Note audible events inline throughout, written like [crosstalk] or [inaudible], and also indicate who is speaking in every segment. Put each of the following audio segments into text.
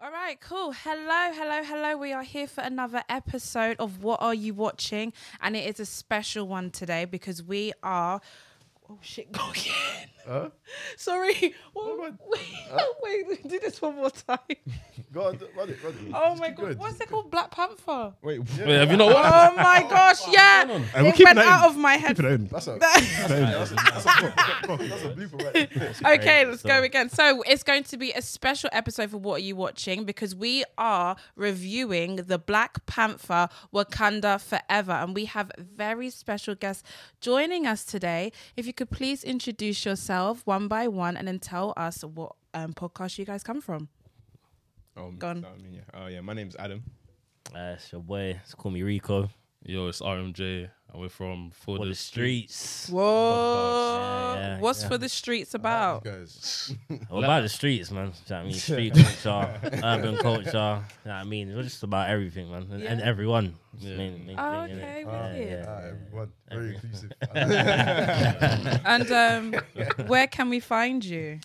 Speaker 1: All right, cool. Hello, hello, hello. We are here for another episode of What Are You Watching? And it is a special one today because we are. Oh shit, [laughs] go again.
Speaker 2: Huh?
Speaker 1: Sorry. Well,
Speaker 2: Oh, God.
Speaker 1: wait, [laughs] wait, do this one more time.
Speaker 2: Go on, d- run it, run it.
Speaker 1: Oh my god,
Speaker 2: Good.
Speaker 1: what's it called? Black Panther.
Speaker 2: Wait,
Speaker 3: Wait, have you not
Speaker 4: [laughs]
Speaker 3: watched
Speaker 1: Oh my gosh, yeah.
Speaker 5: Hey, we're
Speaker 1: It
Speaker 5: keeping
Speaker 1: went
Speaker 5: that in.
Speaker 1: out of my head.
Speaker 5: Keep it in.
Speaker 2: that's a
Speaker 1: [laughs] That-
Speaker 2: that's a, that's a, that's a blooper right
Speaker 5: [laughs]
Speaker 2: there.
Speaker 1: okay,
Speaker 3: Great,
Speaker 1: let's
Speaker 3: so-
Speaker 1: go again. So it's going to be a special episode for What Are You Watching because we are reviewing the Black Panther Wakanda Forever. And we have very special guests joining us today. If you could please introduce yourself one by one and then tell us what um, podcast you guys come from.
Speaker 6: Um,
Speaker 1: Gone.
Speaker 6: I mean, yeah. Oh yeah, my name's Adam.
Speaker 4: Uh, it's your boy. It's call me Rico.
Speaker 3: Yo, it's RMJ, and we're from For,
Speaker 4: For
Speaker 3: the,
Speaker 4: the
Speaker 3: Street.
Speaker 4: streets.
Speaker 1: Whoa.
Speaker 4: Yeah, yeah,
Speaker 1: What's
Speaker 4: yeah.
Speaker 1: for the streets about?
Speaker 2: Guys,
Speaker 4: Well, about the streets, man. You know what I mean, street culture, urban culture. You know what I mean, we're just about everything, man, and, and
Speaker 1: Yeah.
Speaker 4: everyone.
Speaker 3: Yeah.
Speaker 4: Main- main
Speaker 1: Oh,
Speaker 4: thing, innit?
Speaker 1: okay,
Speaker 4: Yeah,
Speaker 1: wicked.
Speaker 4: yeah,
Speaker 2: ah,
Speaker 4: yeah.
Speaker 2: everyone, very inclusive.
Speaker 1: And
Speaker 4: [laughs]
Speaker 1: um, where can we find you?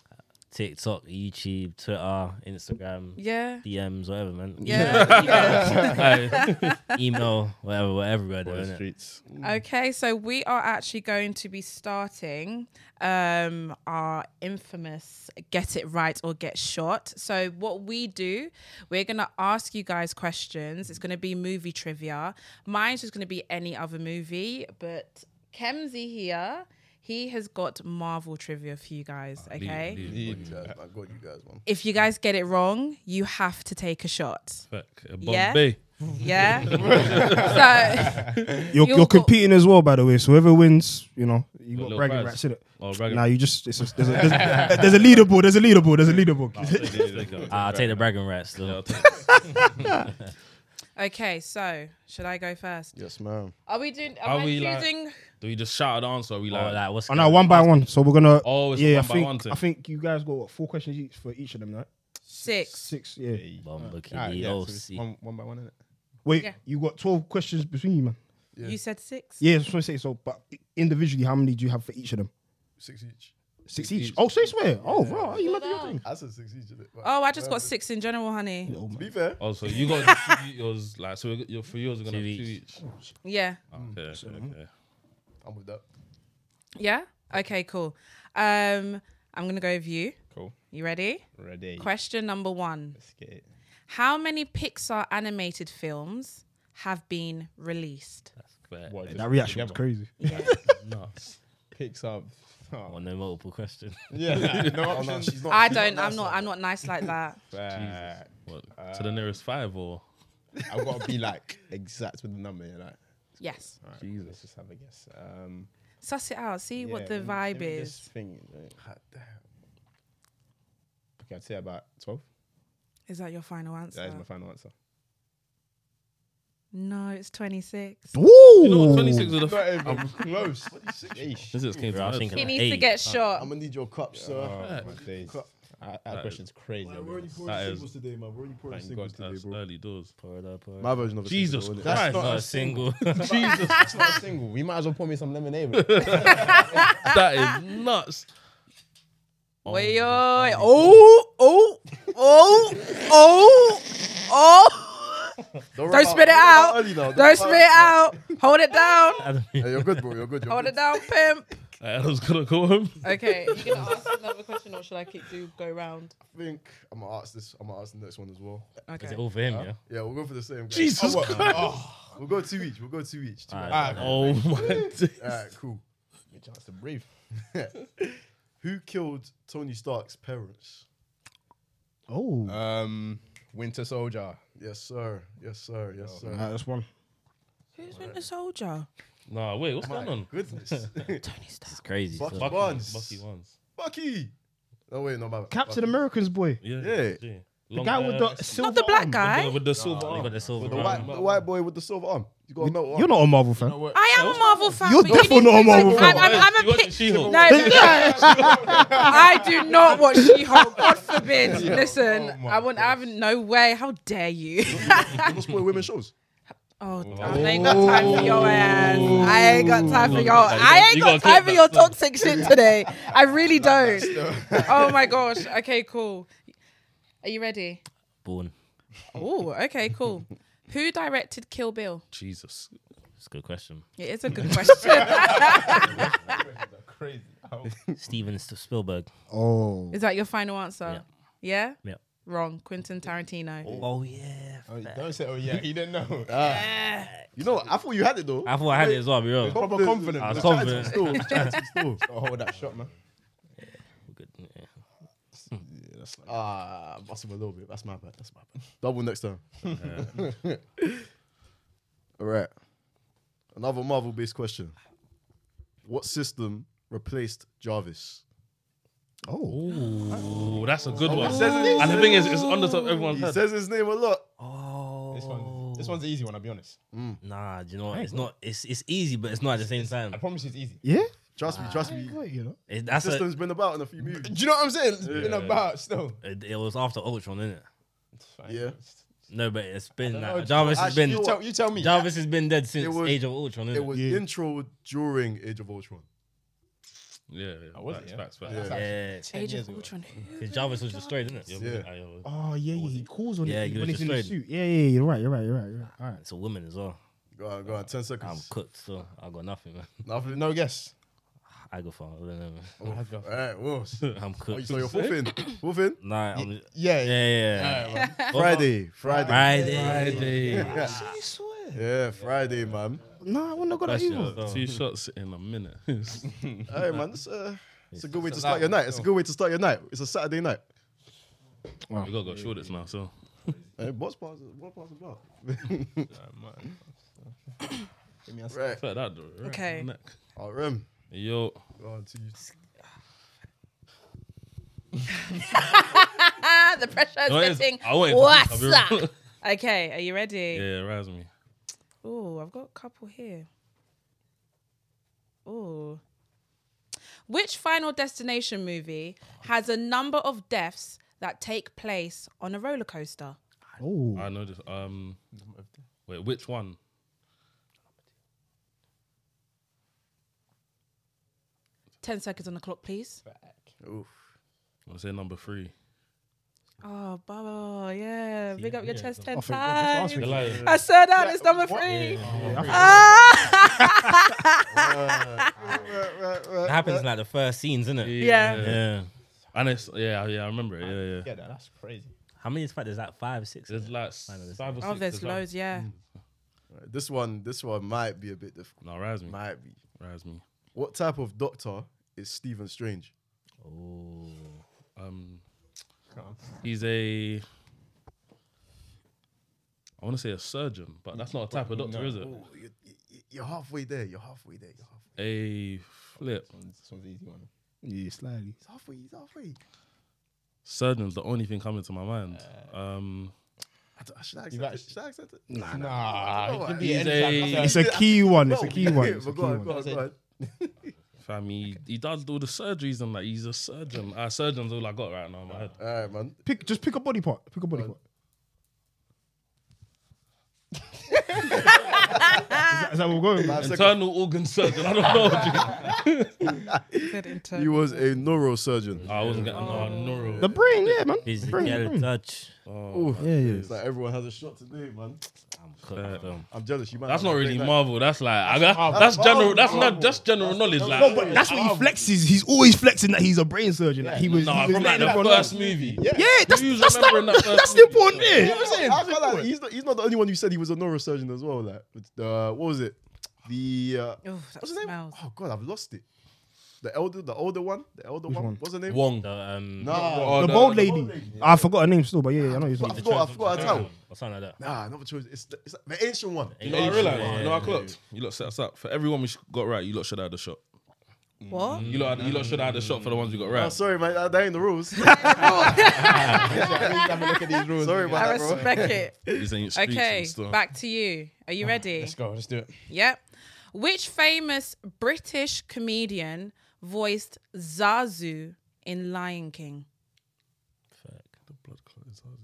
Speaker 4: TikTok, YouTube, Twitter, Instagram,
Speaker 1: Yeah.
Speaker 4: DMs, whatever, man. [laughs]
Speaker 1: Yeah. yeah. [laughs]
Speaker 4: Email, whatever, whatever.
Speaker 6: For
Speaker 4: We're doing
Speaker 6: the
Speaker 4: it.
Speaker 6: streets.
Speaker 1: Okay, so we are actually going to be starting um, our infamous get it right or get shot. So, what we do, we're going to ask you guys questions. It's going to be movie trivia. Mine's just going to be any other movie, but Kemsy here, he has got Marvel trivia for you guys,
Speaker 3: Ah,
Speaker 1: okay?
Speaker 6: [laughs]
Speaker 2: I got you guys, I got you guys, man.
Speaker 1: If you guys get it wrong, you have to take a shot. Yeah.
Speaker 3: uh, Bombay. [laughs]
Speaker 1: Yeah? so,
Speaker 5: You're,
Speaker 1: You'll
Speaker 5: you're
Speaker 1: go-
Speaker 5: competing as well, by the way. So whoever wins, you know, you
Speaker 3: Got
Speaker 5: got
Speaker 3: little
Speaker 5: bragging
Speaker 3: prize.
Speaker 5: rights, innit?
Speaker 3: Oh, bragging.
Speaker 5: Nah, you just it's a, there's, a, there's,
Speaker 3: [laughs]
Speaker 5: a, there's a leaderboard. There's a leaderboard. There's
Speaker 4: [laughs]
Speaker 5: a leaderboard.
Speaker 4: Ah, I'll take the bragging rights. though.
Speaker 1: okay, so should I go first?
Speaker 6: Yes, ma'am.
Speaker 1: Are we doing? Am
Speaker 3: Are
Speaker 1: I
Speaker 3: we, like-
Speaker 1: choosing?
Speaker 3: Do [laughs] we just shout an answer? Or we
Speaker 4: Or
Speaker 3: like,
Speaker 4: like, what's
Speaker 5: oh no, one by one. So we're gonna.
Speaker 3: Oh, it's a
Speaker 5: yeah.
Speaker 3: one by
Speaker 5: I think
Speaker 3: one thing.
Speaker 5: I think you guys got what four questions each for each of them, right?
Speaker 1: six.
Speaker 5: Six. Yeah.
Speaker 6: Alright, yeah, so it's
Speaker 4: Bombakini,
Speaker 6: one, one by one, innit?
Speaker 5: Wait,
Speaker 1: Yeah.
Speaker 5: you got twelve questions between you, man.
Speaker 1: You said six.
Speaker 5: Yeah, I was gonna say so. But individually, how many do you have for each of them?
Speaker 2: Six each.
Speaker 5: Six, each. Oh, six where? Oh, bro, you might do
Speaker 1: Slow
Speaker 5: your
Speaker 1: down.
Speaker 5: thing.
Speaker 2: I said six each. innit? But
Speaker 1: Oh, I just got six in general, honey.
Speaker 2: To be fair,
Speaker 3: oh, so you
Speaker 4: [laughs]
Speaker 3: got distribute yours like so. we- Your for yours are gonna
Speaker 4: Two
Speaker 3: have two
Speaker 4: each. Mm,
Speaker 3: each.
Speaker 1: Yeah.
Speaker 3: Okay, okay, okay.
Speaker 2: I'm with that.
Speaker 1: Yeah. Okay. Cool. Um, I'm gonna go with you.
Speaker 6: Cool.
Speaker 1: You ready?
Speaker 6: Ready.
Speaker 1: Question number one:
Speaker 6: Let's get it.
Speaker 1: How many Pixar animated films have been
Speaker 6: [laughs]
Speaker 1: released?
Speaker 4: But
Speaker 6: What,
Speaker 5: That reaction was crazy.
Speaker 6: Picks
Speaker 2: [laughs]
Speaker 6: up.
Speaker 4: I want no multiple question.
Speaker 6: Yeah. no options. She's
Speaker 1: I don't. I'm not. I'm not nice like that.
Speaker 6: [laughs] back.
Speaker 3: What, to
Speaker 6: Uh,
Speaker 3: the nearest five or
Speaker 6: I've got to be like exact with the number. Yeah, like.
Speaker 1: Yes.
Speaker 6: All right, Jesus. Let's just have a guess. Um,
Speaker 1: Suss it out. See what
Speaker 6: yeah,
Speaker 1: the
Speaker 6: let me-
Speaker 1: vibe
Speaker 6: let me
Speaker 1: is.
Speaker 6: just think, right? Okay, I'd say about twelve.
Speaker 1: Is that your final answer?
Speaker 6: That is my final answer.
Speaker 1: no, it's 26.
Speaker 5: Ooh.
Speaker 3: you know what? Twenty six of the. F-
Speaker 2: Not
Speaker 6: [laughs]
Speaker 2: even close. Sheesh.
Speaker 4: [laughs]
Speaker 3: this is came
Speaker 4: Bro, I
Speaker 3: to
Speaker 4: was
Speaker 3: mind.
Speaker 4: thinking
Speaker 1: He
Speaker 4: like
Speaker 1: needs to
Speaker 4: eight. [laughs]
Speaker 1: get shot.
Speaker 2: I'm gonna need your cup, sir.
Speaker 6: Oh, my days. That, that question's crazy.
Speaker 2: We're
Speaker 6: man.
Speaker 2: already pouring
Speaker 3: That is-
Speaker 2: singles today, man. We're already pouring
Speaker 3: Thank
Speaker 2: singles
Speaker 3: God
Speaker 2: today,
Speaker 3: that's
Speaker 2: bro.
Speaker 3: early doors.
Speaker 4: Pour it up, pour it
Speaker 2: My
Speaker 4: up.
Speaker 2: version of a
Speaker 3: Jesus
Speaker 2: single, innit?
Speaker 3: Christ!
Speaker 4: Not a single. [laughs]
Speaker 6: Jesus, that's not a single. You might as well pour me some [laughs] lemonade. bro.
Speaker 3: that is nuts.
Speaker 1: Wait, oh, oh, oh, oh, oh, oh. Don't spit it out.
Speaker 2: Early now,
Speaker 1: Don't spit it out. Hold it down.
Speaker 2: Yeah, you're good, bro. You're good. You're
Speaker 1: Hold it
Speaker 2: good.
Speaker 1: down, pimp.
Speaker 3: I was gonna go home.
Speaker 1: Okay, you gonna ask another question or should I keep do go round?
Speaker 2: I think I'm gonna ask this. I'm gonna ask the next one as well.
Speaker 4: Is
Speaker 1: Okay.
Speaker 4: it all for him, yeah?
Speaker 2: Yeah, we'll go for the same. guys.
Speaker 3: Jesus
Speaker 2: Oh,
Speaker 3: Christ!
Speaker 2: We'll go two each. We'll go two each. Two
Speaker 4: Alright,
Speaker 2: each.
Speaker 4: alright.
Speaker 3: Oh my days.
Speaker 2: All right, cool.
Speaker 6: Give me a chance to breathe.
Speaker 2: Who killed Tony Stark's parents?
Speaker 5: Oh.
Speaker 3: Uh,
Speaker 6: Um, Winter Soldier.
Speaker 2: Yes, sir. Yes, sir. Yes, sir.
Speaker 5: Alright, that's one.
Speaker 1: Who's been the soldier?
Speaker 3: Nah, wait, what's
Speaker 2: My
Speaker 3: going on?
Speaker 1: [laughs]
Speaker 2: goodness.
Speaker 1: Tony Stark.
Speaker 4: It's crazy.
Speaker 2: Fuck.
Speaker 4: So-
Speaker 3: Bucky
Speaker 2: Buns.
Speaker 3: Bucky ones.
Speaker 2: Bucky. No wait, no my
Speaker 5: Captain
Speaker 2: Bucky.
Speaker 5: America's boy.
Speaker 3: Yeah.
Speaker 2: Yeah.
Speaker 5: The guy with the silver
Speaker 1: Not the black
Speaker 5: arm.
Speaker 3: Yeah,
Speaker 1: guy.
Speaker 3: with the silver.
Speaker 4: They
Speaker 3: arm.
Speaker 4: got the silver
Speaker 2: The
Speaker 4: arm.
Speaker 2: white, the white boy with the silver arm. You got a metal arm. [laughs]
Speaker 5: You're not a Marvel fan.
Speaker 1: I am a Marvel fan.
Speaker 5: You're
Speaker 1: but you need
Speaker 5: definitely
Speaker 1: to
Speaker 5: not a
Speaker 1: go-
Speaker 5: Marvel fan.
Speaker 1: I'm, I'm, I'm
Speaker 3: You
Speaker 1: a
Speaker 3: watch
Speaker 1: pic-
Speaker 3: She-Hulk?
Speaker 1: No, no, no. [laughs] I do not watch She-Hulk. God
Speaker 4: [laughs]
Speaker 1: forbid.
Speaker 4: Oh
Speaker 1: Listen, I wouldn't. I haven't. No way. How dare you?
Speaker 2: not spoiling women's shows.
Speaker 1: Oh, I ain't got time for your ass. I ain't got time for your. I ain't
Speaker 3: you
Speaker 1: got
Speaker 3: gotta
Speaker 1: time
Speaker 3: keep
Speaker 1: for
Speaker 3: that
Speaker 1: your
Speaker 3: stuff.
Speaker 1: toxic shit today. [laughs] I really don't. Oh my gosh. Okay, cool. Are you ready?
Speaker 4: Born.
Speaker 1: Oh, okay, cool. Who directed Kill Bill?
Speaker 3: Jesus.
Speaker 4: It's a good question.
Speaker 1: It is a good
Speaker 3: [laughs]
Speaker 1: question.
Speaker 6: Crazy. Oh,
Speaker 4: Steven S- Spielberg.
Speaker 5: Oh.
Speaker 1: is that your final answer? Yeah.
Speaker 4: Yeah.
Speaker 1: Wrong. Quentin Tarantino.
Speaker 4: Oh yeah.
Speaker 6: don't say, oh yeah, he didn't [laughs] know.
Speaker 2: You know, I thought you had it though.
Speaker 4: I thought I had it as well. I'll Be real.
Speaker 6: Proper confident.
Speaker 4: I
Speaker 6: man.
Speaker 4: was confident.
Speaker 2: Still, [laughs] still.
Speaker 6: Gotta hold that shot, man.
Speaker 4: Good, yeah.
Speaker 6: Yeah, that's like,
Speaker 2: Ah, bust him a little bit. That's my bad. That's my bad. Double next time. [laughs] All right. Another Marvel based question. What system replaced Jarvis?
Speaker 5: Oh.
Speaker 3: Ooh, that's a good one.
Speaker 2: says it.
Speaker 3: And the thing is, it's on the top of
Speaker 2: Oh, He
Speaker 3: everyone's head.
Speaker 2: says his name a lot.
Speaker 4: Oh.
Speaker 6: this one's this one's an easy one. I'll be honest.
Speaker 4: Nah, do you know what? It's not. It's it's easy, but it's not at the same time.
Speaker 6: I promise you it's easy.
Speaker 5: Yeah?
Speaker 2: Trust me, trust me.
Speaker 5: Wait, you know.
Speaker 4: It, that's a,
Speaker 2: System's been about in a few movies.
Speaker 6: Do you know what I'm saying? It's been
Speaker 3: Yeah.
Speaker 6: about still.
Speaker 4: it, it was after Ultron, isn't it?
Speaker 6: It's fine.
Speaker 2: Yeah.
Speaker 4: No, but it's been
Speaker 6: know.
Speaker 4: that. Jarvis has
Speaker 2: Actually,
Speaker 4: been.
Speaker 2: you know
Speaker 6: You tell, you tell me.
Speaker 4: Jarvis has been dead since
Speaker 2: It was-
Speaker 4: Age of Ultron. Isn't
Speaker 2: It
Speaker 4: it,
Speaker 2: was
Speaker 5: Yeah.
Speaker 2: intro during Age of Ultron.
Speaker 3: Yeah,
Speaker 6: I
Speaker 3: yeah.
Speaker 6: was it,
Speaker 3: Facts,
Speaker 6: yeah?
Speaker 3: facts, facts.
Speaker 6: That's
Speaker 2: Yeah.
Speaker 6: actually
Speaker 4: Yeah,
Speaker 6: 10
Speaker 1: Age
Speaker 6: years
Speaker 1: of
Speaker 6: ago.
Speaker 1: Ultron. Who?
Speaker 4: because Jarvis was destroyed, isn't it?
Speaker 2: Yeah.
Speaker 4: I-
Speaker 5: Oh, yeah, yeah. He calls on
Speaker 4: Yeah,
Speaker 5: it
Speaker 4: he
Speaker 5: when
Speaker 4: was
Speaker 5: he's in the
Speaker 4: destroyed.
Speaker 5: suit. Yeah, yeah, yeah, you're right, you're right, you're right, you're right. All right.
Speaker 4: It's a woman as well.
Speaker 2: Go on, go on. 10
Speaker 4: I'm
Speaker 2: seconds.
Speaker 4: cooked, so I got nothing, man.
Speaker 2: Nothing.
Speaker 6: No guess.
Speaker 4: I go far. I don't know, man.
Speaker 2: All right, whoa.
Speaker 4: I'm
Speaker 2: Oh,
Speaker 4: cooked.
Speaker 2: so you're full in. Full in?
Speaker 4: Nah, I'm,
Speaker 6: Yeah.
Speaker 4: yeah, yeah.
Speaker 6: Alright, man.
Speaker 4: yeah.
Speaker 2: Friday. Friday.
Speaker 4: Friday.
Speaker 3: Friday.
Speaker 5: You swear?
Speaker 2: Yeah, Friday, man.
Speaker 5: Nah, I wouldn't have got that
Speaker 4: Question.
Speaker 5: either.
Speaker 3: Two shots in a minute. [laughs]
Speaker 2: Hey man, it's, uh, it's a good way to
Speaker 6: a
Speaker 2: start
Speaker 6: lot,
Speaker 2: your night.
Speaker 6: so-
Speaker 2: It's a good way to start your night. It's a Saturday night.
Speaker 3: we gotta go shortest now, so
Speaker 2: Hey, what's part? What part's about?
Speaker 6: Give me a
Speaker 2: Right.
Speaker 3: Fair that though, right?
Speaker 1: Okay.
Speaker 3: Neck.
Speaker 2: RM.
Speaker 3: Yo,
Speaker 2: Go on to you.
Speaker 1: Ah, the pressure
Speaker 3: No, it
Speaker 1: is
Speaker 3: is.
Speaker 1: getting.
Speaker 3: I wanted to
Speaker 1: What's
Speaker 3: think,
Speaker 1: [laughs]
Speaker 3: [laughs] I'll be real.
Speaker 1: up? Okay, are you ready?
Speaker 3: yeah, rise me.
Speaker 1: Oh, I've got a couple here. Oh. Which Final Destination movie has a number of deaths that take place on a roller coaster?
Speaker 5: Oh.
Speaker 3: I know this. Um, wait, which one?
Speaker 1: Ten seconds on the clock, please.
Speaker 2: Oof.
Speaker 3: I'll say number three.
Speaker 1: Oh, Baba, yeah. Big up your
Speaker 3: yeah,
Speaker 1: chest ten
Speaker 5: think- I
Speaker 1: times.
Speaker 5: think-
Speaker 3: Like,
Speaker 1: I said that it's number three.
Speaker 4: It happens in like the first scenes, isn't it?
Speaker 1: Yeah.
Speaker 4: Yeah.
Speaker 3: And it's yeah, yeah. I remember it. Yeah, yeah.
Speaker 6: Yeah, that- that's crazy.
Speaker 4: How many is fact? There's like five, six.
Speaker 3: There's
Speaker 4: isn't it?
Speaker 3: like s- five or six.
Speaker 1: Oh, there's
Speaker 3: like-
Speaker 1: loads, yeah.
Speaker 2: Right, this one, this one might be a bit difficult.
Speaker 3: No, rise me.
Speaker 2: Might be.
Speaker 3: Rise me.
Speaker 2: What type of doctor is Stephen Strange?
Speaker 4: Oh.
Speaker 3: Um,
Speaker 6: Come on.
Speaker 3: he's a. I want to say a surgeon, but that's not a type of doctor, is it?
Speaker 2: Oh, you, you- you're halfway there. You're halfway there. You're halfway.
Speaker 3: A flip.
Speaker 6: This one's- this one's an easy one.
Speaker 5: Yeah, slightly.
Speaker 2: He's halfway. He's halfway.
Speaker 3: Surgeon's the only thing coming to my mind. Um,
Speaker 2: I don't- should I
Speaker 6: You've
Speaker 2: accept it?
Speaker 6: actually-
Speaker 2: Should I accept it?
Speaker 6: Nah, it
Speaker 2: Alright.
Speaker 6: can be
Speaker 3: He's
Speaker 6: any
Speaker 3: a-
Speaker 6: type
Speaker 5: It's
Speaker 6: of-
Speaker 5: a key one. It's a
Speaker 2: No, [laughs]
Speaker 5: key
Speaker 2: but
Speaker 5: one. It's a
Speaker 2: go
Speaker 5: key
Speaker 2: on,
Speaker 5: one.
Speaker 2: go on, go on.
Speaker 3: fam, he, he does all the surgeries and like he's a surgeon. Uh, surgeon's all I got right now in my head.
Speaker 2: All right, man.
Speaker 5: Pick, just pick a body part. Pick a body [laughs] part. is, that, is that where we're going?
Speaker 2: Five seconds.
Speaker 3: Internal organ surgeon. I don't [laughs] know.
Speaker 1: Said inter-
Speaker 2: He was a neurosurgeon.
Speaker 3: I wasn't getting no neuro.
Speaker 5: The brain, yeah, man.
Speaker 4: Physical touch.
Speaker 2: Oof.
Speaker 5: Yeah, yeah.
Speaker 2: Oh. It's like everyone has a shot today, man.
Speaker 4: I'm cooked. though.
Speaker 2: I'm jealous. You might
Speaker 3: That's
Speaker 2: have
Speaker 3: not
Speaker 2: a
Speaker 3: really
Speaker 2: great night.
Speaker 3: Marvel. That's like I got, that's general. That's not that's general knowledge. Like
Speaker 5: No, but that's what he flexes. He's always flexing that he's a brain surgeon. Like he was.
Speaker 3: nah,
Speaker 5: he was
Speaker 3: from like
Speaker 5: letting
Speaker 3: the
Speaker 5: everyone
Speaker 3: first
Speaker 5: know.
Speaker 3: movie.
Speaker 5: Yeah, that's,
Speaker 3: Who's
Speaker 5: that's,
Speaker 3: remembering
Speaker 5: that,
Speaker 3: that first
Speaker 5: that's the
Speaker 3: movie?
Speaker 5: important bit.
Speaker 2: You know what I'm saying? I feel like he's, not, he's not the only one who said he was a neurosurgeon as well. Like, with the, what was it? The uh,
Speaker 1: Ooh, that
Speaker 2: what's his name?
Speaker 1: smells.
Speaker 2: Oh god, I've lost it. The elder, the older one, the elder one.
Speaker 5: one?
Speaker 2: What's her name?
Speaker 3: Wong. Oh,
Speaker 4: The, um,
Speaker 2: Nah,
Speaker 5: the
Speaker 3: the-
Speaker 5: bold
Speaker 2: the
Speaker 5: lady.
Speaker 2: bold lady.
Speaker 5: I forgot her name still, but yeah, yeah I know you're
Speaker 2: I
Speaker 5: talking.
Speaker 2: forgot. I forgot her title.
Speaker 4: Or something like that.
Speaker 2: Nah, not choice. It's, the- it's the ancient one.
Speaker 3: You know what I realized?
Speaker 4: Yeah,
Speaker 3: you
Speaker 4: yeah,
Speaker 3: know what I
Speaker 4: yeah.
Speaker 3: clocked? You lot set us up. For everyone we sh- got right, you lot should have had a shot.
Speaker 1: What?
Speaker 3: You lot, had- you lot should have had a shot for the ones you got
Speaker 2: Oh,
Speaker 3: right.
Speaker 2: sorry, man. That, that ain't the rules.
Speaker 6: Have a look at these
Speaker 2: [laughs]
Speaker 6: rules.
Speaker 2: sorry about
Speaker 1: I
Speaker 2: that, bro.
Speaker 1: respect it.
Speaker 3: These ain't streets
Speaker 1: Okay,
Speaker 3: and stuff.
Speaker 1: back to you. Are you ready?
Speaker 6: Let's go. Let's do it.
Speaker 1: Yep. Which famous British comedian voiced Zazu in Lion King?
Speaker 4: Fuck.
Speaker 3: The blood clot is hard.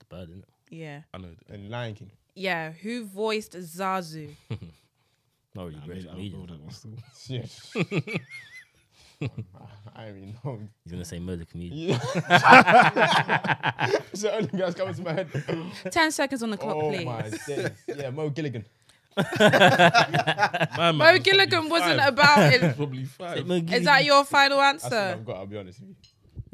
Speaker 4: The bird, innit?
Speaker 1: Yeah.
Speaker 3: I know.
Speaker 6: And Lion King.
Speaker 1: Yeah. Who voiced Zazu?
Speaker 6: [laughs]
Speaker 4: Not really great comedian.
Speaker 6: Yes. I don't even know.
Speaker 4: He's gonna say murder comedian.
Speaker 6: Yeah. it's the only guy that's coming to [laughs] my head.
Speaker 1: Ten seconds on the clock,
Speaker 6: oh
Speaker 1: please.
Speaker 6: my [laughs] days. Yeah, Mo Gilligan.
Speaker 3: My man
Speaker 1: Mo
Speaker 3: was
Speaker 1: Gilligan
Speaker 3: probably
Speaker 1: wasn't
Speaker 3: five.
Speaker 1: about
Speaker 3: [laughs]
Speaker 1: it.
Speaker 3: Probably five.
Speaker 1: Is that your final
Speaker 6: That's what
Speaker 1: answer?
Speaker 6: I've got, I'll be honest with you.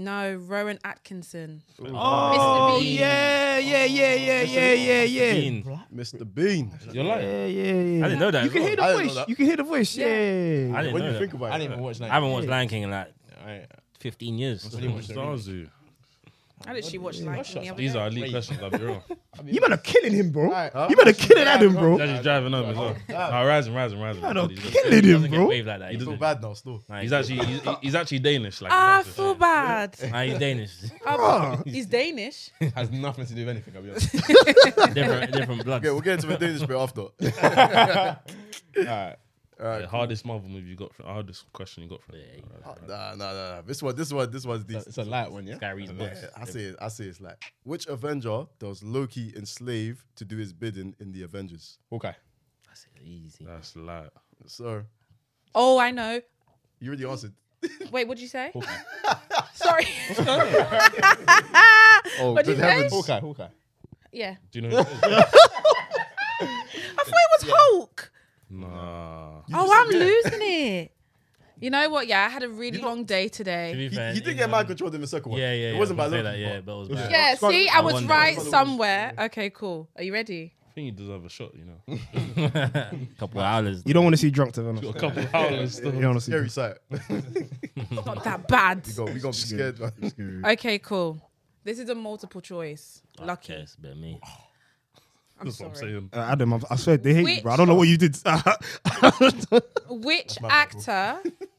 Speaker 1: No, Rowan Atkinson.
Speaker 5: Oh
Speaker 1: Mr. Bean.
Speaker 5: yeah, yeah, yeah, yeah, yeah, yeah, yeah.
Speaker 4: Bean.
Speaker 2: Mr. Bean.
Speaker 3: You're lying.
Speaker 5: Yeah, yeah, yeah.
Speaker 4: I didn't know that.
Speaker 5: You can hear the
Speaker 2: I didn't know
Speaker 5: voice.
Speaker 2: that.
Speaker 5: You can hear the voice.
Speaker 1: Yeah.
Speaker 5: Yeah.
Speaker 4: I didn't
Speaker 2: When
Speaker 4: know
Speaker 2: you
Speaker 4: that.
Speaker 2: think about it,
Speaker 6: I didn't even watch that.
Speaker 4: I haven't watched Lion King in like
Speaker 6: I,
Speaker 4: 15 years.
Speaker 6: I didn't watch that.
Speaker 3: Zazu.
Speaker 1: I literally watched Lion King the other
Speaker 3: These
Speaker 1: day.
Speaker 3: are elite questions, I'll be [laughs] real.
Speaker 5: You better killing him, bro.
Speaker 6: Alright.
Speaker 5: You better killing Adam, bro.
Speaker 3: Judge is driving up as [laughs] well. Nah, rising, rising, rising.
Speaker 5: I don't
Speaker 3: He's-
Speaker 5: killing him,
Speaker 4: Doesn't get
Speaker 5: bro.
Speaker 4: waved like that.
Speaker 2: I
Speaker 4: He's,
Speaker 2: feel bad now still.
Speaker 3: He's actually he's, he's actually Danish. Like
Speaker 1: Ah, I
Speaker 3: he's
Speaker 1: feel bad.
Speaker 4: [laughs] Nah, he's Danish.
Speaker 1: Oh, he's Danish.
Speaker 6: has nothing to do with anything, I'll be honest.
Speaker 4: different, different blood.
Speaker 2: Okay, we'll get into the Danish bit after.
Speaker 6: [laughs] Alright.
Speaker 3: the hardest Marvel movie you got from hardest question you got from.
Speaker 2: [laughs] Nah, nah, nah. nah. This one, this one, this one's decent.
Speaker 6: It's a light one, yeah?
Speaker 4: Guy reads books.
Speaker 2: I see it. I see it's like which Avenger does Loki enslave to do his bidding in the Avengers?
Speaker 6: Okay.
Speaker 4: That's easy.
Speaker 3: That's light.
Speaker 2: So
Speaker 1: Oh, I know.
Speaker 2: you already answered.
Speaker 1: Wait, what'd you say? Sorry. [laughs]
Speaker 2: Oh,
Speaker 1: What'd you
Speaker 2: good
Speaker 1: say?
Speaker 2: heavens.
Speaker 6: Hawkeye, Hawkeye.
Speaker 1: yeah.
Speaker 3: Do you know? Who [laughs] it is?
Speaker 1: I thought it was Hulk.
Speaker 3: nah.
Speaker 1: oh, I'm losing
Speaker 4: [laughs]
Speaker 1: it. You know what? Yeah, I had a really long day
Speaker 4: To
Speaker 1: today.
Speaker 2: He,
Speaker 4: be fair,
Speaker 2: he
Speaker 4: you
Speaker 2: did get
Speaker 4: know,
Speaker 2: mind controlled in the second one.
Speaker 4: Yeah, yeah.
Speaker 2: It
Speaker 4: yeah,
Speaker 2: wasn't
Speaker 4: I
Speaker 2: by
Speaker 4: was gonna
Speaker 2: Loki.
Speaker 4: say that, Yeah,
Speaker 2: but
Speaker 4: but it was bad.
Speaker 1: Yeah,
Speaker 2: Scott-
Speaker 1: see, I
Speaker 4: I
Speaker 1: was
Speaker 4: wonder.
Speaker 1: right somewhere. Okay, cool. Are you ready?
Speaker 3: I think you deserve a shot. You know, [laughs]
Speaker 4: couple of hours.
Speaker 5: You don't want to see drunk Tavana.
Speaker 3: a couple of hours.
Speaker 5: You
Speaker 3: Still.
Speaker 5: don't want to see.
Speaker 2: Scary sight. we
Speaker 1: It's Not that bad.
Speaker 2: got we gonna be scared. man.
Speaker 1: Okay, cool. This is a multiple choice. Lucky.
Speaker 4: Yes, but me.
Speaker 1: I'm
Speaker 3: That's what I'm
Speaker 1: sorry.
Speaker 3: saying.
Speaker 5: Uh, Adam, I- I swear they hate
Speaker 1: Which-
Speaker 5: you, bro. I don't know what you did. [laughs]
Speaker 1: Which
Speaker 4: [laughs]
Speaker 1: actor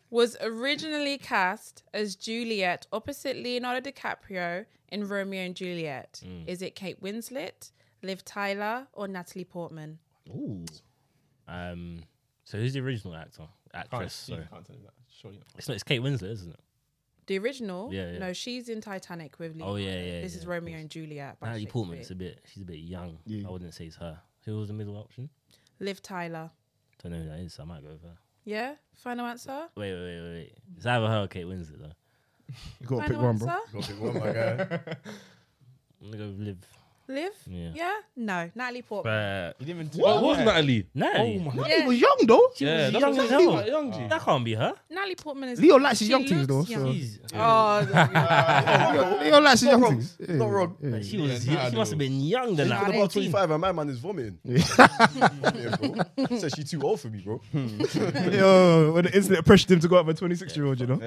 Speaker 1: was originally cast as Juliet opposite Leonardo DiCaprio in Romeo and Juliet?
Speaker 4: Mm.
Speaker 1: Is it Kate Winslet, Liv Tyler, or Natalie Portman?
Speaker 4: Um, so who's the original actor?
Speaker 6: Can't,
Speaker 4: Actress.
Speaker 6: you
Speaker 4: Sorry.
Speaker 6: can't tell me that. Surely not.
Speaker 4: It's not. It's Kate Winslet, isn't it?
Speaker 1: The original?
Speaker 4: Yeah, yeah.
Speaker 1: No, she's in Titanic with Leo.
Speaker 4: Oh yeah, yeah.
Speaker 1: This
Speaker 4: yeah,
Speaker 1: is
Speaker 4: of
Speaker 1: Romeo
Speaker 4: course.
Speaker 1: and Juliet. By
Speaker 4: Natalie Portman's a
Speaker 1: Shakespeare.
Speaker 4: bit. She's a bit young.
Speaker 5: Yeah.
Speaker 4: I wouldn't say it's her. Who was the middle option?
Speaker 1: Liv Tyler.
Speaker 4: Don't know who that is. So I might go with her.
Speaker 1: Yeah? Final answer?
Speaker 4: Wait, wait, wait, wait. It's either her or Kate Winslet though.
Speaker 5: You gotta
Speaker 1: Final
Speaker 5: pick one,
Speaker 1: answer?
Speaker 5: bro.
Speaker 2: Gotta pick one, my guy.
Speaker 4: I'm gonna go with Liv.
Speaker 1: Liv?
Speaker 4: Yeah.
Speaker 1: No, Natalie Portman.
Speaker 3: But
Speaker 6: You didn't even do
Speaker 3: what was Natalie?
Speaker 4: Natalie.
Speaker 3: Oh my.
Speaker 5: He
Speaker 1: Yeah.
Speaker 5: was young though.
Speaker 3: Yeah, that's
Speaker 4: young
Speaker 3: what
Speaker 4: as
Speaker 3: I'm saying,
Speaker 4: hell.
Speaker 3: like, young G.
Speaker 4: That can't be her.
Speaker 1: Natalie Portman is.
Speaker 5: Leo likes his
Speaker 1: she
Speaker 5: young things though.
Speaker 1: looks
Speaker 5: So.
Speaker 1: young.
Speaker 4: Jeez.
Speaker 1: Oh,
Speaker 2: [laughs]
Speaker 5: Leo likes his young things.
Speaker 2: Not wrong.
Speaker 4: Like, she was.
Speaker 6: Yeah, nah,
Speaker 4: she must have
Speaker 6: dude.
Speaker 4: been young then.
Speaker 1: Nah,
Speaker 4: Like,
Speaker 1: they-
Speaker 2: About
Speaker 1: 18.
Speaker 2: 25 and my man is vomiting. yeah, bro. [laughs] Said she too old for me, bro.
Speaker 5: Yo, when the internet pressured him to go out with a 26 year old, you know.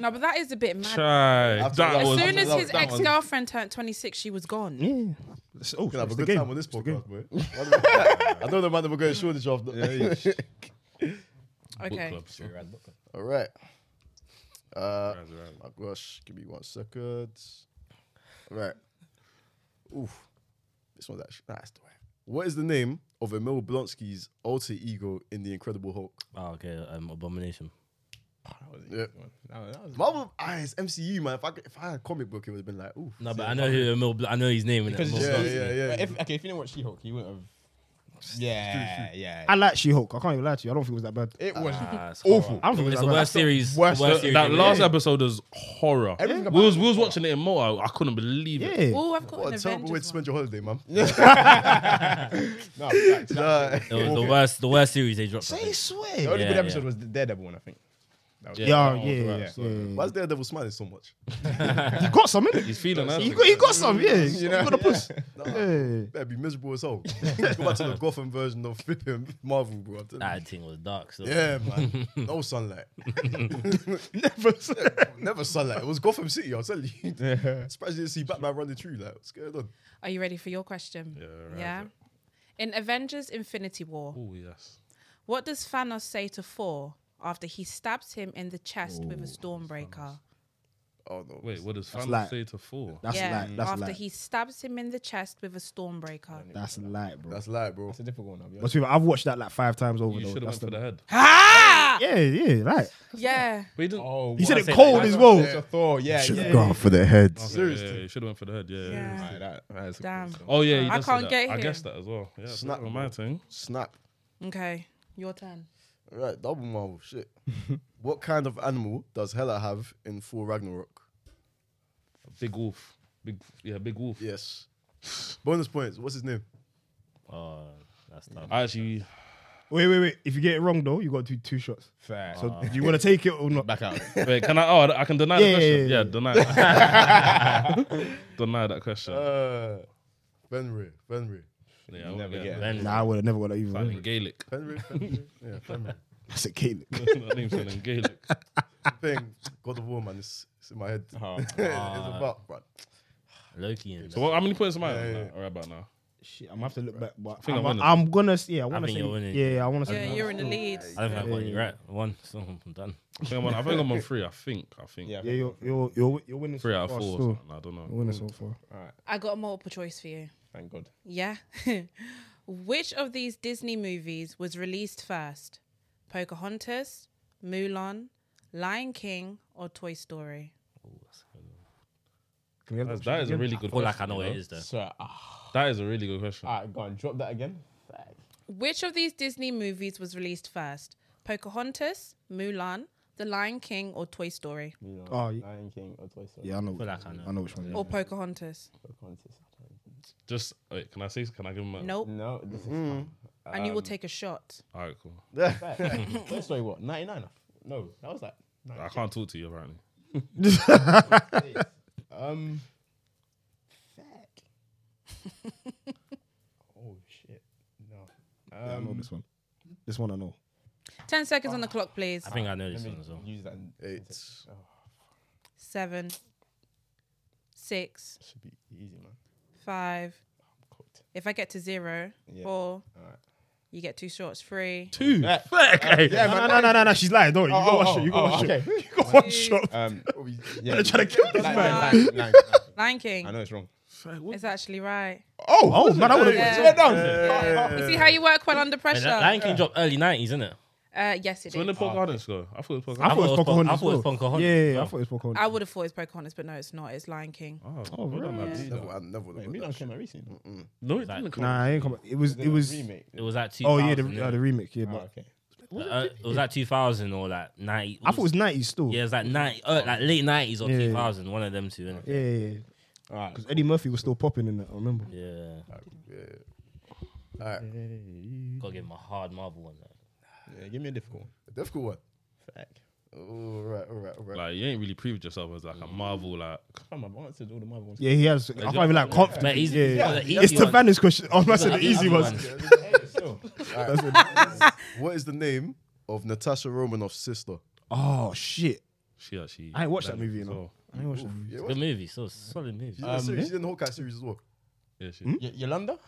Speaker 1: no, but that is a bit mad.
Speaker 3: Try.
Speaker 2: After
Speaker 3: That
Speaker 2: that-
Speaker 1: As
Speaker 3: was.
Speaker 1: soon as
Speaker 2: that
Speaker 1: his
Speaker 2: was- that
Speaker 1: ex
Speaker 2: was-
Speaker 1: girlfriend turned 26, she was gone.
Speaker 5: Yeah. Oh,
Speaker 2: Gonna have
Speaker 5: it's
Speaker 2: a
Speaker 5: the
Speaker 2: good
Speaker 5: game.
Speaker 2: time on this
Speaker 5: It's the game.
Speaker 2: podcast, boy. I know the man that we're going shortage of.
Speaker 1: Okay.
Speaker 2: All right. Uh,
Speaker 3: Right, right.
Speaker 2: my gosh, give me one second. All right. Oof. This one's actually nice. What is the name of Emil Blonsky's alter ego in The Incredible Hulk?
Speaker 4: Oh, okay. Um, abomination.
Speaker 2: Yeah.
Speaker 6: That was- that was-
Speaker 2: Marvel, ah, it's MCU, man. If I, could- if I had a comic book, it would have been like, ooh.
Speaker 4: No, but I know who Emil. Bl- I know his name.
Speaker 6: Because
Speaker 4: Because
Speaker 6: it's
Speaker 2: Yeah, yeah, yeah.
Speaker 6: But if, okay, if you didn't watch She-Hulk, you wouldn't have. Yeah, yeah. Ah,
Speaker 5: I like She Hulk. I can't even lie to you. I don't think it was that bad.
Speaker 6: it was
Speaker 4: awful.
Speaker 5: I don't think it was
Speaker 4: It's
Speaker 5: that
Speaker 4: the
Speaker 5: bad.
Speaker 4: worst series.
Speaker 6: worst-
Speaker 4: Worst,
Speaker 3: That,
Speaker 4: series.
Speaker 3: that
Speaker 4: ever.
Speaker 3: last episode is horror.
Speaker 6: Everything
Speaker 3: We
Speaker 6: about
Speaker 3: was,
Speaker 6: it
Speaker 3: we was
Speaker 6: was
Speaker 3: watching it in Moa. I couldn't believe it.
Speaker 5: Yeah.
Speaker 1: Oh, I've got
Speaker 2: What
Speaker 1: an
Speaker 2: a terrible way to
Speaker 1: Avengers one.
Speaker 2: spend your holiday, man. [laughs]
Speaker 6: no, facts.
Speaker 2: Nah.
Speaker 4: It was the worst. The worst series they dropped. I
Speaker 5: They
Speaker 4: think.
Speaker 5: swear.
Speaker 6: The
Speaker 5: Yeah,
Speaker 6: only
Speaker 4: Yeah,
Speaker 6: good
Speaker 4: yeah.
Speaker 6: episode was the Daredevil one, I think. That was
Speaker 5: yeah,
Speaker 6: that
Speaker 5: yeah.
Speaker 6: was the
Speaker 5: yeah,
Speaker 6: worst one.
Speaker 5: yeah.
Speaker 2: Why is Daredevil smiling so much?
Speaker 5: He got some, innit?
Speaker 3: He's feeling that.
Speaker 5: He got, he got some, yeah. You know, got a puss. Yeah.
Speaker 2: Better be miserable as hell. [laughs] Go back to the Gotham version of [laughs] flipping Marvel, bro. I'm telling you.
Speaker 4: That thing was dark. So.
Speaker 2: Yeah, man. No sunlight. [laughs] never, never sunlight. It was Gotham City. I'll tell you. Surprised you didn't see Batman running through. Like, what's going on?
Speaker 1: Are you ready for your question? Yeah. In Avengers Infinity War,
Speaker 3: Oh yes.
Speaker 1: what does Thanos say to Thor after he stabs him in the chest with a Stormbreaker?
Speaker 2: Oh no.
Speaker 3: Wait, what does
Speaker 5: like-
Speaker 3: Thanos say to four?
Speaker 5: That's
Speaker 1: yeah,
Speaker 5: light. That's
Speaker 1: after
Speaker 5: light.
Speaker 1: he stabs him in the chest with a Stormbreaker.
Speaker 5: That's light, bro.
Speaker 2: That's light, bro.
Speaker 6: It's a difficult one. I'll be
Speaker 5: But
Speaker 6: honest.
Speaker 5: to be fair, I've watched that like five times over.
Speaker 3: You
Speaker 5: though.
Speaker 3: should have
Speaker 5: That's
Speaker 3: went for the head.
Speaker 1: Ah!
Speaker 5: Yeah, yeah, right.
Speaker 1: Yeah.
Speaker 3: But he didn't.
Speaker 6: Oh,
Speaker 5: He
Speaker 6: wow.
Speaker 5: said
Speaker 4: I
Speaker 5: it
Speaker 4: say
Speaker 5: cold
Speaker 4: that.
Speaker 5: as well.
Speaker 6: It's a Thor. Yeah, yeah.
Speaker 2: gone for the head.
Speaker 3: Okay,
Speaker 2: Seriously.
Speaker 3: yeah, you should have went for the head. Yeah. yeah.
Speaker 1: Yeah.
Speaker 6: Alright, that- that is a
Speaker 1: Damn.
Speaker 6: cool
Speaker 3: Oh yeah, he
Speaker 1: I
Speaker 3: does say
Speaker 1: can't
Speaker 3: that.
Speaker 1: get
Speaker 3: I
Speaker 1: him.
Speaker 3: guess that as well. Yeah,
Speaker 2: It's
Speaker 3: it's
Speaker 2: not
Speaker 3: not my thing.
Speaker 2: Snap.
Speaker 1: Okay. Your turn.
Speaker 2: All right, double Marvel. Shit. What kind of animal does Hela have in Thor Ragnarok?
Speaker 3: Big wolf. Big yeah, big wolf.
Speaker 2: Yes. Bonus points. What's his name?
Speaker 4: Oh, that's tough.
Speaker 3: I actually
Speaker 5: Wait, wait, wait. If you get it wrong though, you got to do two shots.
Speaker 6: Fair.
Speaker 5: So do you want to take it or not?
Speaker 6: back
Speaker 5: [laughs]
Speaker 6: out.
Speaker 3: wait, can I oh I can deny
Speaker 5: Yeah,
Speaker 3: the question.
Speaker 5: yeah,
Speaker 3: Yeah,
Speaker 5: yeah,
Speaker 3: deny
Speaker 5: yeah.
Speaker 3: that. deny that question.
Speaker 2: Uh, Fenrir. Fenrir.
Speaker 3: yeah,
Speaker 6: never
Speaker 3: yeah.
Speaker 6: get it.
Speaker 4: Then-
Speaker 5: Nah, I would have never got that either.
Speaker 3: In Gaelic. [laughs]
Speaker 2: Fenrir. Fenrir. yeah, Fenrir.
Speaker 5: That's a Caleb.
Speaker 3: that name's in Gaelic.
Speaker 2: Thing. God of War, man. It's, it's in my head.
Speaker 6: Oh,
Speaker 2: [laughs] it's about, bro.
Speaker 4: Loki and
Speaker 3: So what, how many points am I on
Speaker 2: Yeah,
Speaker 3: now? All right about now.
Speaker 5: Shit, I'm gonna have to look back. But
Speaker 3: think I'm
Speaker 5: I'm,
Speaker 3: winning.
Speaker 5: I'm gonna. s- Yeah, I want to
Speaker 4: think
Speaker 5: say.
Speaker 4: you're winning.
Speaker 5: Yeah, yeah, I want to
Speaker 1: Yeah,
Speaker 5: say.
Speaker 1: you're in the lead.
Speaker 4: I don't think I've got you right. One, so I'm done.
Speaker 3: I think I'm on, I think I'm on three, I think. I think.
Speaker 6: Yeah.
Speaker 5: Yeah, you're you're you're, you're winning.
Speaker 3: Three
Speaker 5: so
Speaker 3: out of
Speaker 5: far
Speaker 3: four or
Speaker 5: still.
Speaker 3: something. I don't
Speaker 5: You're
Speaker 3: know.
Speaker 5: winning so far.
Speaker 1: I got a multiple choice for you.
Speaker 6: Thank God.
Speaker 1: Yeah. [laughs] Which of these Disney movies was released first? Pocahontas, Mulan, Lion King, or Toy Story?
Speaker 5: Can we have
Speaker 3: That's,
Speaker 5: that
Speaker 3: that is a
Speaker 5: again?
Speaker 3: really
Speaker 4: I
Speaker 3: good
Speaker 4: feel
Speaker 3: question.
Speaker 4: like I know
Speaker 3: you
Speaker 4: what it
Speaker 3: know?
Speaker 4: is though.
Speaker 6: So, ah,
Speaker 3: That is a really good question.
Speaker 6: all right, go on. Drop that again.
Speaker 1: Which of these Disney movies was released first? Pocahontas, Mulan, The Lion King, or Toy Story?
Speaker 6: You know,
Speaker 5: Oh, y-
Speaker 6: Lion King or Toy Story.
Speaker 5: Yeah, I know.
Speaker 4: feel like I know.
Speaker 5: I know which one.
Speaker 1: Or Pocahontas?
Speaker 6: Pocahontas. I don't know.
Speaker 3: Just wait, can I say can I give him a
Speaker 1: Nope.
Speaker 6: No, this is
Speaker 5: Hmm.
Speaker 1: and
Speaker 4: Um,
Speaker 1: you will take a shot.
Speaker 3: all right, cool.
Speaker 6: fair. Toy Story what? 99? No, that was like.
Speaker 3: I can't talk to you apparently.
Speaker 6: Um. Fuck. oh shit. No.
Speaker 5: Yeah, I know this one. This one I know.
Speaker 1: 10 seconds on the clock, please.
Speaker 4: I think I know this
Speaker 6: Let me
Speaker 4: one
Speaker 7: [laughs]
Speaker 4: as well.
Speaker 6: use that.
Speaker 2: Eight.
Speaker 1: Seven, six,
Speaker 6: Should be easy, man.
Speaker 1: five.
Speaker 6: I'm cooked.
Speaker 1: If I get to zero,
Speaker 6: Yeah.
Speaker 1: four,
Speaker 6: Alright.
Speaker 1: you get two shots. Three,
Speaker 5: Two.
Speaker 6: Yeah.
Speaker 5: Yeah, no, no, no, no, no. She's lying. Don't worry. You got
Speaker 6: oh,
Speaker 5: one
Speaker 6: oh,
Speaker 5: shot. You got
Speaker 6: oh,
Speaker 5: one
Speaker 6: [laughs]
Speaker 5: shot.
Speaker 6: okay.
Speaker 5: You got one shot.
Speaker 6: [laughs] Um. Yeah.
Speaker 5: They're trying to kill this
Speaker 6: Nine,
Speaker 5: man.
Speaker 6: nine, nine, nine.
Speaker 1: Lion
Speaker 6: I
Speaker 1: King.
Speaker 6: know it's wrong.
Speaker 1: It's actually right.
Speaker 5: Oh, oh man, I would have.
Speaker 1: Yeah. You see how you work well under
Speaker 4: Hey,
Speaker 1: pressure?
Speaker 4: that Lion King dropped early 90s, isn't it?
Speaker 1: Uh, yes, it
Speaker 3: So when did
Speaker 1: is.
Speaker 3: Pocahontas go? I thought it was
Speaker 5: I
Speaker 3: Pocahontas.
Speaker 5: thought it was Pocahontas.
Speaker 4: I thought it was
Speaker 5: as well.
Speaker 4: Pocahontas.
Speaker 5: Yeah, yeah, yeah,
Speaker 4: Yeah.
Speaker 5: I thought it was Pocahontas.
Speaker 1: I would have thought it's Pocahontas, but no, it's not. It's Lion King.
Speaker 3: Oh, well done, I did that.
Speaker 2: Never, I never
Speaker 6: [laughs]
Speaker 2: would
Speaker 6: Wait, we
Speaker 2: have.
Speaker 6: don't came out recently.
Speaker 3: No, it didn't come.
Speaker 5: Nah, it ain't come. back. It was. It
Speaker 6: a
Speaker 5: was.
Speaker 6: remake.
Speaker 4: It was at 2000.
Speaker 5: Oh yeah, the, uh,
Speaker 4: innit?
Speaker 5: the remix. Yeah,
Speaker 6: Oh,
Speaker 5: but
Speaker 6: okay.
Speaker 4: Uh, it was like 2000 or like 90.
Speaker 5: I thought it was nineties still.
Speaker 4: Yeah, it was like 90, uh, like late 90s or
Speaker 5: Yeah, yeah.
Speaker 4: 2000, one of them two, innit?
Speaker 5: yeah, yeah.
Speaker 6: All right.
Speaker 5: Because Eddie Murphy was still popping in that. I remember.
Speaker 2: Mm-hmm.
Speaker 4: Yeah.
Speaker 2: All right,
Speaker 4: Gotta give him a hard Marvel one. though.
Speaker 6: Yeah, give me a difficult one.
Speaker 2: difficult one.
Speaker 6: Fuck.
Speaker 2: All right, all right, all
Speaker 4: [laughs]
Speaker 2: right.
Speaker 3: Like you ain't really proved yourself as like a Marvel like
Speaker 6: Come on, I've answered all the mother ones.
Speaker 5: Yeah, he has. I can't even like confident.
Speaker 4: Mate, he's-
Speaker 5: yeah,
Speaker 4: he's got
Speaker 5: yeah.
Speaker 4: the
Speaker 5: It's
Speaker 4: easy one.
Speaker 5: Tavani's question. Oh, I said
Speaker 4: Like,
Speaker 5: the easy
Speaker 4: one.
Speaker 5: ones.
Speaker 6: [laughs]
Speaker 2: [laughs] What is the name of Natasha Romanoff's sister?
Speaker 5: Oh shit!
Speaker 3: she actually.
Speaker 5: I ain't watched that
Speaker 3: is
Speaker 5: movie, you know.
Speaker 3: well.
Speaker 5: I ain't watched that movie.
Speaker 2: Yeah,
Speaker 4: Good
Speaker 2: what?
Speaker 4: movie, so solid movie.
Speaker 2: She's, in a series. she's in the Hawkeye series as well.
Speaker 3: Yeah, she.
Speaker 6: Y- Yolanda?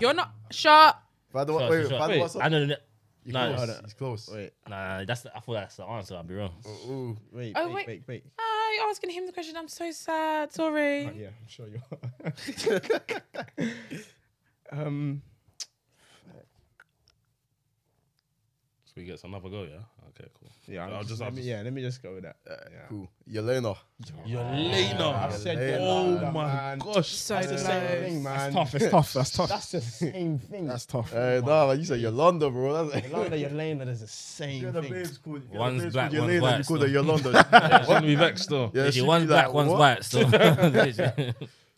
Speaker 1: You're not sharp.
Speaker 2: Find the one,
Speaker 4: Sure,
Speaker 2: wait,
Speaker 4: sure, sure.
Speaker 2: find the
Speaker 4: Wait,
Speaker 2: one.
Speaker 4: I
Speaker 2: son.
Speaker 4: know. the-
Speaker 2: He's
Speaker 4: no,
Speaker 2: close.
Speaker 4: it's-
Speaker 2: he's close.
Speaker 6: Wait,
Speaker 4: Nah, that's the, I thought that's the answer. I'll be wrong.
Speaker 2: Ooh,
Speaker 6: wait,
Speaker 1: Oh,
Speaker 6: wait,
Speaker 1: wait.
Speaker 6: wait, wait.
Speaker 1: Ah, you're asking him the question. I'm so sad. Sorry.
Speaker 6: Yeah, I'm sure you are. [laughs] um,
Speaker 3: So he gets another go, yeah. Okay, cool.
Speaker 6: yeah,
Speaker 3: I'll
Speaker 6: I'll
Speaker 3: just-
Speaker 6: just,
Speaker 3: I'll
Speaker 6: let me,
Speaker 3: just-
Speaker 6: yeah, let me just go with that. yeah.
Speaker 2: cool. Yelena. [laughs]
Speaker 3: Yelena.
Speaker 6: I've said
Speaker 2: Yelena,
Speaker 3: Oh my
Speaker 6: man.
Speaker 3: gosh.
Speaker 1: So
Speaker 6: That's the same
Speaker 1: close.
Speaker 6: thing, man.
Speaker 5: Tough. It's tough. That's tough.
Speaker 6: That's the same thing.
Speaker 5: That's tough.
Speaker 2: Hey, Eh, nah, like you said Yolanda, bro. That's
Speaker 6: Yolanda, Yelena, there's the same
Speaker 2: You're the
Speaker 6: thing.
Speaker 2: babes called. you're the
Speaker 4: One's
Speaker 2: babes
Speaker 4: black,
Speaker 2: called
Speaker 4: one's
Speaker 2: Yelena,
Speaker 4: white,
Speaker 2: You call her
Speaker 4: [laughs]
Speaker 2: [laughs]
Speaker 4: so-
Speaker 2: Yolanda.
Speaker 3: She's gonna be vexed though.
Speaker 2: Yeah,
Speaker 4: Literally,
Speaker 2: she'd
Speaker 4: one's
Speaker 2: be
Speaker 4: black,
Speaker 2: like,
Speaker 4: one's
Speaker 2: what?
Speaker 4: white.
Speaker 2: [laughs]
Speaker 4: So [laughs] Literally.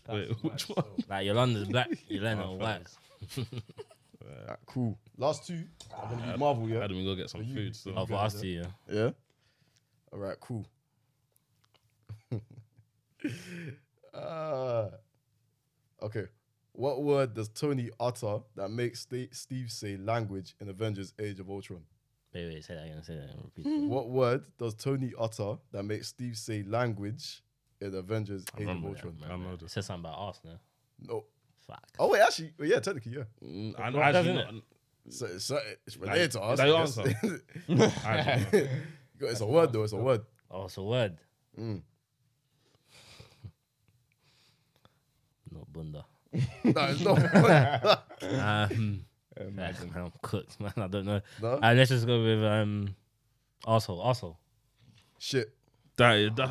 Speaker 3: Wait, which one?
Speaker 4: like Yolanda's
Speaker 2: [laughs]
Speaker 4: black, Yelena white.
Speaker 2: Alright, Cool. Last two. I'm gonna be Marvel,
Speaker 3: How
Speaker 2: yeah.
Speaker 3: do we go get some food? So.
Speaker 4: Oh, for us two, yeah.
Speaker 2: Yeah. All right. Cool. [laughs] uh, okay. What word does Tony utter that makes Sta- Steve say language in Avengers: Age of Ultron?
Speaker 4: Wait, wait, say that again. Say that. Again, repeat. it.
Speaker 2: What word does Tony utter that makes Steve say language in Avengers: Age
Speaker 3: I
Speaker 2: of
Speaker 3: remember.
Speaker 2: Ultron?
Speaker 3: I know
Speaker 4: It
Speaker 3: this.
Speaker 4: says something about us now.
Speaker 2: No.
Speaker 4: Fuck.
Speaker 2: Oh wait, actually, well, yeah, technically, yeah.
Speaker 3: Mm, I know. I actually
Speaker 4: doesn't
Speaker 3: know-
Speaker 2: So, so it's related
Speaker 3: Like,
Speaker 2: to us.
Speaker 3: like
Speaker 2: I guess.
Speaker 3: answer. I actually know.
Speaker 2: [laughs] it's a word though. It's a word.
Speaker 4: Oh, it's a word. [laughs]
Speaker 2: Mm.
Speaker 4: Not bunda.
Speaker 2: No, it's not.
Speaker 4: Um, [laughs] I'm cooked, [laughs] man. I don't know.
Speaker 2: No?
Speaker 4: Uh, let's just go with um, asshole. Asshole.
Speaker 2: Shit.
Speaker 3: That, that,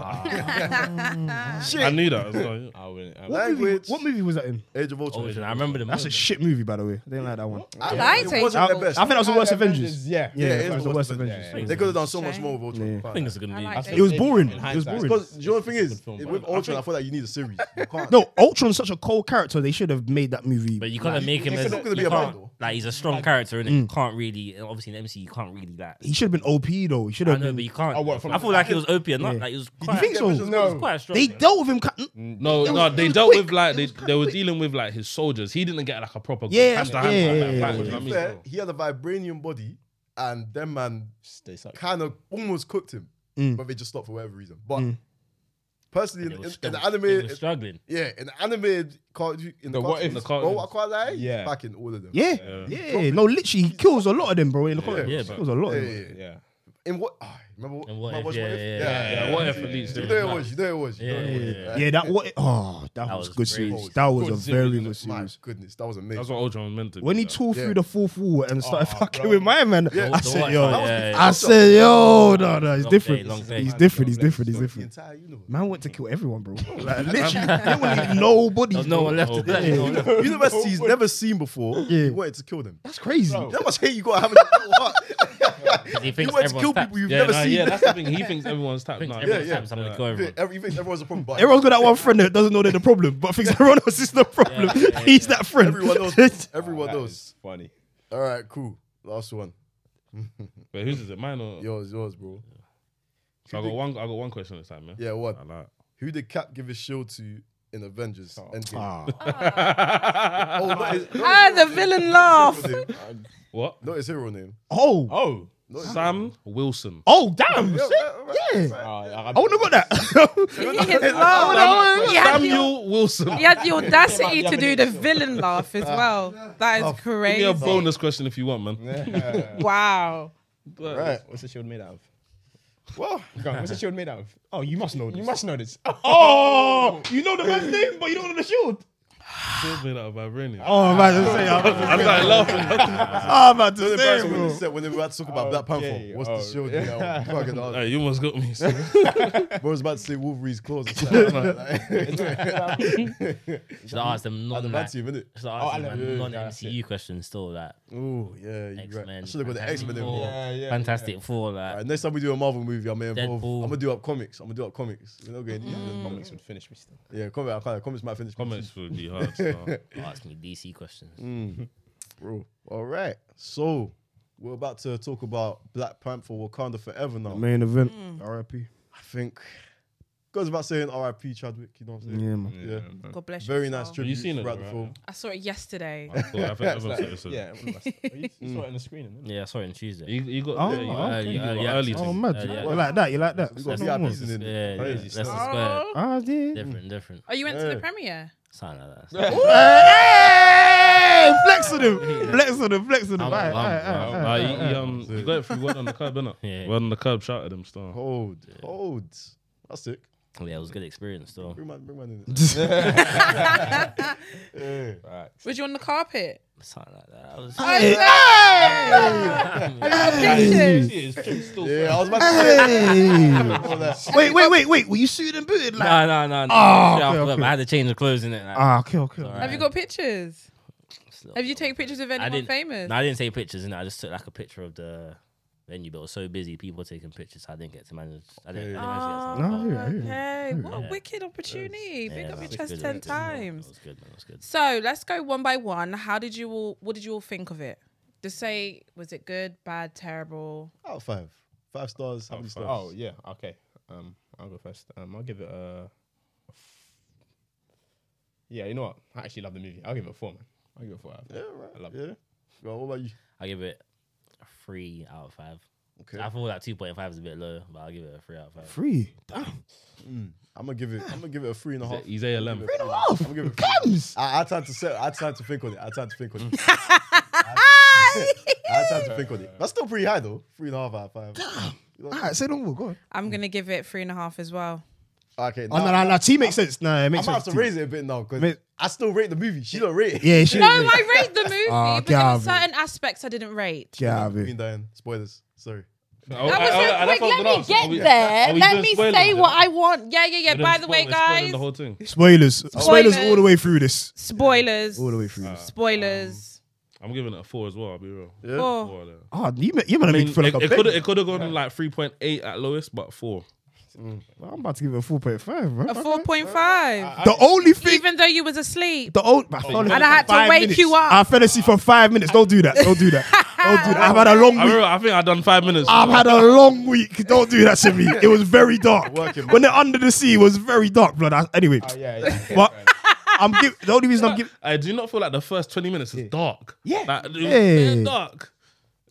Speaker 3: I knew that. I was like,
Speaker 7: I wouldn't. I
Speaker 5: What movie,
Speaker 2: Language.
Speaker 5: what movie was that in?
Speaker 2: Age of
Speaker 4: Oh,
Speaker 2: Ultron.
Speaker 4: I remember the
Speaker 5: That's a
Speaker 4: movie.
Speaker 5: shit movie, by the way. I didn't like that one.
Speaker 1: I liked
Speaker 2: it.
Speaker 1: it.
Speaker 2: wasn't their best.
Speaker 5: I think that was the worst Avengers.
Speaker 6: Yeah.
Speaker 5: Yeah,
Speaker 2: Yeah, it
Speaker 5: that
Speaker 2: is
Speaker 5: was the
Speaker 2: the
Speaker 5: worst
Speaker 2: worst
Speaker 5: Avengers.
Speaker 2: they could have done so much more with Ultron.
Speaker 5: Yeah.
Speaker 2: Fine.
Speaker 4: I think it's a good movie.
Speaker 1: liked
Speaker 5: It was
Speaker 6: In
Speaker 5: boring. It was
Speaker 6: hindsight.
Speaker 5: boring.
Speaker 2: Because you know the thing
Speaker 7: It's a
Speaker 2: is,
Speaker 7: good film,
Speaker 2: with
Speaker 7: but I
Speaker 2: Ultron, I, thought that you need a series. You can't.
Speaker 5: No, Ultron's such a cold character. They should have made that movie.
Speaker 4: But you can't make him
Speaker 2: it's
Speaker 4: as
Speaker 2: not gonna be
Speaker 4: you
Speaker 2: a
Speaker 4: can't-
Speaker 2: bundle.
Speaker 4: like he's a strong character and you can't really obviously in MC you can't really that.
Speaker 5: He should have been OP though. He should
Speaker 4: I
Speaker 5: have
Speaker 4: know,
Speaker 5: been.
Speaker 4: but you can't.
Speaker 7: Oh, what, from-
Speaker 4: I feel like he was opium, not
Speaker 5: Yeah.
Speaker 4: like he was. Quite,
Speaker 5: think so?
Speaker 4: he was
Speaker 6: No.
Speaker 4: quite strong.
Speaker 5: They dealt with him. ca-
Speaker 3: no,
Speaker 5: Um, It
Speaker 3: no,
Speaker 5: was- it
Speaker 3: they
Speaker 5: was
Speaker 3: dealt
Speaker 5: quick.
Speaker 3: with like
Speaker 5: It
Speaker 3: they,
Speaker 5: was
Speaker 3: they were
Speaker 5: quick.
Speaker 3: dealing with like his soldiers. He didn't get like a proper
Speaker 5: Yeah,
Speaker 3: hand to
Speaker 5: yeah,
Speaker 3: hand
Speaker 5: yeah,
Speaker 3: like that.
Speaker 5: yeah,
Speaker 3: back
Speaker 5: yeah.
Speaker 3: with, you know
Speaker 2: To
Speaker 3: what I
Speaker 2: be
Speaker 3: mean?
Speaker 2: fair, he had a vibranium body, and them man
Speaker 7: They suck.
Speaker 2: kind of almost cooked him,
Speaker 5: Mm.
Speaker 2: but they just stopped for whatever reason. But
Speaker 5: Mm.
Speaker 2: personally, in,
Speaker 4: They were
Speaker 2: in- in
Speaker 4: strong-
Speaker 2: the
Speaker 4: they
Speaker 2: anime,
Speaker 4: were struggling.
Speaker 2: yeah, in the animated cartoon, in the,
Speaker 7: The what
Speaker 2: cartoon,
Speaker 7: if-
Speaker 3: The
Speaker 2: bro,
Speaker 3: cartoons.
Speaker 2: what I can't lie,
Speaker 7: Yeah.
Speaker 2: yeah, back in all of them.
Speaker 5: Yeah, yeah. No, literally, he kills a lot of them, bro. In the comic,
Speaker 4: Yeah,
Speaker 5: books.
Speaker 4: but-
Speaker 5: kills a lot.
Speaker 2: Yeah,
Speaker 5: Of
Speaker 2: yeah,
Speaker 5: them.
Speaker 2: yeah.
Speaker 7: Yeah.
Speaker 2: In what? ah, remember what?
Speaker 4: And what
Speaker 2: my
Speaker 4: if,
Speaker 2: watch,
Speaker 4: yeah, yeah, yeah,
Speaker 3: Yeah, what if at least
Speaker 2: You
Speaker 3: it
Speaker 2: know it
Speaker 3: was
Speaker 2: was. You know it was. You know
Speaker 4: Yeah,
Speaker 2: it was.
Speaker 4: yeah,
Speaker 2: Right.
Speaker 5: Yeah, that what? Oh, that, was,
Speaker 4: was
Speaker 5: good
Speaker 4: crazy.
Speaker 5: series. That was a
Speaker 7: Good
Speaker 5: very
Speaker 7: series,
Speaker 5: good
Speaker 2: My
Speaker 5: series.
Speaker 2: goodness, that was
Speaker 3: That's
Speaker 2: amazing.
Speaker 3: what Ultron was meant to.
Speaker 5: When he
Speaker 3: be,
Speaker 5: tore
Speaker 2: Yeah.
Speaker 5: through the fourth wall and started fucking
Speaker 7: bro.
Speaker 5: with my man,
Speaker 2: Yeah.
Speaker 5: I
Speaker 4: The
Speaker 5: said,
Speaker 4: white
Speaker 5: yo,
Speaker 4: man, yeah, yeah.
Speaker 5: I said, yo, no, no, it's
Speaker 4: Long
Speaker 5: different.
Speaker 4: day, long day.
Speaker 5: he's different. He's
Speaker 2: Long
Speaker 5: different.
Speaker 2: legs, got
Speaker 5: He's
Speaker 2: The
Speaker 5: different.
Speaker 2: entire
Speaker 5: [laughs]
Speaker 2: universe.
Speaker 5: Man went to kill everyone, bro. Like, literally, they wouldn't leave nobody.
Speaker 4: There's no
Speaker 5: bro.
Speaker 4: one left.
Speaker 3: Oh,
Speaker 4: to do. No one left.
Speaker 2: Universities never seen before.
Speaker 5: Yeah.
Speaker 2: You wanted to kill them.
Speaker 5: That's crazy.
Speaker 2: That much hate you got having your heart.
Speaker 4: He
Speaker 2: You
Speaker 4: thinks
Speaker 2: want to
Speaker 4: everyone's
Speaker 2: kill
Speaker 4: tapped.
Speaker 2: people you've
Speaker 3: Yeah,
Speaker 2: never
Speaker 3: nah,
Speaker 2: seen.
Speaker 3: yeah, that's the thing. He thinks everyone's tapped.
Speaker 4: Thinks
Speaker 3: Nah,
Speaker 4: everyone's
Speaker 2: yeah.
Speaker 4: tapped. I'm gonna kill everyone.
Speaker 2: Every- you think everyone's a problem, but [laughs]
Speaker 5: Everyone's got that one friend that doesn't know they're the problem, but [laughs] thinks everyone else is the problem. He's that friend.
Speaker 2: everyone knows. Everyone
Speaker 7: That
Speaker 2: knows.
Speaker 7: is funny.
Speaker 2: All right, cool. Last one.
Speaker 3: Wait, whose is it? Mine or?
Speaker 2: Yours, yours, bro.
Speaker 3: So I got one. I got one question this time. Yeah.
Speaker 2: Yeah, what?
Speaker 3: I like.
Speaker 2: Who did Cap give his shield to in Avengers Endgame?
Speaker 5: [laughs] Ah.
Speaker 2: Oh, [laughs] not his,
Speaker 1: Ah, the
Speaker 6: [laughs]
Speaker 1: villain laugh.
Speaker 2: not his hero name.
Speaker 3: [laughs] What?
Speaker 2: Not his hero name.
Speaker 5: Oh,
Speaker 7: Oh.
Speaker 2: Not his
Speaker 3: Sam Wilson.
Speaker 5: oh, damn. shit. Yeah.
Speaker 7: uh,
Speaker 5: I wouldn't have got that. [laughs]
Speaker 1: His laugh. He had the-
Speaker 3: Samuel Wilson.
Speaker 1: he had the
Speaker 6: [laughs]
Speaker 1: audacity
Speaker 7: Yeah,
Speaker 1: to
Speaker 7: but
Speaker 1: do
Speaker 7: it-
Speaker 1: the villain laugh as well. That is
Speaker 3: Give me a
Speaker 1: crazy.
Speaker 3: bonus question if you want, man. [laughs]
Speaker 1: Wow.
Speaker 2: Right.
Speaker 7: What's the shield made out of?
Speaker 2: Well,
Speaker 7: Go on, What's the shield made out of?
Speaker 5: oh, you must know
Speaker 7: You must know this. [laughs] Oh,
Speaker 5: Oh, [laughs] you know the man's name, but you don't know the shield.
Speaker 3: Shield made out of vibranium.
Speaker 5: Oh, I'm about to say. [laughs] I'm about to
Speaker 3: I started laughing.
Speaker 5: say, I'm about to say
Speaker 2: embarrassing when you
Speaker 5: bro.
Speaker 2: said when they were about to talk about Black Panther.
Speaker 7: Okay,
Speaker 2: What's
Speaker 7: oh,
Speaker 2: the shield name? I fucking asked.
Speaker 3: [laughs] Hey, you almost got me. so-
Speaker 2: Bro was about to say Wolverine's claws. and stuff like that.
Speaker 4: Should I ask them non like, should
Speaker 2: Adamantium, innit?
Speaker 4: I ask
Speaker 7: Oh,
Speaker 4: them
Speaker 7: Adam-
Speaker 4: non
Speaker 7: yeah,
Speaker 4: MCU questions still that
Speaker 2: Ooh, yeah,
Speaker 4: X
Speaker 2: you're right. I
Speaker 4: Men.
Speaker 2: should have got the X Men in
Speaker 4: Four,
Speaker 2: there.
Speaker 7: Yeah, yeah,
Speaker 4: Fantastic Four that.
Speaker 2: Alright, next time we do a Marvel movie, I may involve.
Speaker 4: Deadpool.
Speaker 2: I'm gonna do up comics. I'm gonna do up comics. We're not going.
Speaker 7: Comics would finish me still.
Speaker 2: Yeah, comic. I can't. Comics might finish. me
Speaker 3: Comments would be hard. So.
Speaker 4: Ask me DC questions.
Speaker 2: soon, bro. All right. So we're about to talk about Black Panther: Wakanda Forever now.
Speaker 5: Main event. R.I.P.
Speaker 2: I think goes about saying R.I.P. Chadwick. You know what I'm saying?
Speaker 5: Yeah, man.
Speaker 2: Yeah.
Speaker 1: God bless you.
Speaker 2: Very nice
Speaker 1: soul.
Speaker 2: tribute
Speaker 3: you seen it
Speaker 2: throughout
Speaker 3: though,
Speaker 2: the
Speaker 3: right?
Speaker 2: film.
Speaker 1: I saw it
Speaker 4: Oh,
Speaker 1: yesterday.
Speaker 3: I thought- I think everyone said this, so-
Speaker 7: Yeah, one of us. You you saw it on the screen. innit?
Speaker 4: Yeah, I saw it on Tuesday.
Speaker 3: You, you got
Speaker 5: Oh,
Speaker 3: yeah, you got
Speaker 4: okay.
Speaker 3: early, you got
Speaker 4: Yeah,
Speaker 3: early.
Speaker 4: yeah.
Speaker 3: thing.
Speaker 5: Oh, mad.
Speaker 4: Uh, yeah.
Speaker 5: You like that? You like that? Ah,
Speaker 2: We got
Speaker 4: That's
Speaker 2: VIPs in it.
Speaker 4: Yeah, yeah.
Speaker 2: Crazy
Speaker 4: That's the
Speaker 2: stuff.
Speaker 4: square.
Speaker 1: Oh.
Speaker 5: I did.
Speaker 4: Different, different.
Speaker 1: Oh, you went to
Speaker 2: Yeah.
Speaker 1: the premiere?
Speaker 4: Something like that.
Speaker 5: Hey, flex on him. Flex on him. Flex on
Speaker 4: I'm-
Speaker 5: him. Aye,
Speaker 4: I'm-
Speaker 5: aye, aye,
Speaker 4: I'm-
Speaker 5: aye.
Speaker 3: Nah, you, you, um, you got it through word on the curb, innit?
Speaker 4: Yeah.
Speaker 3: Word on the curb, shout at them, star.
Speaker 2: Hold, hold. That's sick.
Speaker 4: Yeah, it was a good experience though.
Speaker 2: Bring man, bring man in.
Speaker 5: [laughs]
Speaker 2: it. yeah.
Speaker 1: Was you on the carpet?
Speaker 4: Something like that. I was
Speaker 1: Hey. Pictures.
Speaker 3: Yeah, it's true, still.
Speaker 2: yeah, I was about to say. all that.
Speaker 5: Wait, wait, wait, wait. Were you suited and booted? Like,
Speaker 4: No, no, no. no. Yeah,
Speaker 5: Oh,
Speaker 4: I,
Speaker 5: okay,
Speaker 4: forgot,
Speaker 5: okay.
Speaker 4: but I had to change the clothes in it. Like,
Speaker 5: ah, okay, okay.
Speaker 4: all
Speaker 1: Have you
Speaker 4: right.
Speaker 1: got pictures?
Speaker 4: Still-
Speaker 1: Have you taken pictures of
Speaker 4: I
Speaker 1: anyone
Speaker 4: didn't.
Speaker 1: famous?
Speaker 4: No, I didn't take pictures in it. I just took like a picture of the venue, but it was so busy, people taking pictures. I didn't get to manage. I didn't.
Speaker 1: Ah,
Speaker 4: I didn't
Speaker 5: No,
Speaker 4: manage to get to the photo.
Speaker 5: yeah, yeah.
Speaker 1: Oh, Okay, what a
Speaker 4: Yeah.
Speaker 1: wicked opportunity.
Speaker 4: Yeah,
Speaker 1: Big
Speaker 4: that
Speaker 1: up your
Speaker 4: was
Speaker 1: chest
Speaker 4: good,
Speaker 1: ten
Speaker 4: that was good.
Speaker 1: times.
Speaker 4: That was good, man. That was good.
Speaker 1: So let's go one by one. How did you all? What did you all think of it? Just say, was it good, bad, terrible?
Speaker 2: Out of five. Five stars. How many stars?
Speaker 7: Oh yeah. Okay. Um, I'll go first. Um, I'll give it a. Yeah, you know what? I actually love the movie. I'll give it a four, man. I'll give it a four. Out of
Speaker 2: Yeah,
Speaker 7: five.
Speaker 2: right.
Speaker 7: I love
Speaker 2: yeah. Well, what about you?
Speaker 4: I give it a three out of five.
Speaker 2: Okay.
Speaker 4: I feel like two point five is a bit low, but I'll give it a three out of
Speaker 7: [laughs]
Speaker 4: five.
Speaker 5: Free.
Speaker 2: I'm gonna give it. I'm gonna give it e- a three and a half.
Speaker 3: He's ALM.
Speaker 2: Three and a half. I'm giving.
Speaker 5: Cams.
Speaker 2: I, I tried to set. I tried to think on it. I tried to think on
Speaker 5: [laughs]
Speaker 2: it. I tried to think on it. That's still pretty high though. Three and a half out of five.
Speaker 5: All right, say no more. Go on.
Speaker 1: [laughs] I'm gonna give it three and a half as [laughs] well.
Speaker 2: Okay.
Speaker 5: Oh,
Speaker 2: now-
Speaker 5: no, no, no. T makes sense. Nah, it
Speaker 2: I
Speaker 5: makes
Speaker 2: might have
Speaker 5: sense.
Speaker 2: to
Speaker 5: T.
Speaker 2: raise it a bit now because
Speaker 5: Mate.
Speaker 2: I still rate the movie. She don't rate it.
Speaker 5: Yeah, shit.
Speaker 1: No, I rate the movie,
Speaker 5: Ah,
Speaker 1: but there were
Speaker 5: Gavin.
Speaker 1: certain aspects I didn't rate.
Speaker 5: Get out of
Speaker 2: Queen
Speaker 5: it.
Speaker 2: Diane. Spoilers. Sorry.
Speaker 3: I-
Speaker 8: I was
Speaker 3: I-
Speaker 8: like,
Speaker 3: oh, I- that's
Speaker 8: wait,
Speaker 3: what I
Speaker 8: let
Speaker 3: was gonna
Speaker 8: me
Speaker 3: ask.
Speaker 8: get
Speaker 3: Are we-
Speaker 8: there.
Speaker 3: are we
Speaker 8: Let
Speaker 3: doing
Speaker 8: me
Speaker 3: spoilers
Speaker 8: say
Speaker 3: yet?
Speaker 8: what I want. Yeah, yeah, yeah.
Speaker 3: We're doing
Speaker 8: By the way,
Speaker 3: spoilers, we're spoiling
Speaker 8: guys,
Speaker 3: The whole thing.
Speaker 5: Spoilers. Spoilers. all the
Speaker 1: Spoilers.
Speaker 5: way through this.
Speaker 1: spoilers.
Speaker 5: All the way through
Speaker 3: Um,
Speaker 5: this.
Speaker 1: Spoilers. Oh,
Speaker 3: I'm giving it a four as well. I'll be real.
Speaker 2: Yeah.
Speaker 1: Four.
Speaker 3: Four there.
Speaker 5: Ah, you, ma- you man
Speaker 3: I mean,
Speaker 5: make me feel
Speaker 3: it,
Speaker 5: like a
Speaker 3: could
Speaker 5: beggar.
Speaker 3: it could have gone like three point eight at lowest, but four.
Speaker 5: I'm about to give it a 4.5, bro.
Speaker 1: A four point five.
Speaker 5: The only thing.
Speaker 1: Even though you was asleep.
Speaker 5: the old. I fell asleep
Speaker 1: And I had
Speaker 5: for
Speaker 1: to
Speaker 5: five
Speaker 1: wake
Speaker 5: minutes.
Speaker 1: you up.
Speaker 5: I fell asleep for five minutes. Don't do that. Don't do that. Don't do that. I've had
Speaker 1: [laughs]
Speaker 5: a long
Speaker 3: I
Speaker 5: week.
Speaker 3: remember, I think I've done five minutes.
Speaker 5: I've had a long week. Don't do that to me. It was very dark.
Speaker 2: Working,
Speaker 5: When they're under the sea, it was very dark, blood. I- Anyway,
Speaker 7: Oh, Yeah, yeah.
Speaker 5: but I'm giv the only reason I'm giving.
Speaker 3: I do not feel like the first twenty minutes is dark.
Speaker 5: Yeah.
Speaker 3: like, it was
Speaker 5: Yeah.
Speaker 3: dead dark.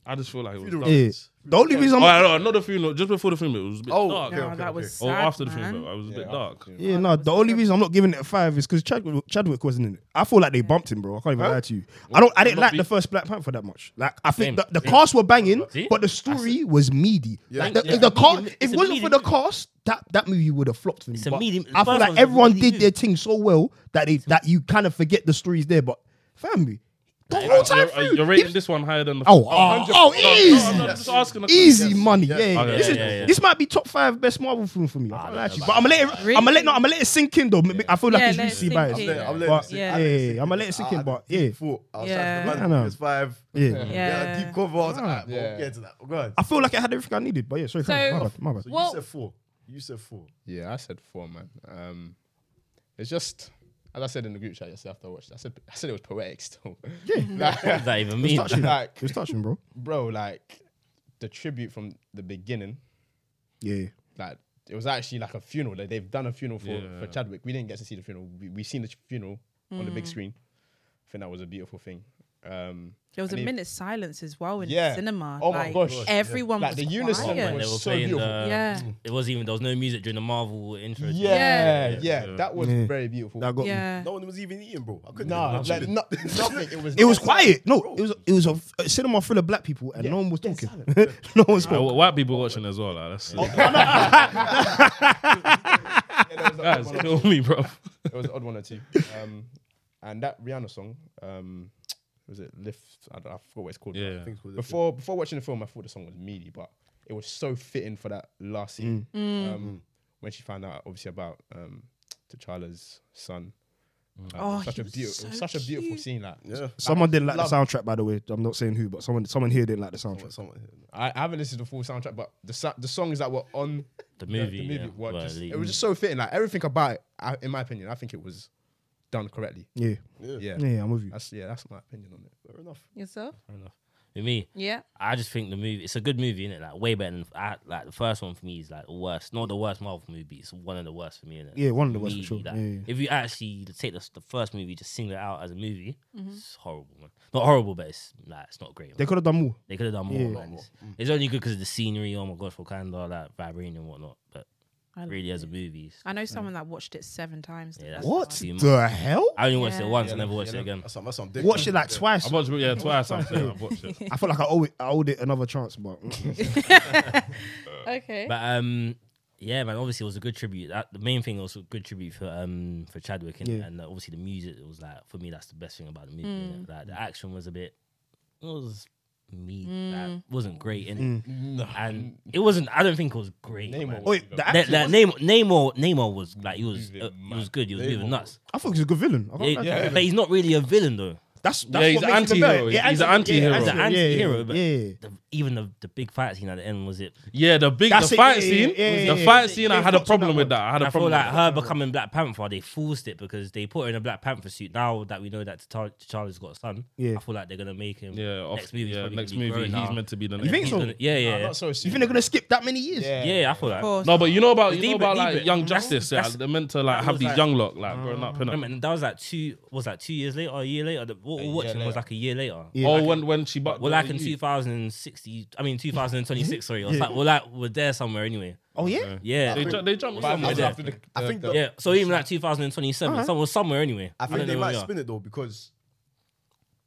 Speaker 3: I just feel like it was dark.
Speaker 5: Yeah. The only reason
Speaker 3: Oh,
Speaker 5: I'm.
Speaker 3: I know, not the funeral. Just before the funeral, it was a bit
Speaker 2: Oh,
Speaker 3: dark.
Speaker 2: okay,
Speaker 1: Oh, that was
Speaker 3: Or
Speaker 1: sad,
Speaker 3: after the
Speaker 1: man.
Speaker 3: funeral, it was a bit dark.
Speaker 5: Yeah, no. The only reason I'm not giving it a five is because Chadwick, Chadwick wasn't in it. I feel like they bumped him, bro. I can't even lie to you. I don't. I didn't
Speaker 3: Not
Speaker 5: like
Speaker 3: be-
Speaker 5: the first Black Panther that much. Like I
Speaker 4: Same.
Speaker 5: think the, the
Speaker 4: Same.
Speaker 5: cast were banging,
Speaker 4: See?
Speaker 5: but the story was meaty. Like the,
Speaker 4: Yeah.
Speaker 5: the cast,
Speaker 4: It's
Speaker 5: if
Speaker 4: a
Speaker 5: it wasn't for
Speaker 4: medium-
Speaker 5: the cast, that that movie would have flopped for me.
Speaker 4: It's a
Speaker 5: But
Speaker 4: medium- the
Speaker 5: I feel
Speaker 4: first
Speaker 5: like
Speaker 4: one's a
Speaker 5: everyone
Speaker 4: medium.
Speaker 5: did their thing so well that they that you kind of forget the stories there. But family, the whole
Speaker 3: You're,
Speaker 5: time
Speaker 3: you're
Speaker 5: through,
Speaker 3: rating
Speaker 5: Gibbs-
Speaker 3: this one higher than the.
Speaker 5: Oh,
Speaker 3: first
Speaker 5: oh, oh,
Speaker 3: one.
Speaker 5: easy.
Speaker 3: I'm just asking. a
Speaker 5: Easy
Speaker 3: question.
Speaker 5: money, yeah. yeah.
Speaker 3: Okay,
Speaker 5: this is
Speaker 4: yeah, yeah.
Speaker 5: this might be top five best Marvel film for me. I can't lie to you. But I'm gonna let it, I'm gonna let no, I'm gonna let it sink in though. I feel like
Speaker 1: Yeah,
Speaker 5: it's
Speaker 1: let it
Speaker 5: UC
Speaker 1: sink
Speaker 5: bias.
Speaker 1: in.
Speaker 2: I'm letting- I'm letting it
Speaker 5: But
Speaker 2: sink-
Speaker 5: yeah,
Speaker 1: I'm letting it
Speaker 5: yeah, I'm gonna let it sink in. But yeah,
Speaker 2: Four. I was
Speaker 1: Yeah.
Speaker 2: trying to
Speaker 5: I know.
Speaker 2: imagine it's five.
Speaker 5: yeah.
Speaker 1: Yeah.
Speaker 2: Yeah, deep cover. I was like, all right,
Speaker 7: Yeah.
Speaker 2: we'll get to that. Go ahead.
Speaker 5: I feel like I had everything I needed. But yeah, sorry,
Speaker 1: So-
Speaker 5: Cam, my bad, my bad.
Speaker 2: So
Speaker 1: Well-
Speaker 2: you said four. You said four.
Speaker 7: Yeah, I said four, man. Um, it's just as I said in the group chat yesterday after I watched. I said I said it was poetic still.
Speaker 4: What does that even mean? [laughs]
Speaker 7: [laughs] like, like,
Speaker 5: It was touching, bro.
Speaker 7: bro, like the tribute from the beginning,
Speaker 5: Yeah,
Speaker 7: like it was actually like a funeral. Like, they've done a funeral for,
Speaker 3: Yeah.
Speaker 7: for Chadwick. We didn't get to see the funeral. We we seen the funeral on the big screen. I think that was a beautiful thing. Um,
Speaker 1: There was a
Speaker 7: and it-
Speaker 1: minute silence as well in
Speaker 7: Yeah.
Speaker 1: the cinema.
Speaker 7: Oh my
Speaker 1: like,
Speaker 7: gosh, yeah.
Speaker 1: Everyone was
Speaker 7: Like, the unison
Speaker 1: quiet.
Speaker 4: when
Speaker 7: was
Speaker 4: they were
Speaker 7: so
Speaker 4: playing
Speaker 7: beautiful.
Speaker 4: the,
Speaker 1: Yeah.
Speaker 4: it wasn't even there was no music during the Marvel intro.
Speaker 7: yeah, yeah,
Speaker 3: yeah.
Speaker 7: that was
Speaker 5: Yeah.
Speaker 7: very beautiful.
Speaker 5: that got me.
Speaker 1: Yeah.
Speaker 2: No one was even eating, bro. I couldn't.
Speaker 7: Nah,
Speaker 2: even-
Speaker 7: like, no,
Speaker 5: [laughs]
Speaker 7: nothing. [laughs] It was.
Speaker 5: It was quiet. No, it was it was a, a cinema full of black people and no one was talking. [laughs] no one
Speaker 3: Uh,
Speaker 5: spoke.
Speaker 3: white people watching as well. Like, that's, guys, kill me, bro.
Speaker 7: it was an odd one or two. Um, and that Rihanna song, um, was it Lift? I, don't, I forgot what it's called.
Speaker 3: Yeah.
Speaker 7: Before before watching the film, I thought the song was meaty, but it was so fitting for that last scene. Um, when she found out, obviously, about um, T'Challa's son. Um,
Speaker 1: Oh,
Speaker 7: such
Speaker 1: he
Speaker 7: a
Speaker 1: was
Speaker 7: beautiful, it was
Speaker 1: so
Speaker 7: such a beautiful
Speaker 1: cute.
Speaker 7: scene. Like,
Speaker 2: Yeah.
Speaker 5: Someone didn't like the
Speaker 7: Love-
Speaker 5: soundtrack, by the way. I'm not saying who, but someone someone here didn't like the soundtrack.
Speaker 2: Someone here.
Speaker 7: I, I haven't listened to the full soundtrack, but the sa- the songs that were on
Speaker 4: The movie,
Speaker 7: the movie
Speaker 4: yeah,
Speaker 7: were
Speaker 4: were
Speaker 7: just,
Speaker 4: elite.
Speaker 7: it was just so fitting. Like everything about it, I, in my opinion, I think it was done correctly.
Speaker 5: Yeah,
Speaker 7: Yeah,
Speaker 5: yeah, I'm with you.
Speaker 7: that's yeah, that's my opinion on it.
Speaker 2: Fair enough.
Speaker 1: Yourself?
Speaker 4: For me,
Speaker 1: Yeah.
Speaker 4: I just think the movie it's a good movie, innit? Like way better than I, like the first one for me is like the worst. Not the worst Marvel movie, it's one of the worst for me, innit?
Speaker 5: Yeah, one of the worst for
Speaker 4: Me,
Speaker 5: sure.
Speaker 4: like,
Speaker 5: Yeah, yeah.
Speaker 4: If you actually take the, the first movie, just single it out as a movie,
Speaker 1: Mm-hmm.
Speaker 4: it's horrible, man. Not horrible, but it's nah, it's not great. man.
Speaker 5: They could have done more.
Speaker 4: They could have done more.
Speaker 5: Yeah. Mm.
Speaker 4: man. It's, it's only good because of the scenery. Oh my gosh, Wakanda, like vibranium and whatnot. But
Speaker 1: I love
Speaker 4: really, as a movie, it's-
Speaker 1: I know someone that watched it seven times.
Speaker 4: Yeah, that's
Speaker 5: What
Speaker 4: Too much.
Speaker 5: the hell?
Speaker 4: I only watched it
Speaker 1: Yeah.
Speaker 4: once. I never watched it again.
Speaker 2: That's something. That's something.
Speaker 5: Watched it like twice.
Speaker 3: I've watched it, yeah, twice. I'm saying I've watched it.
Speaker 5: I feel like I owe it, I owed it another
Speaker 3: [laughs]
Speaker 5: chance, but mm.
Speaker 1: Okay.
Speaker 4: But um, yeah, man. Obviously, it was a good tribute. That, the main thing was a good tribute for um for Chadwick, and,
Speaker 5: Yeah.
Speaker 4: and obviously the music it was like for me that's the best thing about the movie. innit? Like the action was a bit, it was me. That wasn't great, innit? and it wasn't. I don't think it was great. man.
Speaker 7: was-
Speaker 5: wait, the
Speaker 4: That,
Speaker 5: action,
Speaker 4: that Namor, Namor, Namor was like he was, uh, he was good. He was moving nuts.
Speaker 5: I thought he was a good villain. I can't
Speaker 4: Yeah,
Speaker 5: lie to you.
Speaker 4: But he's not really a villain though.
Speaker 5: That's, that's
Speaker 3: Yeah, he's
Speaker 5: what
Speaker 3: an
Speaker 5: makes him better.
Speaker 3: anti-hero. He's an
Speaker 5: anti-
Speaker 3: anti-hero.
Speaker 5: yeah,
Speaker 4: As an anti-hero,
Speaker 5: yeah,
Speaker 4: but
Speaker 5: yeah.
Speaker 4: the, even the, the big fight scene at the end was it.
Speaker 3: Yeah, the big
Speaker 5: That's
Speaker 3: the
Speaker 5: it,
Speaker 3: fight
Speaker 5: yeah,
Speaker 3: scene.
Speaker 5: yeah, yeah,
Speaker 3: the
Speaker 5: yeah,
Speaker 3: fight
Speaker 5: yeah.
Speaker 3: scene.
Speaker 5: They
Speaker 3: I had a
Speaker 5: fucked on
Speaker 3: problem
Speaker 5: that
Speaker 3: with that. I had a
Speaker 4: I feel
Speaker 3: problem.
Speaker 4: like
Speaker 3: with
Speaker 4: her becoming Black Panther, they forced it because they put her in a Black Panther suit. Now that we know that T'Challa- T'Challa's got a son,
Speaker 5: Yeah.
Speaker 4: I feel like they're gonna make him.
Speaker 3: that. Yeah, off,
Speaker 4: next movie.
Speaker 3: yeah, next movie. He's meant to be the next.
Speaker 5: think
Speaker 4: He's
Speaker 5: so?
Speaker 4: gonna- yeah, yeah, yeah.
Speaker 7: Not so
Speaker 5: You
Speaker 7: soon.
Speaker 5: think they're gonna skip that many years?
Speaker 7: Yeah.
Speaker 4: yeah, I feel like.
Speaker 1: course.
Speaker 3: No, but you know about you
Speaker 4: Leave
Speaker 3: know
Speaker 4: it,
Speaker 3: about
Speaker 4: leave
Speaker 3: like
Speaker 4: it.
Speaker 3: Young
Speaker 4: That's-
Speaker 3: Justice. yeah,
Speaker 4: that's-
Speaker 3: They're meant to like
Speaker 4: that
Speaker 3: have
Speaker 4: was
Speaker 3: these
Speaker 4: like- Mm-hmm.
Speaker 3: young lot like growing up.
Speaker 4: I
Speaker 3: innit?
Speaker 4: mean, that was like two. Was that two years later or a year later? The, what we're watching was like a year later.
Speaker 3: Oh, when when she but
Speaker 4: We're like in 2060. I mean, 2026. Sorry, I was like, we're like we're there somewhere anyway.
Speaker 5: Oh yeah.
Speaker 4: Yeah,
Speaker 3: they ju- they jumped
Speaker 7: But
Speaker 3: somewhere.
Speaker 7: that's
Speaker 4: Yeah.
Speaker 7: after the,
Speaker 2: I
Speaker 7: the-
Speaker 2: think
Speaker 7: the-
Speaker 2: the-
Speaker 4: yeah. So even like 2027, somewhere, somewhere anyway.
Speaker 2: I think
Speaker 4: don't
Speaker 2: they
Speaker 4: know where
Speaker 2: might
Speaker 4: we are.
Speaker 2: spin it though because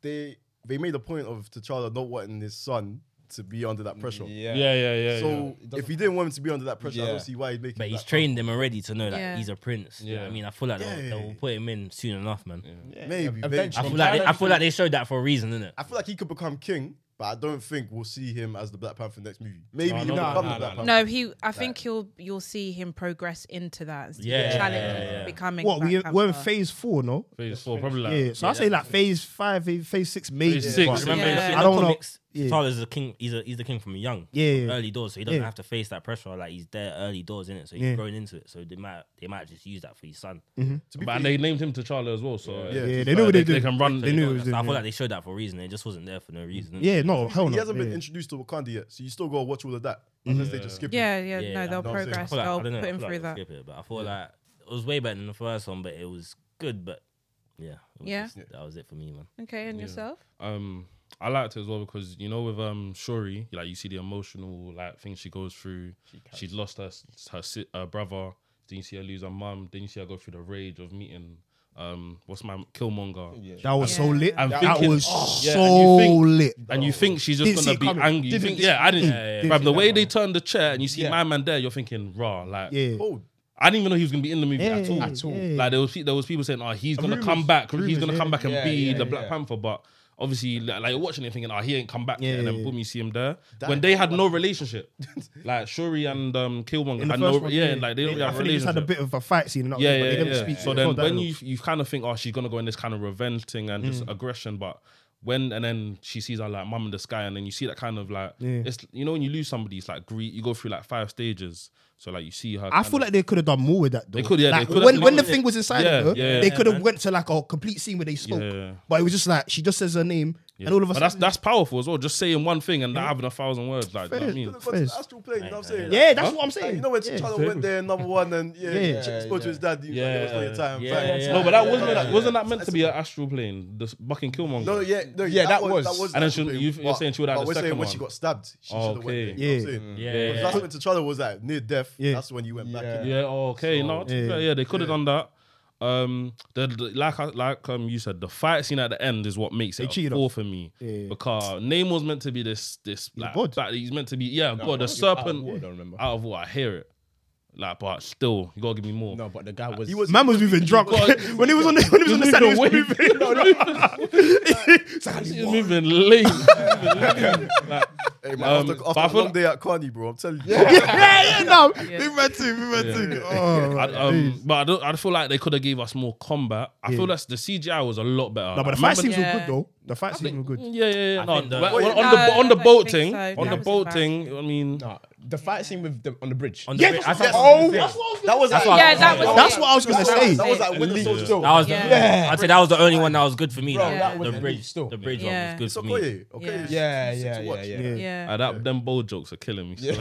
Speaker 2: they they made a point of T'Challa not wanting his son to be under that pressure.
Speaker 7: yeah.
Speaker 3: Yeah, yeah, yeah. yeah.
Speaker 2: So if he didn't want him to be under that pressure, I
Speaker 7: Yeah.
Speaker 2: don't see why he'd make.
Speaker 4: But
Speaker 2: it
Speaker 4: he's
Speaker 2: that
Speaker 4: trained him already to know that
Speaker 1: Yeah.
Speaker 4: he's a prince. Yeah.
Speaker 3: Yeah.
Speaker 4: I mean, I feel like they'll,
Speaker 2: Yeah.
Speaker 4: they'll put him in soon enough, man.
Speaker 2: far. Maybe. maybe.
Speaker 7: Eventually.
Speaker 4: I feel like they, I feel like they showed that for a reason, innit?
Speaker 2: I feel like he could become king But I don't think we'll see him as the Black Panther next movie. Maybe
Speaker 3: No,
Speaker 2: he'll
Speaker 3: no,
Speaker 2: become the
Speaker 3: no, no,
Speaker 2: Black
Speaker 3: no,
Speaker 1: No,
Speaker 2: Panther.
Speaker 1: he. I think he'll. You'll see him progress into that. and
Speaker 4: Yeah,
Speaker 1: challenge
Speaker 4: yeah, yeah.
Speaker 1: becoming.
Speaker 5: What we
Speaker 1: Black
Speaker 5: we're in
Speaker 1: Panther.
Speaker 5: phase four, no?
Speaker 3: Phase four, probably like
Speaker 5: yeah, so I say like phase five, phase- phase six, maybe.
Speaker 3: Phase six,
Speaker 5: but-
Speaker 3: remember,
Speaker 1: Yeah.
Speaker 4: in
Speaker 5: I
Speaker 4: the
Speaker 5: don't know.
Speaker 4: comics,
Speaker 5: Yeah.
Speaker 4: T'Challa's a king. He's a he's the king from young.
Speaker 5: Yeah, yeah.
Speaker 4: early doors, so he doesn't
Speaker 5: Yeah.
Speaker 4: have to face that pressure. Like he's there early doors in it, so he's
Speaker 5: Yeah. Mm-hmm.
Speaker 4: grown into it. So they might they might just use that for his son.
Speaker 3: But they named him T'Challa as well, so
Speaker 2: Yeah.
Speaker 5: Yeah,
Speaker 3: it's
Speaker 5: they knew
Speaker 3: like
Speaker 5: what they
Speaker 3: They
Speaker 5: did.
Speaker 3: can run.
Speaker 5: They knew it was
Speaker 4: So I feel
Speaker 5: in there. Mm-hmm.
Speaker 4: like they showed that for a reason. It just wasn't there for no reason. innit?
Speaker 5: Yeah, no, hell no.
Speaker 2: He hasn't been
Speaker 5: yeah.
Speaker 2: introduced to Wakanda yet, so you still gotta watch all of that unless they just skip
Speaker 1: Yeah,
Speaker 2: it.
Speaker 1: yeah,
Speaker 4: Yeah,
Speaker 1: no,
Speaker 4: yeah.
Speaker 1: they'll
Speaker 2: No, I'm saying-
Speaker 4: I
Speaker 1: progress.
Speaker 4: feel [laughs] like, I
Speaker 1: they'll
Speaker 4: don't know,
Speaker 1: put
Speaker 4: I
Speaker 1: him
Speaker 4: feel
Speaker 1: through
Speaker 4: like
Speaker 1: that.
Speaker 4: Skip it, but I feel like it was way better than the first one, but it was good. But yeah, it was
Speaker 1: Yeah.
Speaker 4: just- that was it for me, man.
Speaker 1: Okay, and yourself?
Speaker 3: um I liked it as well because you know with um Shuri, like you see the emotional like things she goes through. She would lost her s- her, si- her brother. Then you see her lose her mum. Then you see her go through the rage of meeting um what's my Killmonger.
Speaker 5: That was so
Speaker 1: Yeah.
Speaker 5: lit.
Speaker 3: I'm
Speaker 5: that
Speaker 3: thinking- oh,
Speaker 5: was
Speaker 3: yeah,
Speaker 5: so
Speaker 3: and you think-
Speaker 5: lit.
Speaker 3: And you think she's just
Speaker 5: Didn't see
Speaker 3: gonna
Speaker 5: it
Speaker 3: be
Speaker 5: coming.
Speaker 3: angry? You
Speaker 5: Didn't
Speaker 3: think,
Speaker 5: see-
Speaker 3: yeah, I didn't.
Speaker 5: Oh. yeah, yeah, yeah.
Speaker 3: Bruv,
Speaker 5: Didn't
Speaker 3: the
Speaker 5: see
Speaker 3: way
Speaker 5: that
Speaker 3: they turned the chair and you see
Speaker 7: Yeah.
Speaker 3: my man there, you're thinking, raw, like,
Speaker 5: Yeah.
Speaker 2: Oh,
Speaker 3: I didn't even know he was gonna be in the movie
Speaker 5: Yeah,
Speaker 3: at all.
Speaker 5: at all. yeah.
Speaker 3: Like there was pe- there was people saying, "Oh, he's gonna
Speaker 5: Rumours,
Speaker 3: come back. he's
Speaker 5: rumours,
Speaker 3: gonna
Speaker 5: yeah.
Speaker 3: come back and
Speaker 7: Yeah,
Speaker 3: be
Speaker 7: yeah,
Speaker 3: the Black
Speaker 7: yeah.
Speaker 3: Panther." But obviously, like, like, you're watching it thinking, "Oh, he ain't come back yet." And
Speaker 5: Yeah,
Speaker 3: then
Speaker 5: yeah,
Speaker 3: boom, you see him there.
Speaker 2: That-
Speaker 3: when they had no relationship, like Shuri and um, Killmonger
Speaker 5: In the
Speaker 3: had
Speaker 5: first
Speaker 3: no,
Speaker 5: one,
Speaker 3: yeah, like they don't
Speaker 5: I
Speaker 3: really have
Speaker 5: think they just
Speaker 3: relationship.
Speaker 5: had a bit of a fight scene. And that was
Speaker 3: yeah,
Speaker 5: it, but
Speaker 3: yeah,
Speaker 5: they didn't
Speaker 3: yeah.
Speaker 5: speak
Speaker 3: So then
Speaker 5: to the
Speaker 3: when
Speaker 5: dialogue.
Speaker 3: you you kind of think, "Oh, she's gonna go in this kind of revenge thing and just
Speaker 5: Mm.
Speaker 3: aggression," but when and then she sees her like mum in the sky, and then you see that kind of like
Speaker 5: Yeah.
Speaker 3: it's you know when you lose somebody, it's like grief. You go through like five stages. So like you see her.
Speaker 5: I
Speaker 3: kind
Speaker 5: feel
Speaker 3: of-
Speaker 5: like they could have done more with that. Though.
Speaker 3: could, yeah, they
Speaker 5: Like,
Speaker 3: could have
Speaker 5: when
Speaker 3: done
Speaker 5: when
Speaker 3: more.
Speaker 5: the thing was inside
Speaker 3: Yeah,
Speaker 5: of her,
Speaker 3: yeah,
Speaker 5: they
Speaker 3: yeah,
Speaker 5: could have
Speaker 4: man.
Speaker 5: went to like a complete scene where they spoke.
Speaker 3: Yeah.
Speaker 5: But it was just like she just says her name, and all of
Speaker 3: But
Speaker 5: a sudden,
Speaker 3: that's that's powerful as well. Just saying one thing and not having a thousand words, like do you know what I mean.
Speaker 2: But it's astral plane, you know what I'm saying?
Speaker 5: yeah, that's what I'm
Speaker 2: Like,
Speaker 5: saying.
Speaker 2: you know when
Speaker 5: yeah.
Speaker 2: T'Challa went there, number one, and yeah,
Speaker 5: Yeah.
Speaker 2: yeah, spoke to his dad. You yeah, was no your time.
Speaker 4: Yeah,
Speaker 2: Facts.
Speaker 4: yeah.
Speaker 3: No, but that wasn't
Speaker 2: Yeah.
Speaker 3: that, wasn't that meant to be an astral plane? The s- fucking Killmonger.
Speaker 2: No, yeah, no,
Speaker 7: Yeah, that was.
Speaker 2: that was
Speaker 3: And then
Speaker 2: actually
Speaker 3: she-
Speaker 2: big,
Speaker 3: you- you're
Speaker 2: but-
Speaker 3: saying she would have
Speaker 2: but
Speaker 3: the
Speaker 2: we're saying
Speaker 3: second
Speaker 2: when
Speaker 3: one.
Speaker 2: she got stabbed, she
Speaker 3: Oh,
Speaker 2: should have went there.
Speaker 3: okay.
Speaker 2: You know
Speaker 5: Yeah.
Speaker 2: what I'm saying?
Speaker 4: Yeah,
Speaker 2: Because
Speaker 4: yeah,
Speaker 2: That's
Speaker 4: yeah.
Speaker 2: when T'Challa was like near death.
Speaker 5: Yeah.
Speaker 2: That's when you went back. in.
Speaker 3: Yeah. oh, okay. no. to be fair, Yeah. They could have done that. Um. The, the like I- like um you said the fight scene at the end is what makes it a
Speaker 5: cheated
Speaker 3: four
Speaker 5: us.
Speaker 3: for me
Speaker 5: Yeah.
Speaker 3: because name was meant to be this this like,
Speaker 5: God.
Speaker 3: that- he's meant to be yeah God the
Speaker 7: I think out of
Speaker 3: serpent
Speaker 7: water, I don't remember.
Speaker 3: out of what I hear it like but still you gotta give me more
Speaker 7: No, but the guy was.
Speaker 2: He was
Speaker 5: Man was moving
Speaker 3: [laughs]
Speaker 5: drunk [laughs] when he was on the when he was on the set. He was moving. [laughs] It's like,
Speaker 3: He's moving late. [laughs]
Speaker 2: Hey, man, after,
Speaker 3: Um,
Speaker 2: after
Speaker 3: but I
Speaker 2: a
Speaker 3: feel-
Speaker 2: long day at Carney, bro. I'm telling you. [laughs]
Speaker 5: yeah, yeah, no, big man too, big man too. [laughs] Oh,
Speaker 3: I, um, but I, don't, I feel like they could have gave us more combat. I feel that's the CGI was a lot better.
Speaker 5: no, but the
Speaker 3: Like,
Speaker 5: fight
Speaker 3: remember- Mm,
Speaker 5: scenes
Speaker 1: Yeah.
Speaker 5: were good though. The fight scenes were good.
Speaker 3: Yeah, yeah, yeah.
Speaker 4: I
Speaker 3: No,
Speaker 4: think the-
Speaker 3: but on, on
Speaker 1: No,
Speaker 3: the
Speaker 1: I
Speaker 3: on the
Speaker 1: don't think
Speaker 3: boat thing,
Speaker 1: so.
Speaker 3: on
Speaker 1: That
Speaker 3: the
Speaker 1: was
Speaker 3: boat
Speaker 1: embarrassing.
Speaker 3: thing. I mean,
Speaker 7: Nah, the fight scene with the, on the bridge.
Speaker 4: On the
Speaker 5: Yes,
Speaker 4: bit- I
Speaker 5: yes.
Speaker 4: thought-
Speaker 5: Oh,
Speaker 4: yeah.
Speaker 5: that's what I was
Speaker 2: That
Speaker 5: gonna
Speaker 2: was
Speaker 4: That's
Speaker 2: that
Speaker 4: what I-
Speaker 2: was-
Speaker 4: that was
Speaker 5: That's what I was gonna
Speaker 2: that was-
Speaker 5: say.
Speaker 2: That was like Winter
Speaker 3: Elite.
Speaker 2: Soldier.
Speaker 4: That was the,
Speaker 1: Yeah.
Speaker 5: Yeah.
Speaker 4: I'd say that was the only one that was good for me.
Speaker 2: Bro,
Speaker 4: like,
Speaker 2: that
Speaker 4: the
Speaker 2: was
Speaker 4: bridge,
Speaker 7: still. [laughs]
Speaker 4: the bridge
Speaker 1: Yeah.
Speaker 4: one was
Speaker 2: It's
Speaker 4: good for me.
Speaker 2: okay. Okay.
Speaker 1: Yeah.
Speaker 7: Yeah,
Speaker 2: It's
Speaker 7: yeah,
Speaker 2: to
Speaker 7: yeah,
Speaker 2: watch.
Speaker 7: yeah,
Speaker 5: Yeah.
Speaker 1: Yeah.
Speaker 3: uh, that them bold jokes are killing me. [laughs]
Speaker 7: [laughs]
Speaker 3: so.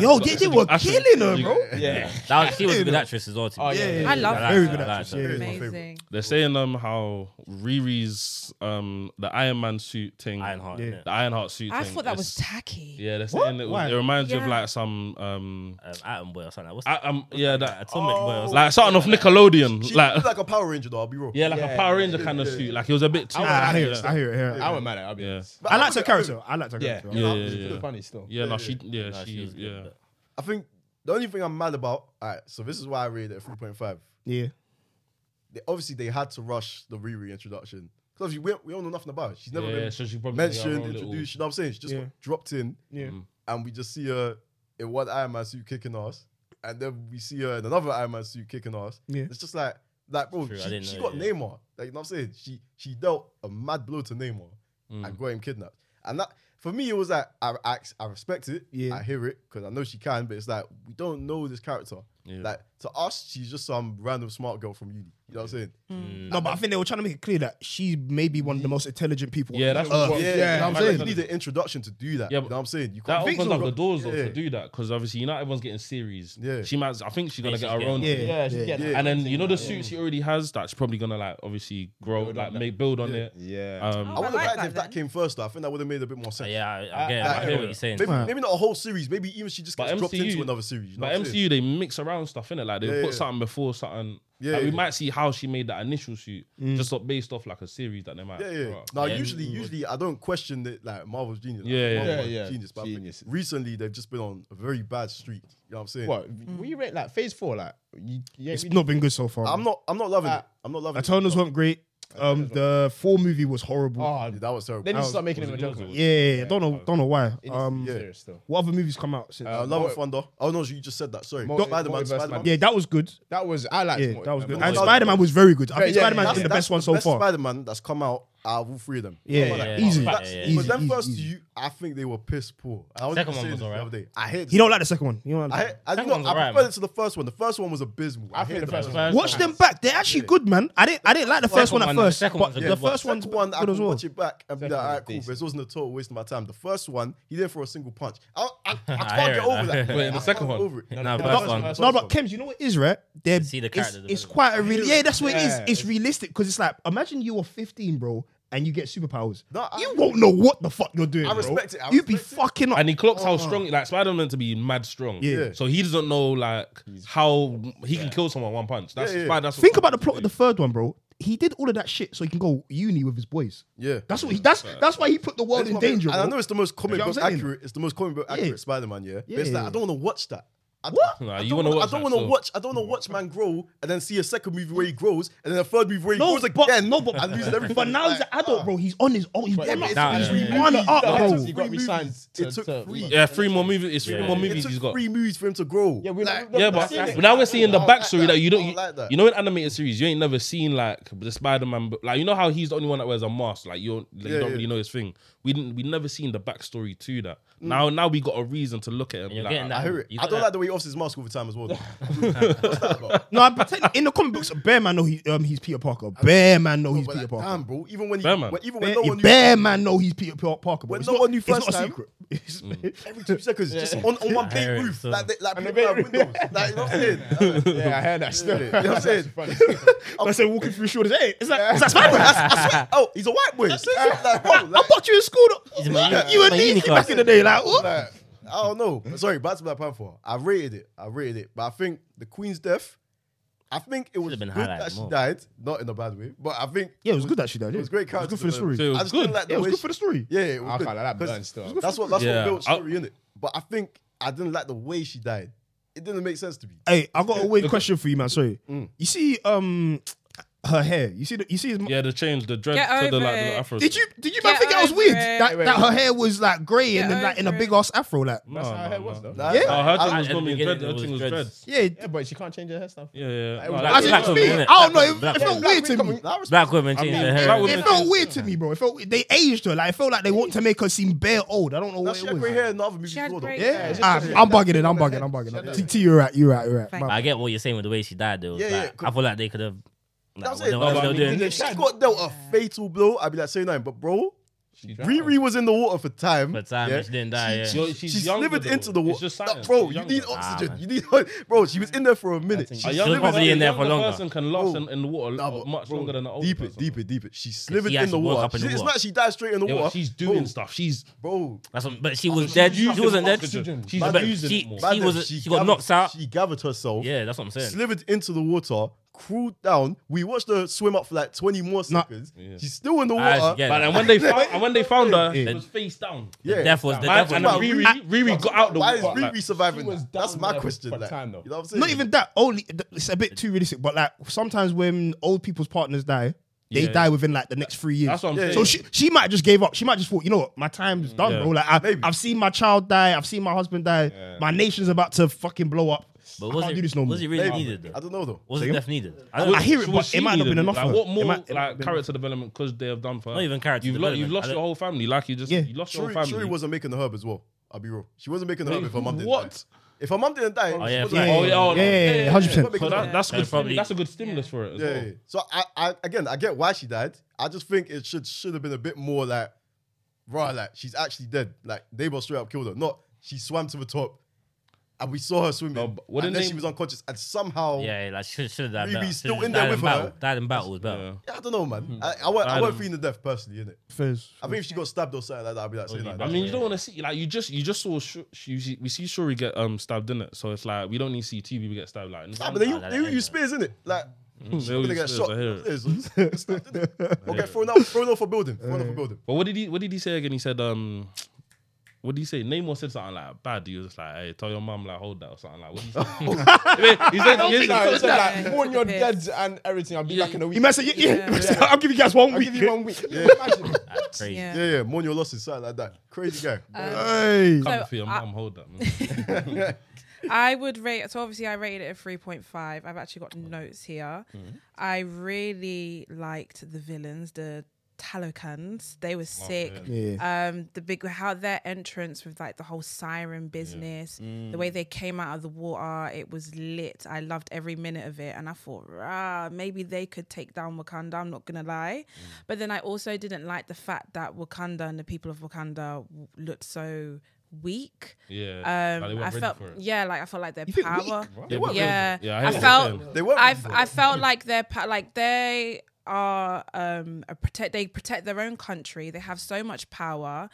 Speaker 5: Yo, they, they were
Speaker 3: Actually,
Speaker 5: killing her,
Speaker 3: you-
Speaker 5: bro.
Speaker 7: yeah.
Speaker 4: That was, she was a good actress as well. To me.
Speaker 7: Oh, yeah, yeah,
Speaker 1: I love
Speaker 4: liked
Speaker 1: her.
Speaker 4: her,
Speaker 1: Very
Speaker 4: I
Speaker 1: good
Speaker 4: liked her.
Speaker 5: actress,
Speaker 2: yeah.
Speaker 1: Amazing.
Speaker 3: They're saying um how Riri's um the Iron Man suit thing,
Speaker 4: Ironheart.
Speaker 5: Yeah.
Speaker 4: innit?
Speaker 3: the Ironheart suit.
Speaker 1: I
Speaker 3: thing
Speaker 1: thought that was
Speaker 3: is-
Speaker 1: tacky.
Speaker 3: Yeah, they're
Speaker 5: What?
Speaker 3: saying it,
Speaker 5: Why?
Speaker 3: was, it reminds you of
Speaker 1: Yeah.
Speaker 3: like some um,
Speaker 4: Um, Atom Boy or something. What's
Speaker 3: I,
Speaker 4: that?
Speaker 3: um yeah that
Speaker 4: Atomic Boy. Or something.
Speaker 3: like something off Nickelodeon,
Speaker 2: She
Speaker 3: like
Speaker 2: looked like a Power Ranger, though. I'll be real.
Speaker 3: [laughs] yeah, like a
Speaker 7: Yeah,
Speaker 3: Power
Speaker 7: yeah,
Speaker 3: Ranger kind of suit. Like it was a bit too.
Speaker 5: I, I hear it.
Speaker 3: yeah.
Speaker 5: I hear it. I hear it.
Speaker 7: I went mad at. I'll be
Speaker 3: Yeah.
Speaker 7: honest.
Speaker 5: I liked her character. I liked her
Speaker 7: Yeah,
Speaker 5: character.
Speaker 3: Yeah, yeah,
Speaker 7: It's
Speaker 3: yeah.
Speaker 7: pretty funny still.
Speaker 3: Yeah, no, she, yeah,
Speaker 4: Nah,
Speaker 3: she,
Speaker 4: she was good,
Speaker 3: yeah.
Speaker 4: but-
Speaker 2: I think the only thing I'm mad about. All right, so this is why I rated it 3.5.
Speaker 5: Yeah.
Speaker 2: They, obviously, they had to rush the Riri introduction because obviously we, we don't know nothing about. Her. She's never
Speaker 3: yeah,
Speaker 2: been
Speaker 3: so she probably
Speaker 2: mentioned,
Speaker 3: yeah,
Speaker 2: introduced. You know what I'm saying? She just
Speaker 5: Yeah.
Speaker 2: dropped in,
Speaker 5: Yeah.
Speaker 2: and we just see her in one Iron Man suit kicking ass, and then we see her in another Iron Man suit kicking ass.
Speaker 5: Yeah.
Speaker 2: It's just like, like, bro,
Speaker 4: True, I
Speaker 2: she,
Speaker 4: didn't
Speaker 2: she
Speaker 4: know,
Speaker 2: got
Speaker 4: yeah.
Speaker 2: Neymar. Like, you know what I'm saying? She she dealt a mad blow to Neymar
Speaker 3: Mm.
Speaker 2: and got him kidnapped. And that for me, it was like I I, I respect it.
Speaker 5: Yeah.
Speaker 2: I hear it because I know she can, but it's like we don't know this character.
Speaker 3: Yeah.
Speaker 2: Like to us, she's just some random smart girl from uni. You know what I'm saying?
Speaker 3: Mm.
Speaker 5: No, but I think they were trying to make it clear that she may be one of the most intelligent people.
Speaker 3: Yeah,
Speaker 5: on
Speaker 3: that's
Speaker 5: Earth.
Speaker 3: what-
Speaker 2: Uh, Yeah,
Speaker 5: You know
Speaker 2: yeah.
Speaker 5: what
Speaker 2: i
Speaker 5: I'm
Speaker 2: you
Speaker 5: saying.
Speaker 2: need an introduction to do that.
Speaker 3: Yeah,
Speaker 2: you know what I'm saying? You
Speaker 3: That
Speaker 2: can't
Speaker 3: opens
Speaker 2: so,
Speaker 3: up
Speaker 2: bro.
Speaker 3: the doors though
Speaker 2: Yeah.
Speaker 3: to do that because obviously you know everyone's getting series.
Speaker 2: Yeah.
Speaker 3: she might. I think she's gonna
Speaker 4: she's
Speaker 3: get her
Speaker 4: getting-
Speaker 3: own.
Speaker 5: Yeah.
Speaker 3: thing.
Speaker 7: Yeah, she's getting
Speaker 2: Yeah.
Speaker 7: that
Speaker 3: And then
Speaker 7: acting
Speaker 3: you know the
Speaker 7: like-
Speaker 3: suit she already has that's probably gonna like obviously grow
Speaker 7: Build on
Speaker 3: like
Speaker 7: that.
Speaker 3: make build on it.
Speaker 7: Yeah.
Speaker 3: Um,
Speaker 2: I would have
Speaker 1: I like
Speaker 2: liked it
Speaker 1: that
Speaker 2: if that
Speaker 1: then.
Speaker 2: came first. Though. I think that would have made a bit more sense.
Speaker 4: Yeah, I, I, get, it.
Speaker 7: I-
Speaker 4: I hear what you're saying.
Speaker 2: Maybe,
Speaker 5: Right.
Speaker 2: maybe not a whole series. Maybe even she just
Speaker 3: But
Speaker 2: gets dropped
Speaker 3: MCU
Speaker 2: into another series. You know
Speaker 3: But
Speaker 2: what I'm saying?
Speaker 3: MCU they mix around stuff in it. Like they
Speaker 2: Yeah,
Speaker 3: will put
Speaker 2: yeah.
Speaker 3: something before something.
Speaker 2: Yeah,
Speaker 3: Yeah, we
Speaker 2: yeah.
Speaker 3: might see how she made that initial shoot just up based off like a series that they might.
Speaker 2: Yeah, yeah.
Speaker 3: throw out.
Speaker 2: Now,
Speaker 4: Yeah.
Speaker 2: usually, usually I don't question that. Like Marvel's genius. Like,
Speaker 3: Yeah, yeah.
Speaker 2: Marvel are
Speaker 7: Yeah, yeah.
Speaker 2: Genius. But I think
Speaker 7: Genius.
Speaker 2: recently, they've just been on a very bad streak. You know what I'm saying?
Speaker 7: What? What you rate like phase four? Like you, you ain't
Speaker 5: It's
Speaker 7: really-
Speaker 5: not been good so far.
Speaker 2: I'm
Speaker 5: bro.
Speaker 2: not. I'm not loving
Speaker 7: Uh,
Speaker 2: it. I'm not loving it.
Speaker 5: Eternals weren't great. Um, the four movie was horrible.
Speaker 7: Oh,
Speaker 2: That was terrible.
Speaker 7: they need to start making
Speaker 3: was
Speaker 7: him a
Speaker 3: it yours
Speaker 7: Joker.
Speaker 3: or-
Speaker 5: yeah, yeah, yeah. don't know, don't know why.
Speaker 7: It needs to
Speaker 5: Um,
Speaker 7: be serious still.
Speaker 5: what other movies come out since?
Speaker 2: Uh, Love and Thunder. Oh no, you just said that. Sorry.
Speaker 7: Multi-
Speaker 2: Spider-Man.
Speaker 7: Multiverse
Speaker 2: Spider-Man.
Speaker 7: Man.
Speaker 5: yeah, that was good.
Speaker 7: That was I liked.
Speaker 5: Yeah,
Speaker 7: Morty-
Speaker 5: that was
Speaker 7: uh,
Speaker 5: good.
Speaker 7: Morty-
Speaker 5: And Spider Man was very good. I think
Speaker 7: Yeah, yeah,
Speaker 5: Spider Man's
Speaker 7: yeah.
Speaker 5: been the
Speaker 2: That's
Speaker 5: best one so
Speaker 2: best
Speaker 5: far.
Speaker 2: Spider-Man that's come out out of all three of them.
Speaker 5: yeah,
Speaker 2: Come on,
Speaker 5: yeah,
Speaker 2: like,
Speaker 4: yeah,
Speaker 5: easily,
Speaker 4: yeah,
Speaker 2: Facts.
Speaker 4: yeah,
Speaker 5: easy,
Speaker 2: But them
Speaker 5: easy,
Speaker 2: first
Speaker 5: easy.
Speaker 2: two, I think they were piss poor. I was
Speaker 4: Second
Speaker 2: just
Speaker 4: one
Speaker 2: saying
Speaker 4: was
Speaker 2: this the
Speaker 4: alright.
Speaker 2: other day. I hate.
Speaker 5: He don't like the second one. He don't like the
Speaker 2: I,
Speaker 5: second
Speaker 2: hate- I,
Speaker 4: Second
Speaker 2: no,
Speaker 4: one's
Speaker 2: I
Speaker 4: alright,
Speaker 2: prefer
Speaker 4: man.
Speaker 2: it to the first one. The first one was abysmal.
Speaker 7: I think the first one.
Speaker 4: First
Speaker 5: one. Watch them back. They're actually good, man. I didn't. I didn't like the first
Speaker 4: Second
Speaker 5: one at
Speaker 4: one, no, the
Speaker 5: first,
Speaker 4: second
Speaker 5: but
Speaker 4: one's a
Speaker 5: the
Speaker 4: good one.
Speaker 5: first one's
Speaker 2: Second one, I
Speaker 5: good
Speaker 2: could
Speaker 5: as well.
Speaker 2: watch it back and be
Speaker 7: Second
Speaker 2: like,
Speaker 7: one's
Speaker 2: alright, cool. But
Speaker 7: decent.
Speaker 2: it wasn't a total waste of my time. The first one, he didn't throw a single punch. I, I, I
Speaker 4: [laughs] I
Speaker 2: can't
Speaker 4: hear
Speaker 2: get
Speaker 4: it,
Speaker 2: over
Speaker 4: man.
Speaker 2: that.
Speaker 3: But
Speaker 2: I
Speaker 3: in the
Speaker 2: can't
Speaker 3: second
Speaker 2: get
Speaker 3: one,
Speaker 2: over it.
Speaker 4: no,
Speaker 3: the
Speaker 4: first
Speaker 3: first
Speaker 4: one.
Speaker 3: one-
Speaker 5: No, but Kems, you know what it is, right? They're,
Speaker 4: see the
Speaker 5: it's,
Speaker 4: character
Speaker 5: it's
Speaker 4: development.
Speaker 5: quite a real. Yeah, that's what it is.
Speaker 7: Yeah.
Speaker 5: It's realistic because it's like imagine you were 15, bro, and you get superpowers.
Speaker 2: No, I-
Speaker 5: you won't know what the fuck you're doing.
Speaker 2: I
Speaker 5: bro.
Speaker 2: respect it, I
Speaker 5: You'd be
Speaker 2: respect it.
Speaker 5: fucking up.
Speaker 3: And he clocks how strong, like Spider Man, to be mad strong.
Speaker 5: Yeah.
Speaker 3: So he doesn't know like how he can kill someone one punch. That's
Speaker 2: Yeah, yeah.
Speaker 3: Spider- that's what
Speaker 5: Think about the plot of
Speaker 3: Spider-Man
Speaker 5: the third one, bro. He did all of that shit so he can go uni with his boys.
Speaker 2: Yeah.
Speaker 5: That's what he. That's that's why he put the world
Speaker 2: It's
Speaker 5: in
Speaker 2: my-
Speaker 5: danger.
Speaker 2: And I
Speaker 5: Bro.
Speaker 2: know it's the most comic
Speaker 5: You know
Speaker 2: book
Speaker 5: what I'm saying?
Speaker 2: accurate. It's the most comic book
Speaker 5: Yeah.
Speaker 2: accurate Spider-Man, yeah. But it's
Speaker 5: Yeah.
Speaker 2: like I don't want to watch that. I,
Speaker 5: What?
Speaker 3: Nah,
Speaker 2: I
Speaker 3: you
Speaker 2: don't
Speaker 3: wanna
Speaker 2: wanna-
Speaker 3: watch
Speaker 2: I don't
Speaker 3: that
Speaker 2: want to
Speaker 3: still.
Speaker 2: watch. I don't want to watch man grow and then see a second movie where he grows and then a third movie where he
Speaker 5: No,
Speaker 2: grows
Speaker 5: but
Speaker 2: again.
Speaker 5: no, [laughs] but
Speaker 2: and loses everything.
Speaker 5: But now he's an adult, bro. He's on his own. He's
Speaker 2: Yeah,
Speaker 5: one
Speaker 2: but
Speaker 5: up.
Speaker 2: it's-
Speaker 4: Nah,
Speaker 2: it's
Speaker 4: yeah,
Speaker 2: three
Speaker 4: yeah.
Speaker 2: movies.
Speaker 5: One up,
Speaker 2: It
Speaker 5: bro.
Speaker 2: took
Speaker 5: He
Speaker 2: three
Speaker 6: got resigned
Speaker 2: movies. It
Speaker 6: to-
Speaker 2: took
Speaker 6: to-
Speaker 2: three.
Speaker 3: Yeah, three more movies. It's three more
Speaker 2: ah. It
Speaker 3: movies
Speaker 2: took
Speaker 3: he's got.
Speaker 2: three movies for him to grow.
Speaker 6: Yeah, we-
Speaker 2: Like,
Speaker 3: Yeah,
Speaker 6: That's
Speaker 3: but
Speaker 6: it.
Speaker 3: now we're seeing the
Speaker 2: I don't like
Speaker 3: backstory that. you don't.
Speaker 2: I
Speaker 3: You,
Speaker 2: like that.
Speaker 3: you know, in animated series, you ain't never seen like the Spider Man. Like you know how he's the only one that wears a mask. Like you, like,
Speaker 2: Yeah,
Speaker 3: you don't
Speaker 2: yeah.
Speaker 3: really know his thing. We didn't. We never seen the backstory to that.
Speaker 2: Mm.
Speaker 3: Now, now we got a reason to look at him.
Speaker 4: And you're
Speaker 3: like,
Speaker 4: getting
Speaker 2: I
Speaker 4: that.
Speaker 2: hear it.
Speaker 4: You
Speaker 2: I
Speaker 4: got
Speaker 2: don't
Speaker 4: that-
Speaker 2: like the way he offs his mask all the time
Speaker 3: [laughs]
Speaker 2: as well. though.
Speaker 5: No, I pretend in the comic books, Bear Man know he um he's Peter Parker. Bear Man know he's
Speaker 2: But
Speaker 5: Peter
Speaker 2: like,
Speaker 5: Parker.
Speaker 2: Damn, bro. Even when he,
Speaker 3: Batman.
Speaker 2: when- even when
Speaker 5: Bear,
Speaker 2: no one knew,
Speaker 5: bear man know he's Peter P- Parker. But
Speaker 2: When
Speaker 5: it's
Speaker 2: no
Speaker 5: not,
Speaker 2: one knew
Speaker 5: it's
Speaker 2: first
Speaker 5: not a
Speaker 2: time. [laughs]
Speaker 5: secret. Mm.
Speaker 2: every [laughs] two seconds, just on, on one
Speaker 4: hear
Speaker 2: big
Speaker 4: it,
Speaker 2: roof,
Speaker 4: so-
Speaker 2: like, they- like people
Speaker 7: big
Speaker 2: have
Speaker 7: roof.
Speaker 2: windows. Like, you know what I'm
Speaker 5: [laughs]
Speaker 2: saying? Like, you
Speaker 7: Yeah, I heard that still.
Speaker 2: know what I'm saying? [laughs]
Speaker 5: I said walking through shoulders. Hey, is that, is that Spider Man?
Speaker 2: Oh, he's a white boy. Like, bro,
Speaker 5: I
Speaker 2: like,
Speaker 5: thought you in school. Though.
Speaker 4: He's in my-
Speaker 5: you were
Speaker 4: my uni
Speaker 5: needy
Speaker 4: class.
Speaker 5: back in the day. Like, what?
Speaker 2: Like, I don't know. Sorry, back to Black Panther. I rated it. I rated it. But I think the Queen's death, I think it was
Speaker 4: Should've been
Speaker 2: good that
Speaker 4: highlighted
Speaker 2: she
Speaker 4: more.
Speaker 2: died, not in a bad way, but I think
Speaker 5: yeah, it was good that she died.
Speaker 2: it
Speaker 5: yeah.
Speaker 2: was great
Speaker 5: It was
Speaker 2: character.
Speaker 5: good for the story.
Speaker 2: development.
Speaker 3: So it was
Speaker 2: I just didn't
Speaker 3: good.
Speaker 2: like the
Speaker 5: Yeah, it was
Speaker 2: way
Speaker 5: good
Speaker 2: she-
Speaker 5: for the story.
Speaker 2: Yeah, it
Speaker 7: I
Speaker 2: was
Speaker 7: can't
Speaker 2: good.
Speaker 7: lie, that
Speaker 2: 'Cause
Speaker 7: burns still.
Speaker 2: That's what that's
Speaker 3: Yeah.
Speaker 2: what built
Speaker 3: I-
Speaker 2: story in it. But I think I didn't like the way she died. It didn't make sense to me.
Speaker 5: Hey, I got a weird question for you, man. Sorry. You see, um, her hair. You see, the, you see. His,
Speaker 3: yeah, the change, the dread
Speaker 1: Get
Speaker 3: to the
Speaker 1: over
Speaker 3: like the
Speaker 1: it.
Speaker 3: afro.
Speaker 5: Did you did you man
Speaker 1: Get
Speaker 5: think that was
Speaker 1: over
Speaker 5: weird?
Speaker 1: it.
Speaker 5: That,
Speaker 7: Wait, wait,
Speaker 5: that
Speaker 7: wait.
Speaker 5: her hair was like grey and
Speaker 1: Get
Speaker 5: then like in a
Speaker 1: over
Speaker 5: big
Speaker 1: it.
Speaker 5: ass afro, like.
Speaker 3: No,
Speaker 7: That's how
Speaker 3: no,
Speaker 7: it was,
Speaker 3: no.
Speaker 7: though.
Speaker 2: Like,
Speaker 5: Yeah.
Speaker 3: No, her
Speaker 2: I-
Speaker 3: thing was
Speaker 4: At the
Speaker 3: normally
Speaker 4: beginning,
Speaker 3: dread. Her thing
Speaker 4: it was
Speaker 3: was dread.
Speaker 4: dreads.
Speaker 5: Yeah,
Speaker 7: Yeah, but she can't change her hairstyle.
Speaker 3: Yeah, yeah.
Speaker 2: was
Speaker 3: No,
Speaker 5: I
Speaker 2: Black
Speaker 3: that's
Speaker 5: didn't
Speaker 4: Black
Speaker 3: Black
Speaker 4: women, innit?
Speaker 5: speak. I don't know. It,
Speaker 4: Black
Speaker 5: it felt
Speaker 4: women.
Speaker 5: weird to me.
Speaker 2: coming- I respect-
Speaker 4: Black women changing their
Speaker 3: black
Speaker 4: hair.
Speaker 3: women-
Speaker 5: It felt weird to me, bro. It felt they aged her. Like it felt like they want to make her seem bare old. I don't know
Speaker 2: Now
Speaker 5: what
Speaker 2: she
Speaker 5: it
Speaker 2: had
Speaker 5: was.
Speaker 2: grey hair in the other movies
Speaker 1: She had
Speaker 2: as well, though.
Speaker 1: grey
Speaker 5: Yeah,
Speaker 1: hair.
Speaker 5: Ah, I'm bugging it. I'm bugging. I'm bugging. T, T, you're right. You're right. You're right.
Speaker 1: Thank
Speaker 5: My-
Speaker 4: I get what you're saying with the way she died, though.
Speaker 2: Yeah,
Speaker 4: Like,
Speaker 2: yeah, cool.
Speaker 4: I feel like they could have.
Speaker 2: That
Speaker 4: Like,
Speaker 2: was it.
Speaker 4: whatever
Speaker 2: Like,
Speaker 4: they were doing.
Speaker 2: if she got dealt a fatal blow, I'd be like, say nothing. But bro, Riri was in the water for time.
Speaker 4: For time, she didn't die, yeah.
Speaker 3: Yo,
Speaker 2: She, she
Speaker 3: she's younger,
Speaker 2: slithered
Speaker 3: though.
Speaker 2: into the
Speaker 3: It's
Speaker 2: water.
Speaker 3: just science.
Speaker 2: bro,
Speaker 3: She's
Speaker 2: you
Speaker 3: younger.
Speaker 2: need
Speaker 3: Ah,
Speaker 2: oxygen.
Speaker 4: man.
Speaker 2: you need, bro. She was in there for a minute. She
Speaker 3: A
Speaker 4: She's
Speaker 3: younger,
Speaker 4: probably
Speaker 3: person-
Speaker 4: in there
Speaker 3: younger
Speaker 4: for longer.
Speaker 3: person can last in, in the water
Speaker 2: Nah,
Speaker 3: lo-
Speaker 2: but
Speaker 3: much
Speaker 2: bro,
Speaker 3: longer than an older
Speaker 2: deep it,
Speaker 3: person.
Speaker 2: deep it, deep it. She slithered
Speaker 4: she
Speaker 2: in the
Speaker 4: actually woke
Speaker 2: water.
Speaker 4: up in
Speaker 2: She-
Speaker 4: the
Speaker 2: It's
Speaker 4: water.
Speaker 2: not she died straight in the
Speaker 3: Yeah,
Speaker 2: water.
Speaker 3: but she's doing
Speaker 2: Bro,
Speaker 3: stuff. She's
Speaker 2: bro.
Speaker 4: That's what, but she was dead. She
Speaker 3: using
Speaker 4: wasn't dead.
Speaker 3: oxygen.
Speaker 4: She's
Speaker 3: Man,
Speaker 4: but
Speaker 3: using
Speaker 4: she,
Speaker 3: it more.
Speaker 4: she
Speaker 2: Madam,
Speaker 4: was she got
Speaker 2: gathered-
Speaker 4: knocked out.
Speaker 2: She gathered herself.
Speaker 4: Yeah, that's what I'm saying.
Speaker 2: Slithered into the water. Crawled down. We watched her swim up for like 20 more seconds. She's still in the
Speaker 4: Ah, she
Speaker 2: water.
Speaker 4: get
Speaker 3: But then when they found,
Speaker 2: [laughs]
Speaker 3: and when they found her,
Speaker 5: Yeah.
Speaker 3: she was face down.
Speaker 2: Yeah.
Speaker 4: Death was the
Speaker 3: Man,
Speaker 4: death
Speaker 3: and
Speaker 4: was
Speaker 2: That's
Speaker 3: then
Speaker 2: why
Speaker 3: Riri,
Speaker 2: Riri-
Speaker 3: Riri got out the
Speaker 2: Why is
Speaker 3: water. like-
Speaker 2: Riri surviving?
Speaker 7: she was
Speaker 2: that? That's
Speaker 7: down
Speaker 2: my
Speaker 7: there
Speaker 2: question.
Speaker 7: for
Speaker 2: Like,
Speaker 7: time, though.
Speaker 2: you know what I'm saying?
Speaker 5: Not even that. Only it's a bit too realistic. But like sometimes when old people's partners die, they
Speaker 3: Yeah.
Speaker 5: die within like the next three years.
Speaker 3: That's what I'm
Speaker 2: Yeah,
Speaker 3: saying.
Speaker 5: so she she might have just gave up. She might just thought, you know what, my time's done,
Speaker 3: Yeah.
Speaker 5: bro. Like I,
Speaker 2: Maybe.
Speaker 5: I've seen my child die. I've seen my husband die. My nation's about to fucking blow up.
Speaker 4: But
Speaker 5: I
Speaker 4: was
Speaker 5: can't
Speaker 4: it,
Speaker 5: do this no more.
Speaker 4: was it really
Speaker 2: Maybe.
Speaker 4: needed
Speaker 2: I
Speaker 4: though?
Speaker 2: don't know though.
Speaker 4: Was it death needed? I
Speaker 3: Was-
Speaker 4: don't,
Speaker 5: I hear it,
Speaker 3: was
Speaker 5: but
Speaker 3: she
Speaker 5: it might not
Speaker 3: needed?
Speaker 5: been enough
Speaker 3: Like,
Speaker 5: for her.
Speaker 3: what
Speaker 5: It
Speaker 3: more
Speaker 5: might- it might
Speaker 3: like
Speaker 5: have been
Speaker 3: character development because they have done for her?
Speaker 4: Not even character
Speaker 3: You've lo- you've
Speaker 4: development.
Speaker 3: lost
Speaker 4: I
Speaker 3: your
Speaker 4: don't-
Speaker 3: whole family. Like you just
Speaker 5: Yeah.
Speaker 3: you lost your whole
Speaker 2: Shuri, Shuri
Speaker 3: family.
Speaker 2: wasn't making the herb as well. I'll be real. She wasn't making the herb
Speaker 3: Wait,
Speaker 2: if her mum didn't.
Speaker 3: what?
Speaker 2: die. If her mum didn't die,
Speaker 4: Oh,
Speaker 2: she
Speaker 4: yeah,
Speaker 2: wasn't
Speaker 4: yeah,
Speaker 2: like-
Speaker 3: Oh, yeah, oh, no.
Speaker 5: yeah, yeah, hundred percent.
Speaker 3: So that, that's a good.
Speaker 4: That's probably-
Speaker 3: that's a good stimulus for it. As
Speaker 2: Yeah,
Speaker 3: well.
Speaker 2: yeah. So I, I again, I get why she died. I just think it should should have been a bit more like, right, like she's actually dead. Like they both straight up killed her. Not she swam to the top, and we saw her swimming.
Speaker 3: No, but wouldn't
Speaker 2: and then
Speaker 3: they-
Speaker 2: she was unconscious, and somehow,
Speaker 4: Yeah, yeah, like should should have died.
Speaker 2: Riri's
Speaker 4: better.
Speaker 2: still
Speaker 4: Should've
Speaker 2: in there
Speaker 4: died
Speaker 2: with her.
Speaker 4: battle. Died in battle was better.
Speaker 3: Yeah.
Speaker 2: Yeah, I don't know, man. I, I, won't, I,
Speaker 3: I
Speaker 2: won't
Speaker 3: don't-
Speaker 2: feeling the death personally, innit?
Speaker 5: Fizz.
Speaker 2: I think if she got stabbed or something like that, I'd be like, saying
Speaker 4: yeah,
Speaker 2: like
Speaker 3: I
Speaker 2: that.
Speaker 3: mean, you don't want to see like you just you just saw Sh- you see, we see Shuri get um stabbed in it, so it's like we don't need to see two people get stabbed like.
Speaker 2: Ah, but they,
Speaker 4: that
Speaker 2: they
Speaker 4: ain't
Speaker 2: use spears, innit? Like,
Speaker 3: Mm. they
Speaker 2: when
Speaker 3: always
Speaker 2: they get
Speaker 3: says,
Speaker 2: shot.
Speaker 3: I hear it. [laughs]
Speaker 2: it's- it's- Or get thrown out, thrown off a building, thrown off a building.
Speaker 3: But what did he what did he say again? He said um What do you say? Namor said something like bad. He was just like, "Hey, tell your mum like hold that or something like." What do [laughs] you say? he said, he said-
Speaker 7: No,
Speaker 3: he
Speaker 7: it's
Speaker 1: that.
Speaker 3: said that.
Speaker 7: like, warn your dead and everything. I'll be back in a week.
Speaker 5: He might say, yeah, yeah. I'll give you guys one
Speaker 7: I'll
Speaker 5: week.
Speaker 7: give you one week. [laughs] Imagine.
Speaker 4: Crazy.
Speaker 1: Yeah.
Speaker 2: Yeah, yeah, mourn your losses, something like that. Crazy guy.
Speaker 5: Uh, Hey.
Speaker 3: Come
Speaker 1: So,
Speaker 3: for your
Speaker 1: I-
Speaker 3: mum, hold that. Man.
Speaker 1: I would rate. So obviously, I rated it a three point five. I've actually got notes here. I really liked the villains, the Talocans. They were sick.
Speaker 5: Yeah.
Speaker 1: Um, the big how their entrance with like the whole siren business, the way they came out of the water, it was lit. I loved every minute of it, and I thought, rah, maybe they could take down Wakanda. I'm not gonna lie, but then I also didn't like the fact that Wakanda and the people of Wakanda w- looked so weak.
Speaker 4: [laughs]
Speaker 3: Yeah,
Speaker 1: Um,
Speaker 3: like, they weren't
Speaker 1: I
Speaker 3: ready
Speaker 1: felt
Speaker 3: for it.
Speaker 1: yeah, like I felt like their
Speaker 5: think
Speaker 1: power.
Speaker 3: They weren't
Speaker 1: Yeah,
Speaker 3: ready. yeah.
Speaker 1: I,
Speaker 3: hear what you're saying.
Speaker 1: felt
Speaker 2: They weren't ready
Speaker 1: I've,
Speaker 2: for
Speaker 1: I felt like their pa- like they are um a protect they protect their own country. They have so much power.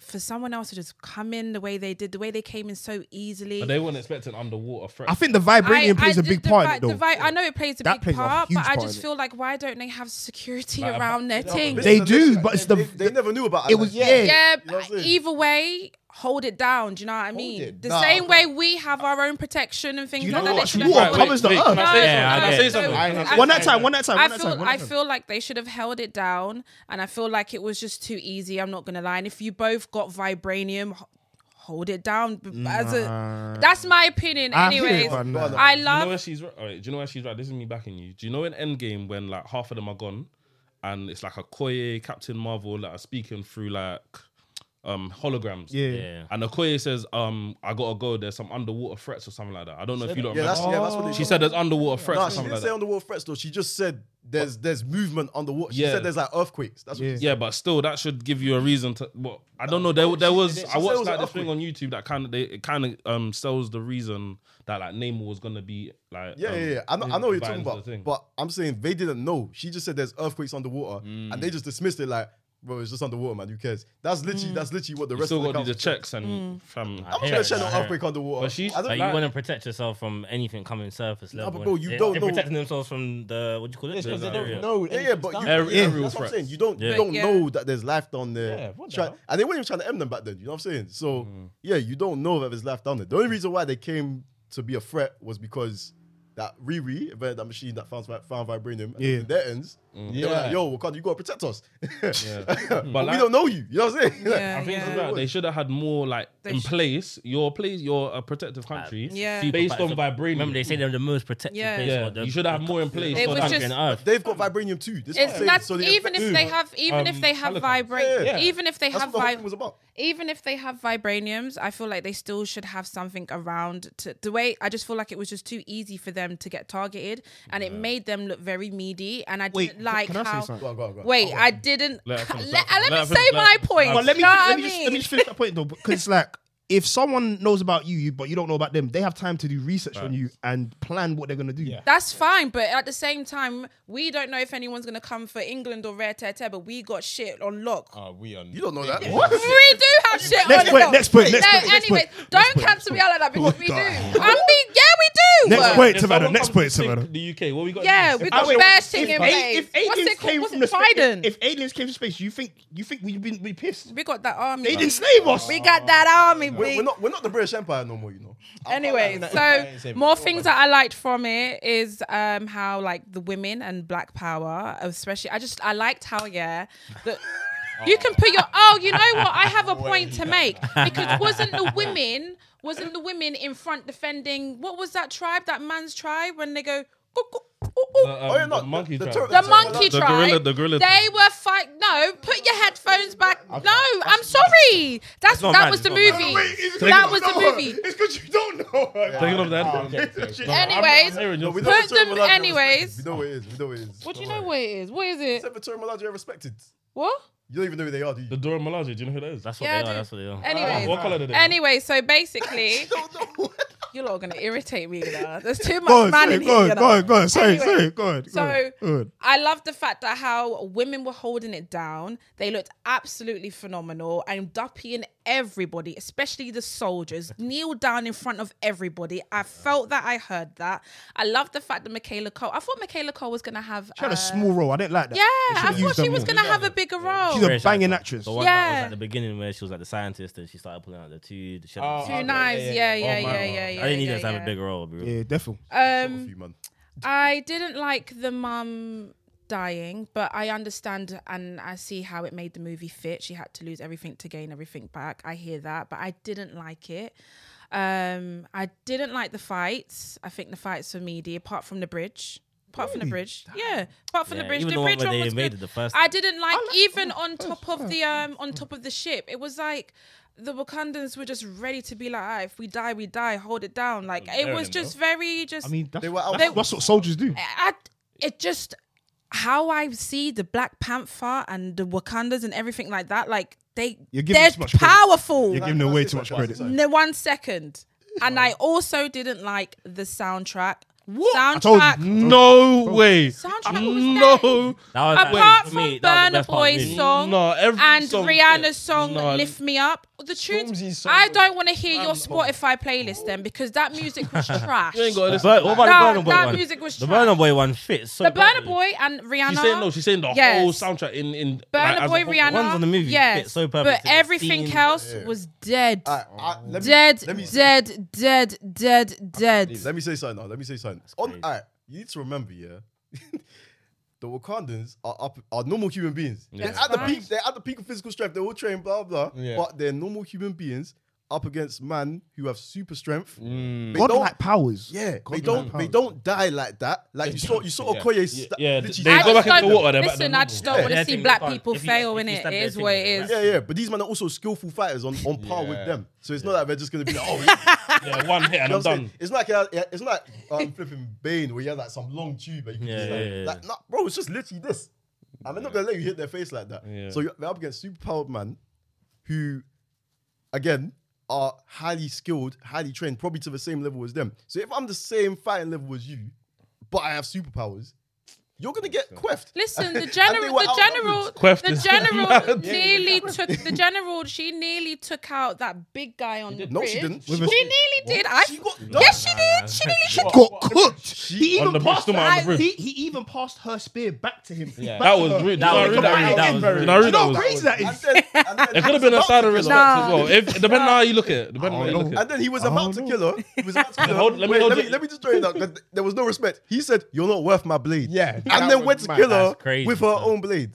Speaker 1: For someone else to just come in the way they did, the way they came in so easily.
Speaker 3: But they weren't expecting underwater threat.
Speaker 5: I think the vibranium
Speaker 1: I- I
Speaker 5: plays a
Speaker 1: did
Speaker 5: big
Speaker 1: the
Speaker 5: part
Speaker 1: vi-
Speaker 5: in it, though.
Speaker 1: the vi- I know it plays a
Speaker 5: That
Speaker 1: big
Speaker 5: plays a
Speaker 1: part,
Speaker 5: huge
Speaker 1: but I
Speaker 5: part
Speaker 1: just
Speaker 5: in it.
Speaker 1: feel like why don't they have security
Speaker 3: Like,
Speaker 1: around their thing?
Speaker 5: They do, but it's the-
Speaker 2: they, they never knew about.
Speaker 5: It was-
Speaker 2: Atlantis.
Speaker 5: yeah.
Speaker 1: yeah,
Speaker 2: You know what I'm saying?
Speaker 1: uh, either way, hold it down. Do you know what I mean?
Speaker 7: it
Speaker 1: The
Speaker 2: down.
Speaker 1: same way we have our own protection and things
Speaker 5: You
Speaker 1: like
Speaker 5: know
Speaker 1: that.
Speaker 5: what?
Speaker 1: they should
Speaker 5: Water
Speaker 1: have-
Speaker 3: Wait,
Speaker 5: covers the
Speaker 3: wait,
Speaker 5: earth.
Speaker 3: Can I say,
Speaker 4: Yeah,
Speaker 3: something? Can I
Speaker 4: I
Speaker 3: say
Speaker 4: did.
Speaker 3: something?
Speaker 1: I-
Speaker 7: I-
Speaker 5: One at a time, one at a time,
Speaker 1: I
Speaker 5: one at a
Speaker 1: feel
Speaker 5: time. one at
Speaker 1: I
Speaker 5: a time.
Speaker 1: feel like they should have held it down, and I feel like it was just too easy. I'm not gonna lie. And if you both got vibranium, h- hold it down. b- As a, that's my opinion.
Speaker 5: I hear it,
Speaker 1: Anyways,
Speaker 5: but nah.
Speaker 1: I
Speaker 3: Do you know where
Speaker 1: love.
Speaker 3: she's right? All right, do you know where she's right? This is me backing you. Do you know in Endgame when like half of them are gone, and it's like a Koye, Captain Marvel, like are speaking through like um holograms.
Speaker 5: Yeah.
Speaker 4: Yeah.
Speaker 3: And Okoye says, um, I gotta go. There's some underwater threats or something like that. I don't know if you don't
Speaker 2: Yeah, that's
Speaker 3: remember.
Speaker 2: yeah, that's what they
Speaker 3: She said there's underwater threats
Speaker 2: Nah,
Speaker 3: or
Speaker 2: she
Speaker 3: something
Speaker 2: didn't
Speaker 3: like
Speaker 2: say
Speaker 3: that.
Speaker 2: underwater threats though. She just said there's there's movement underwater. She
Speaker 3: Yeah.
Speaker 2: said there's like earthquakes. That's what
Speaker 5: Yeah.
Speaker 2: she said.
Speaker 3: Yeah, but still, that should give you a reason to. Well, I don't know. There, there was.
Speaker 2: she
Speaker 3: I
Speaker 2: said it
Speaker 3: watched
Speaker 2: was
Speaker 3: like
Speaker 2: an
Speaker 3: this thing on YouTube that kind of they it kind of um sells the reason that like Namor was gonna be like.
Speaker 2: Yeah,
Speaker 3: um,
Speaker 2: yeah, yeah. I know, I know what you're talking
Speaker 3: bind to
Speaker 2: about,
Speaker 3: the thing.
Speaker 2: but I'm saying they didn't know. She just said there's earthquakes underwater,
Speaker 3: Mm.
Speaker 2: and they just dismissed it like, bro, it's just underwater, man. Who cares? That's literally that's literally what the
Speaker 3: Mm. you
Speaker 2: rest
Speaker 3: still
Speaker 2: of the
Speaker 3: got to do the
Speaker 2: council said.
Speaker 3: checks
Speaker 1: Mm.
Speaker 3: and fam.
Speaker 4: I
Speaker 2: I'm
Speaker 4: hear
Speaker 2: trying
Speaker 4: it,
Speaker 2: to check
Speaker 4: I
Speaker 2: no
Speaker 4: hear it.
Speaker 2: earthquake underwater.
Speaker 3: But she's-
Speaker 2: I don't
Speaker 4: Like,
Speaker 2: like-
Speaker 4: you want to protect yourself from anything coming surface
Speaker 2: Nah,
Speaker 4: level.
Speaker 2: but bro,
Speaker 4: and
Speaker 2: you
Speaker 4: they-
Speaker 2: don't
Speaker 4: they're
Speaker 2: know-
Speaker 4: protecting themselves from the what do you call it?
Speaker 7: Because
Speaker 4: The
Speaker 7: they don't
Speaker 4: area.
Speaker 7: know.
Speaker 2: Yeah, yeah, but you,
Speaker 3: Air-
Speaker 2: yeah, that's
Speaker 3: aerial
Speaker 2: what I'm
Speaker 3: threats.
Speaker 2: saying. You don't,
Speaker 4: Yeah.
Speaker 2: you don't
Speaker 1: Yeah.
Speaker 2: know that there's life down there.
Speaker 7: Yeah, what the
Speaker 2: Try-
Speaker 7: hell?
Speaker 2: and they weren't even trying to end them back then. You know what I'm saying? So yeah, you don't know that there's life down there. The only reason why they came to be a threat was because that Riri invented that machine that found vi- found vibranium. And
Speaker 5: Yeah.
Speaker 2: yeah, their ends. They were
Speaker 7: Yeah.
Speaker 2: like, yo, Wakanda, you gotta protect us. [laughs] but we
Speaker 3: like-
Speaker 2: don't know you. You know what I'm saying? Like,
Speaker 1: Yeah,
Speaker 3: I think
Speaker 1: yeah.
Speaker 3: it's about they should have had more like
Speaker 1: They
Speaker 3: in
Speaker 1: sh- Uh,
Speaker 3: place. Your place, your a protective country,
Speaker 1: Yeah.
Speaker 4: Super
Speaker 3: based on
Speaker 4: protective.
Speaker 3: vibranium. Oh,
Speaker 4: Remember, they say they're the most protected
Speaker 1: Yeah.
Speaker 4: place.
Speaker 3: yeah,
Speaker 4: or the-
Speaker 3: you should have more in place.
Speaker 1: It
Speaker 3: so
Speaker 1: was
Speaker 3: that-
Speaker 1: just-
Speaker 4: country on Earth.
Speaker 2: They've got vibranium too. This is what I'm
Speaker 1: It's
Speaker 2: saying.
Speaker 1: not
Speaker 2: So they
Speaker 1: even if
Speaker 2: affect-
Speaker 1: they have even if
Speaker 3: Um,
Speaker 1: they have
Speaker 3: Talocans.
Speaker 1: vibrate
Speaker 2: Yeah.
Speaker 1: even if they
Speaker 2: That's
Speaker 1: have
Speaker 2: what the whole
Speaker 1: vibrate
Speaker 2: thing was about.
Speaker 1: even if they have vibraniums, I feel like they still should have something around to the way I just feel like it was just too easy for them to get targeted and it made them look very meaty and I
Speaker 5: Wait,
Speaker 1: didn't like
Speaker 5: can I say
Speaker 1: how
Speaker 5: something?
Speaker 2: Go on, go on, go on.
Speaker 1: Wait, I didn't
Speaker 3: Let her
Speaker 1: let, let,
Speaker 3: finish, let her
Speaker 1: me
Speaker 3: finish,
Speaker 1: say
Speaker 3: let her
Speaker 1: my
Speaker 3: finish.
Speaker 1: point.
Speaker 5: But let me,
Speaker 1: You know what
Speaker 5: let,
Speaker 1: I
Speaker 5: me just,
Speaker 1: mean?
Speaker 5: let me just finish that point though, because like if someone knows about you, you but you don't know about them, they have time to do research on you and plan what they're gonna do. Yeah.
Speaker 1: That's fine, but at the same time, we don't know if anyone's gonna come for England or Rare Tear Tear, but we got shit on lock.
Speaker 7: Ah, we are.
Speaker 2: You don't know that.
Speaker 1: we do have shit
Speaker 5: Oh, Next
Speaker 1: on
Speaker 5: point,
Speaker 1: lock.
Speaker 5: next point, next
Speaker 1: no,
Speaker 5: point, next
Speaker 1: anyways,
Speaker 5: point,
Speaker 1: don't
Speaker 5: next point,
Speaker 1: cancel me out like that because we do.
Speaker 5: What the
Speaker 1: I'm being, yeah, we do.
Speaker 5: Next point,
Speaker 3: If
Speaker 5: Savannah.
Speaker 3: someone
Speaker 5: Next
Speaker 3: comes
Speaker 5: point,
Speaker 3: to sink
Speaker 5: Savannah.
Speaker 3: The UK, what we got?
Speaker 1: Yeah,
Speaker 3: next?
Speaker 1: we
Speaker 5: I
Speaker 1: got
Speaker 5: wait,
Speaker 1: bad thing
Speaker 5: if
Speaker 1: in
Speaker 5: a-
Speaker 1: place.
Speaker 5: If aliens
Speaker 1: What's it called?
Speaker 5: came
Speaker 1: Was
Speaker 5: from
Speaker 1: it
Speaker 5: the space,
Speaker 1: Biden?
Speaker 5: if, if aliens came from space, you think you think we'd be, be pissed?
Speaker 1: We got that army.
Speaker 5: They didn't slave us.
Speaker 1: We got that army.
Speaker 2: We're,
Speaker 1: We,
Speaker 2: we're not we're not the British Empire no more, you know.
Speaker 1: anyway, so more things that I liked from it is um, how like the women and Black Power, especially. I just I liked how yeah.
Speaker 5: [laughs]
Speaker 1: The, You can put your oh, you know what? I have a point to make
Speaker 5: [laughs]
Speaker 1: because wasn't the women wasn't the women in front defending what was that tribe that man's tribe when they go "Coo, coo, ooh, ooh."
Speaker 3: The, um,
Speaker 2: Oh, yeah, no,
Speaker 3: the monkey
Speaker 2: the- the
Speaker 3: tribe.
Speaker 1: The
Speaker 2: That's
Speaker 1: monkey
Speaker 2: right.
Speaker 3: The
Speaker 1: tribe.
Speaker 3: gorilla- the gorilla
Speaker 1: They
Speaker 3: thing.
Speaker 1: were fight. No, put your headphones back. No, I'm sorry. That's
Speaker 4: not
Speaker 1: that
Speaker 4: mad,
Speaker 1: was
Speaker 4: it's
Speaker 1: the
Speaker 4: not mad.
Speaker 1: movie.
Speaker 4: No,
Speaker 1: that was the movie.
Speaker 2: uh, It's because you don't know. uh,
Speaker 3: Taking
Speaker 2: [laughs]
Speaker 3: off
Speaker 2: Oh,
Speaker 3: that.
Speaker 1: Anyways,
Speaker 2: No, we know
Speaker 1: Put
Speaker 2: the term
Speaker 1: them
Speaker 2: Maladra
Speaker 1: anyways.
Speaker 2: respected. We know what it is. We know what it is.
Speaker 1: what do you know? What it is? What is it?
Speaker 2: Except for term Maladra are respected.
Speaker 1: What?
Speaker 2: You don't even know who they are, do you?
Speaker 3: The Dora Milaje, do you know who that is?
Speaker 4: That's what
Speaker 1: Yeah,
Speaker 4: they
Speaker 1: I
Speaker 4: are.
Speaker 1: do.
Speaker 4: That's what they are.
Speaker 1: Anyways,
Speaker 3: What colour did it?
Speaker 5: [laughs]
Speaker 1: anyway, so basically,
Speaker 2: don't know.
Speaker 1: You lot are gonna irritate me. You know? There's too much
Speaker 5: Go on,
Speaker 1: man
Speaker 5: sorry,
Speaker 1: in
Speaker 5: go
Speaker 1: here.
Speaker 5: on,
Speaker 1: you
Speaker 5: go
Speaker 1: know?
Speaker 5: on, go on. Sorry,
Speaker 1: Anyway,
Speaker 5: sorry, go on. go
Speaker 1: So
Speaker 5: on, go on.
Speaker 1: I love the fact that how women were holding it down. They looked absolutely phenomenal. And Duppy and everybody, especially the
Speaker 5: [laughs]
Speaker 1: soldiers, kneeled down in front of everybody. I felt that. I heard that. I love the fact that Michaela Cole. I thought Michaela Cole was gonna have.
Speaker 5: She had
Speaker 1: uh,
Speaker 5: a small role. I didn't like that.
Speaker 1: Yeah, I
Speaker 5: used
Speaker 1: thought she
Speaker 5: them
Speaker 1: was
Speaker 5: more.
Speaker 1: gonna have a bigger role.
Speaker 5: She's a
Speaker 4: British
Speaker 5: banging
Speaker 4: icon.
Speaker 5: actress.
Speaker 4: The one that was
Speaker 1: Yeah.
Speaker 4: at the beginning where she was like the scientist and she started pulling out the two. The
Speaker 1: Two knives. Yeah, yeah, yeah, yeah, oh, yeah.
Speaker 4: I didn't need
Speaker 1: yeah,
Speaker 4: her to have
Speaker 1: yeah.
Speaker 4: a bigger role, bro.
Speaker 5: Yeah, definitely.
Speaker 1: Um,
Speaker 2: few man.
Speaker 1: I didn't like the mum dying, but I understand and I see how it made the movie fit. She had to lose everything to gain everything back. I hear that, but I didn't like it. Um, I didn't like the fights. I think the fights were meaty, apart from the bridge. Apart from the bridge, yeah. Apart from
Speaker 4: Yeah,
Speaker 1: the bridge,
Speaker 4: even
Speaker 1: the
Speaker 4: the one
Speaker 1: bridge
Speaker 4: where
Speaker 1: one,
Speaker 4: they
Speaker 1: was good.
Speaker 4: invaded the first
Speaker 1: I didn't like, even on top of the um on top of the ship. It was like the Wakandans were just ready to be like, "Ah, if we die, we die. Hold it down. Like it was just very just.
Speaker 5: I mean, that's,
Speaker 2: They were out-
Speaker 5: that's, that's what soldiers do.
Speaker 1: I, it just how I see the Black Panther and the Wakandas and everything like that. Like they,
Speaker 5: You're giving
Speaker 1: they're
Speaker 5: too much credit.
Speaker 1: powerful.
Speaker 5: You're giving them way too much credit.
Speaker 1: No one second. And I also didn't like the soundtrack. What?
Speaker 5: I told
Speaker 1: Soundtrack.
Speaker 5: you.
Speaker 3: No way.
Speaker 1: Soundtrack was there.
Speaker 3: No.
Speaker 4: That was like,
Speaker 1: Apart
Speaker 4: for
Speaker 1: from
Speaker 4: me, that
Speaker 1: Burner
Speaker 4: was the best part of the
Speaker 1: Boy's
Speaker 4: movie.
Speaker 1: song
Speaker 3: No, every
Speaker 1: and
Speaker 3: song-
Speaker 1: Rihanna's song
Speaker 3: No.
Speaker 1: "Lift Me Up," the tunes.
Speaker 6: Stormzy's song
Speaker 1: I
Speaker 6: was-
Speaker 1: don't want to hear your Spotify playlist then because that music was trash.
Speaker 3: You ain't got this.
Speaker 4: But what about
Speaker 1: Nah,
Speaker 4: the Burner Boy
Speaker 1: that
Speaker 4: one?
Speaker 1: music was
Speaker 4: the
Speaker 1: trash.
Speaker 4: Burner Boy one fits. So
Speaker 1: the Burner
Speaker 4: perfectly.
Speaker 1: Boy and Rihanna.
Speaker 3: She's saying no. She's saying the
Speaker 1: Yes.
Speaker 3: whole soundtrack in in
Speaker 1: Burner
Speaker 3: like, as a
Speaker 1: Boy,
Speaker 3: whole.
Speaker 1: Rihanna.
Speaker 4: ones on the movie
Speaker 1: Yes,
Speaker 4: fit so
Speaker 1: But
Speaker 4: perfect to the
Speaker 1: everything
Speaker 4: scene.
Speaker 1: else was dead.
Speaker 2: All right, I- let me-
Speaker 1: dead,
Speaker 2: let me-
Speaker 1: dead, dead, dead, dead.
Speaker 2: Let me say something now. Let me say something. On, all right, you need to remember, yeah. [laughs] the Wakandans are up, are normal human beings. They're
Speaker 3: Yeah.
Speaker 2: at the
Speaker 1: Fine.
Speaker 2: peak. They're at the peak of physical strength. They're all trained, blah blah.
Speaker 6: Yeah.
Speaker 2: But they're normal human beings up against man who have super strength.
Speaker 3: Mm.
Speaker 2: They don't-
Speaker 5: Godlike powers.
Speaker 2: yeah, they
Speaker 5: Godlike
Speaker 2: don't. They
Speaker 5: powers.
Speaker 2: don't die like that. Like you saw, you saw
Speaker 6: Yeah.
Speaker 2: Okoye. sta-
Speaker 3: yeah,
Speaker 2: literally-
Speaker 3: they
Speaker 1: I
Speaker 3: go
Speaker 1: just
Speaker 3: back into
Speaker 1: don't-
Speaker 3: the water. They're back to
Speaker 1: Listen,
Speaker 3: normal.
Speaker 1: I just don't want
Speaker 4: Yeah,
Speaker 1: to
Speaker 4: I
Speaker 1: see
Speaker 4: think
Speaker 1: black
Speaker 4: you can't-
Speaker 1: people
Speaker 4: if you-
Speaker 1: fail
Speaker 4: if
Speaker 1: in
Speaker 4: you
Speaker 1: it.
Speaker 4: stand
Speaker 1: It
Speaker 4: there
Speaker 1: is
Speaker 4: thinking
Speaker 1: what it
Speaker 4: about
Speaker 1: is.
Speaker 4: that.
Speaker 2: Yeah, yeah, but these men are also skillful fighters on, on par with
Speaker 6: Yeah.
Speaker 2: them. So it's not like they're just gonna be like,
Speaker 6: [laughs]
Speaker 2: oh, yeah,
Speaker 3: yeah, one
Speaker 2: You
Speaker 3: hit and
Speaker 2: know
Speaker 3: I'm
Speaker 2: what I'm saying?
Speaker 3: done.
Speaker 2: It's not like it's not like um, flipping Bane where you have like some long tube that you can
Speaker 4: Yeah,
Speaker 2: just like,
Speaker 4: yeah, yeah.
Speaker 2: like nah, bro, it's just literally this. And they're not gonna let you hit their face like that.
Speaker 3: Yeah.
Speaker 2: So you're they're up against superpowered man who again are highly skilled, highly trained, probably to the same level as them. So if I'm the same fighting level as you, but I have superpowers, you're gonna get
Speaker 3: [laughs]
Speaker 2: queft.
Speaker 1: Listen,
Speaker 2: [laughs]
Speaker 1: the
Speaker 2: And they
Speaker 1: general,
Speaker 2: were
Speaker 1: the
Speaker 2: outnumbered.
Speaker 1: general,
Speaker 3: Queft
Speaker 1: the
Speaker 3: is
Speaker 2: [laughs]
Speaker 1: general nearly took the general. She nearly took out that big guy on the
Speaker 2: No,
Speaker 1: bridge.
Speaker 2: she didn't.
Speaker 1: She
Speaker 2: With a-
Speaker 1: nearly did. I.
Speaker 2: She got
Speaker 1: Yes, she did. She nearly
Speaker 5: She got cooked. He
Speaker 3: on
Speaker 5: even
Speaker 3: the bridge,
Speaker 5: passed.
Speaker 3: still on the
Speaker 5: her-
Speaker 3: bridge.
Speaker 5: He he even passed her spear back to him.
Speaker 6: Yeah.
Speaker 5: Back
Speaker 3: That
Speaker 5: to
Speaker 3: was
Speaker 5: her.
Speaker 3: rude. No,
Speaker 4: That was
Speaker 3: I read
Speaker 4: rude.
Speaker 3: that
Speaker 4: That
Speaker 3: was
Speaker 4: was
Speaker 3: rude.
Speaker 4: rude.
Speaker 3: No, I
Speaker 5: You
Speaker 3: read that
Speaker 5: know how
Speaker 3: was-
Speaker 5: crazy that
Speaker 2: And
Speaker 5: is.
Speaker 2: then, and then
Speaker 3: It could
Speaker 2: [laughs]
Speaker 3: have been a side of respect
Speaker 1: Nah.
Speaker 3: as well. If depending on how you look at it, depending on how you look
Speaker 2: And
Speaker 3: at it.
Speaker 2: then he was about to kill her. He was about to kill her.
Speaker 3: Hold-
Speaker 2: let,
Speaker 3: let
Speaker 2: me,
Speaker 3: me
Speaker 2: Wait,
Speaker 3: hold
Speaker 2: let,
Speaker 3: you-
Speaker 2: me, let me just throw it out 'cause th- there was no respect. He said, "You're not worth my blade."
Speaker 6: Yeah, that
Speaker 2: and then
Speaker 6: was
Speaker 2: went to
Speaker 6: mad.
Speaker 2: kill her
Speaker 4: That's crazy,
Speaker 2: with her
Speaker 4: son.
Speaker 2: own blade,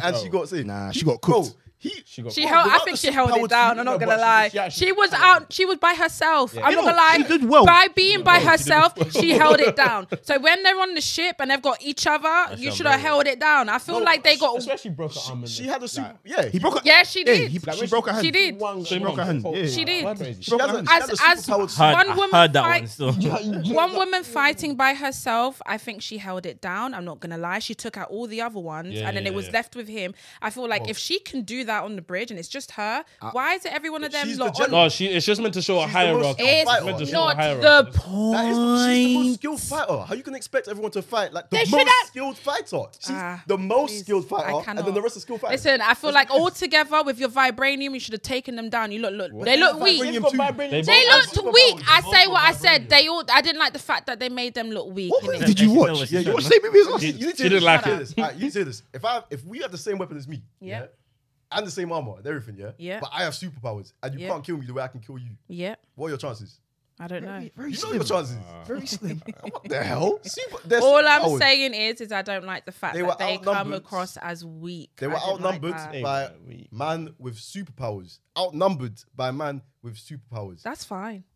Speaker 2: and she got saved.
Speaker 5: Nah,
Speaker 2: He-
Speaker 5: she got
Speaker 2: bro,
Speaker 5: cooked.
Speaker 2: he,
Speaker 6: She got
Speaker 1: She
Speaker 2: Bro,
Speaker 1: held. I
Speaker 2: without
Speaker 1: think
Speaker 2: the
Speaker 1: she held
Speaker 2: superpowers,
Speaker 1: it down.
Speaker 2: you
Speaker 1: I'm
Speaker 2: know,
Speaker 1: not
Speaker 2: but
Speaker 1: gonna
Speaker 2: she-
Speaker 1: lie.
Speaker 6: she actually-
Speaker 1: She was out. She was by herself. I'm not
Speaker 5: know,
Speaker 1: gonna lie.
Speaker 5: she did well.
Speaker 1: By being by herself, she held it down. So when they're on the ship and they've got each other, you
Speaker 4: done
Speaker 1: should have
Speaker 4: very
Speaker 1: held it down. I feel like they got.
Speaker 6: Especially broke her arm. in
Speaker 2: she
Speaker 6: the-
Speaker 2: had a super.
Speaker 6: like,
Speaker 2: yeah, he,
Speaker 5: He broke her.
Speaker 1: Yeah, she
Speaker 5: Yeah,
Speaker 1: did.
Speaker 5: he,
Speaker 6: Like,
Speaker 5: she
Speaker 6: when
Speaker 5: broke her hand.
Speaker 1: She did.
Speaker 6: one
Speaker 5: She
Speaker 6: guy-
Speaker 5: broke her hand, yeah. She
Speaker 1: did.
Speaker 6: That's crazy.
Speaker 2: she has a, she
Speaker 1: As
Speaker 2: has a
Speaker 1: as
Speaker 2: superpowered.
Speaker 4: Heard,
Speaker 1: one
Speaker 4: I
Speaker 1: woman
Speaker 4: heard that
Speaker 1: fight- [laughs]
Speaker 4: one still.
Speaker 1: one woman fighting by herself, I think she held it down. I'm not gonna lie. She took out all the other ones
Speaker 3: Yeah,
Speaker 1: and then
Speaker 3: yeah,
Speaker 1: it was
Speaker 3: yeah.
Speaker 1: left with him. I feel like if she can do that on the bridge and it's just her,
Speaker 5: Uh,
Speaker 1: why is it every one of them
Speaker 2: she's the
Speaker 1: lot on
Speaker 2: general.
Speaker 3: No, she it's just meant to show a
Speaker 2: She's the most
Speaker 3: hierarchy.
Speaker 2: skilled
Speaker 1: It's
Speaker 2: fighter.
Speaker 3: meant to show a
Speaker 1: not
Speaker 3: hierarchy.
Speaker 1: the
Speaker 2: That is, she's the most
Speaker 4: point.
Speaker 2: skilled fighter. How you can expect everyone to fight like the
Speaker 1: They
Speaker 2: most
Speaker 1: should've-
Speaker 2: skilled fighter? She's
Speaker 1: Ah,
Speaker 2: the most
Speaker 1: please,
Speaker 2: skilled
Speaker 1: I
Speaker 2: fighter, and then
Speaker 1: cannot.
Speaker 2: the rest are skilled fighters.
Speaker 1: Listen, I feel like all together with your vibranium, you should have taken them down. You look, look, they look weak.
Speaker 2: Vibranium
Speaker 6: Got
Speaker 2: too.
Speaker 6: vibrating
Speaker 3: They
Speaker 1: They
Speaker 3: both-
Speaker 1: looked
Speaker 2: Superpowers,
Speaker 1: weak. I
Speaker 2: both
Speaker 1: say
Speaker 2: got
Speaker 1: what I said. They all. I didn't like the fact that they made them look weak.
Speaker 2: What
Speaker 1: innit?
Speaker 2: movie
Speaker 5: Did you
Speaker 4: She
Speaker 5: watch?
Speaker 4: knows
Speaker 5: Yeah,
Speaker 4: she
Speaker 5: you
Speaker 4: knows.
Speaker 5: watched the same movie as us.
Speaker 2: You need to
Speaker 3: She didn't like
Speaker 2: hear
Speaker 3: it.
Speaker 2: this. Alright, you need to hear this. If I if we have the same weapon as me,
Speaker 1: Yeah.
Speaker 2: and the same armor, and everything, yeah,
Speaker 1: Yeah.
Speaker 2: but I have superpowers, and you
Speaker 1: Yeah.
Speaker 2: can't kill me the way I can kill you.
Speaker 1: Yeah,
Speaker 2: What are your chances?
Speaker 1: I don't know.
Speaker 5: Very
Speaker 2: You know
Speaker 5: slim.
Speaker 2: your chances.
Speaker 5: Very slim.
Speaker 2: what the hell? Super, they're
Speaker 1: All I'm
Speaker 2: superpowers.
Speaker 1: saying is, is I don't like the fact
Speaker 2: They were
Speaker 1: that they come
Speaker 2: outnumbered.
Speaker 1: across as weak.
Speaker 2: they
Speaker 1: I
Speaker 2: were
Speaker 1: didn't like
Speaker 2: outnumbered
Speaker 1: that.
Speaker 2: by
Speaker 6: were weak.
Speaker 2: man with superpowers, outnumbered by man with superpowers.
Speaker 1: That's fine. [laughs]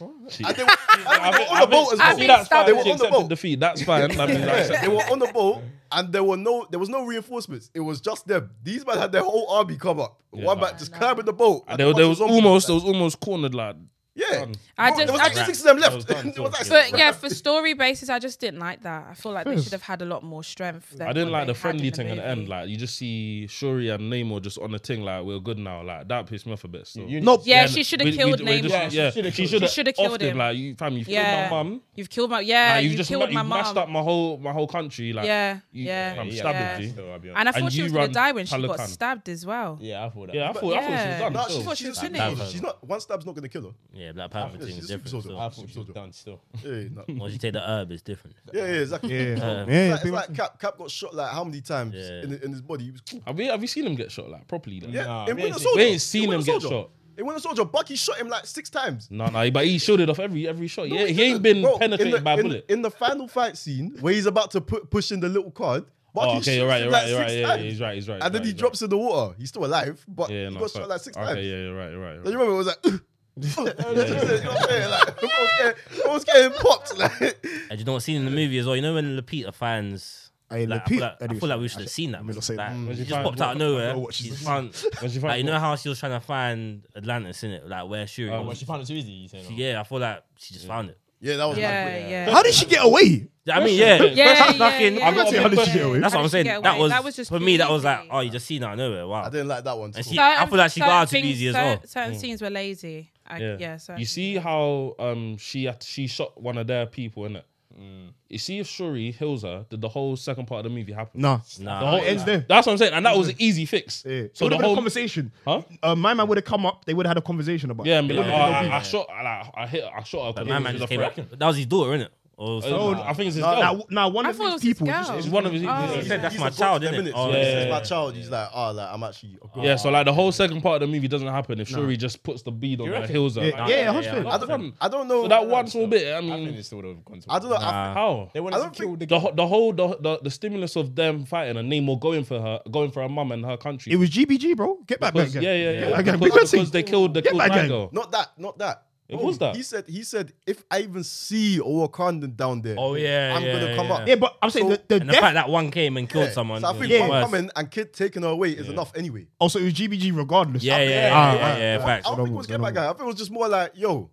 Speaker 2: And they were, and they were on the boat as
Speaker 1: I
Speaker 2: well.
Speaker 1: mean,
Speaker 3: that's fine.
Speaker 2: They
Speaker 3: They
Speaker 2: were on the boat.
Speaker 3: Defeat. That's fine. I mean, that's-
Speaker 2: Yeah, they [laughs] were on the boat and there were no there was no reinforcements. It was just them. These men had their whole army come up. One man just climbing the boat.
Speaker 3: they, they was
Speaker 2: bunch of zombies.
Speaker 3: almost, they was almost cornered. Like
Speaker 2: Yeah.
Speaker 1: I
Speaker 2: There
Speaker 1: just,
Speaker 2: was
Speaker 1: I
Speaker 2: like
Speaker 1: just
Speaker 2: six of them
Speaker 3: was
Speaker 2: left. [laughs]
Speaker 3: done,
Speaker 2: There was like
Speaker 3: done.
Speaker 2: six-
Speaker 1: but yeah, for story basis, I just didn't like that. I feel like they should have had a lot more strength. Than
Speaker 3: I didn't
Speaker 1: what
Speaker 3: like
Speaker 1: they
Speaker 3: the
Speaker 1: had
Speaker 3: friendly
Speaker 1: in
Speaker 3: thing at the end.
Speaker 1: movie.
Speaker 3: Like you just see Shuri and Namor just on the thing. Like we're good now. Like that pissed me off a bit. Still.
Speaker 5: Nope.
Speaker 1: yeah, she should
Speaker 3: We-
Speaker 1: have
Speaker 3: we-
Speaker 1: killed
Speaker 3: we
Speaker 1: Namor.
Speaker 3: just- Yeah, she should
Speaker 1: She should have
Speaker 3: have
Speaker 1: killed
Speaker 3: killed him.
Speaker 1: him.
Speaker 3: Like you, fam, you've
Speaker 1: yeah,
Speaker 3: killed my mum.
Speaker 1: You've killed my yeah.
Speaker 3: Like,
Speaker 1: you've
Speaker 3: you've just
Speaker 1: killed
Speaker 3: ma-
Speaker 1: my
Speaker 3: you've mashed
Speaker 1: mum.
Speaker 3: up my whole my whole country. Like
Speaker 1: yeah,
Speaker 3: you-
Speaker 1: yeah.
Speaker 3: I'm
Speaker 1: yeah.
Speaker 3: stabbing you.
Speaker 7: Still, I'll be honest.
Speaker 1: And I thought she
Speaker 3: you
Speaker 1: was gonna
Speaker 3: run
Speaker 1: die when she got
Speaker 3: Pelican.
Speaker 1: stabbed as well.
Speaker 6: Yeah, I thought that.
Speaker 3: Yeah, I thought I thought she
Speaker 1: Yeah.
Speaker 3: was done.
Speaker 2: No, she
Speaker 3: still.
Speaker 2: thought she was
Speaker 1: That-
Speaker 2: finished.
Speaker 4: that-
Speaker 2: She's not. One stab's not gonna kill her.
Speaker 4: Yeah, Black Panther thing is
Speaker 2: She's a
Speaker 4: different.
Speaker 2: supersoldier.
Speaker 4: So
Speaker 6: I thought she was done still.
Speaker 2: Yeah, yeah, no.
Speaker 4: once you take the herb, it's different.
Speaker 2: yeah, yeah, exactly. Yeah,
Speaker 5: Yeah,
Speaker 2: It's
Speaker 5: yeah,
Speaker 2: like, it's
Speaker 5: people-
Speaker 2: like Cap. Cap got shot like how many times
Speaker 4: Yeah.
Speaker 2: in, in his body? He was cool.
Speaker 3: Have we have you seen him get shot like properly? Though?
Speaker 2: Yeah,
Speaker 6: Nah,
Speaker 2: in
Speaker 6: we
Speaker 2: Winter
Speaker 6: ain't seen-
Speaker 2: Soldier.
Speaker 3: we ain't seen
Speaker 2: in
Speaker 3: him
Speaker 2: Winter
Speaker 3: get
Speaker 2: Soldier.
Speaker 3: shot.
Speaker 2: In Winter Soldier, Bucky shot him like six times.
Speaker 3: No, no, but he shielded off every every shot. yeah, he ain't been
Speaker 2: Bro, in the-
Speaker 3: penetrated by a
Speaker 2: in-
Speaker 3: bullet.
Speaker 2: In the final fight scene, where he's about to put, push in the little card, Bucky
Speaker 3: oh, okay,
Speaker 2: shoots
Speaker 3: you're right,
Speaker 2: him
Speaker 3: you're
Speaker 2: like
Speaker 3: right, you're
Speaker 2: six
Speaker 3: right. Yeah, yeah,
Speaker 2: times.
Speaker 3: he's right, he's right.
Speaker 2: and then
Speaker 3: he's
Speaker 2: he
Speaker 3: right,
Speaker 2: drops in the water. He's still alive, but
Speaker 3: Yeah,
Speaker 2: he
Speaker 3: no,
Speaker 2: got shot
Speaker 3: fact.
Speaker 2: like six
Speaker 3: okay,
Speaker 2: times.
Speaker 3: Yeah, you're right, you're right.
Speaker 2: Like,
Speaker 3: You're
Speaker 2: you
Speaker 3: right.
Speaker 2: remember it was
Speaker 3: [laughs]
Speaker 2: like, [laughs] you know what I'm saying? Like, I was getting, I was getting popped. Like,
Speaker 4: And you know what's seen in the movie as well? You know when Lupita finds.
Speaker 5: Hey,
Speaker 4: like,
Speaker 5: Lupita-
Speaker 4: I feel like, I feel like we should have seen that.
Speaker 5: me
Speaker 4: bro.
Speaker 5: not say that.
Speaker 4: Like,
Speaker 5: Mm.
Speaker 4: She
Speaker 3: she
Speaker 4: just
Speaker 3: find-
Speaker 4: popped out of nowhere.
Speaker 5: what she's-
Speaker 4: She found,
Speaker 3: she
Speaker 4: like, you
Speaker 3: find-
Speaker 4: know how she was trying to find Atlantis in it, like where Shuri.
Speaker 6: Well,
Speaker 4: was?
Speaker 6: she found it too easy. You saying?
Speaker 4: She- yeah, I feel like she just found it.
Speaker 2: yeah, that was
Speaker 1: Yeah,
Speaker 2: yeah,
Speaker 1: yeah.
Speaker 5: How did she get away?
Speaker 4: I mean, yeah,
Speaker 1: Yeah,
Speaker 4: that's
Speaker 1: yeah,
Speaker 4: fucking-
Speaker 1: yeah.
Speaker 5: I'm not saying how did she get away.
Speaker 4: That's
Speaker 1: How
Speaker 4: what
Speaker 1: did
Speaker 4: I'm
Speaker 1: she
Speaker 4: saying.
Speaker 1: get
Speaker 4: That
Speaker 1: away?
Speaker 4: was,
Speaker 1: That was just
Speaker 4: for me. That was
Speaker 1: easy.
Speaker 4: like, oh, you just seen out of nowhere. Wow.
Speaker 2: I didn't like that one.
Speaker 4: And
Speaker 2: too.
Speaker 4: she- I feel like she got out too
Speaker 1: certain
Speaker 4: easy as
Speaker 1: things-
Speaker 4: well.
Speaker 1: cer- Certain scenes were lazy. I, yeah.
Speaker 3: Yeah.
Speaker 1: certain
Speaker 3: You see how um she had, she shot one of their people in it.
Speaker 2: Mm.
Speaker 3: You see if Shuri heals her, did the whole second part of the movie happen?
Speaker 5: Nah.
Speaker 4: Nah.
Speaker 5: The whole ends there.
Speaker 3: That's what I'm saying, and that was
Speaker 2: Mm.
Speaker 3: an easy fix.
Speaker 5: Yeah.
Speaker 3: So the
Speaker 5: whole
Speaker 3: whole
Speaker 5: conversation.
Speaker 3: Huh?
Speaker 5: Uh, my man would have come up. They would have had a conversation about.
Speaker 3: yeah,
Speaker 5: it.
Speaker 3: and be like, oh, I, I shot, I, like, I hit, I shot her.
Speaker 4: But
Speaker 3: 'cause
Speaker 4: my
Speaker 3: she
Speaker 4: man
Speaker 3: was
Speaker 4: just
Speaker 3: a
Speaker 4: came
Speaker 3: threat.
Speaker 4: back. That was his daughter, innit? Or
Speaker 3: Oh,
Speaker 4: something.
Speaker 3: I think it's his
Speaker 5: Uh, Now,
Speaker 3: girl.
Speaker 5: now, now one
Speaker 1: I
Speaker 5: of
Speaker 1: thought it
Speaker 5: these
Speaker 1: was his
Speaker 5: people.
Speaker 1: girl.
Speaker 5: Just,
Speaker 3: It's one of his.
Speaker 1: Oh.
Speaker 3: his-
Speaker 4: He said that's
Speaker 2: He's
Speaker 4: my
Speaker 2: a god
Speaker 4: child,
Speaker 2: for
Speaker 4: innit?
Speaker 2: minutes.
Speaker 4: Oh,
Speaker 2: yeah,
Speaker 3: yeah,
Speaker 2: it's
Speaker 3: yeah,
Speaker 2: my
Speaker 3: yeah.
Speaker 2: child. He's like, oh, like I'm actually. A god.
Speaker 3: Yeah, so like the whole second part of the movie doesn't happen if Shuri just puts the bead on her, heals her.
Speaker 5: yeah,
Speaker 3: Like,
Speaker 5: yeah,
Speaker 4: yeah,
Speaker 5: 100%.
Speaker 4: yeah.
Speaker 2: I don't. I don't know.
Speaker 3: So that one small bit, I
Speaker 7: I think
Speaker 3: mean,
Speaker 7: they still would have gone to
Speaker 2: I don't know. I,
Speaker 3: how?
Speaker 6: They
Speaker 2: I
Speaker 6: wanted to
Speaker 2: don't
Speaker 6: kill
Speaker 2: think-
Speaker 6: the
Speaker 3: The, ho- the whole the, the the stimulus of them fighting and Namor going for her, going for her mum and her country.
Speaker 5: It was GBG, bro. Get back,
Speaker 3: because,
Speaker 5: man.
Speaker 3: yeah, yeah, yeah.
Speaker 5: [laughs] Get back, gang. Big
Speaker 3: Because,
Speaker 5: man.
Speaker 3: because they killed the
Speaker 5: Get
Speaker 3: killed
Speaker 5: back,
Speaker 3: my
Speaker 5: gang.
Speaker 3: girl.
Speaker 2: Not that. Not that.
Speaker 3: It was that.
Speaker 2: He said. He said. If I even see a Wakandan down there,
Speaker 4: Oh, yeah,
Speaker 2: I'm
Speaker 4: yeah,
Speaker 2: gonna come
Speaker 4: yeah.
Speaker 2: up.
Speaker 5: Yeah, but I'm saying
Speaker 2: So-
Speaker 5: the, the
Speaker 4: And the
Speaker 5: death.
Speaker 4: fact that one came and killed
Speaker 2: Yeah.
Speaker 4: someone.
Speaker 2: So I think
Speaker 4: was
Speaker 2: one
Speaker 4: worse.
Speaker 2: coming and kid taking her away is enough anyway.
Speaker 5: Also, it was GBG regardless.
Speaker 4: Yeah, yeah, yeah,
Speaker 5: Ah,
Speaker 4: yeah,
Speaker 5: ah,
Speaker 4: yeah,
Speaker 5: ah.
Speaker 4: facts.
Speaker 2: I don't think it was get back guy. I think it was just more like, yo,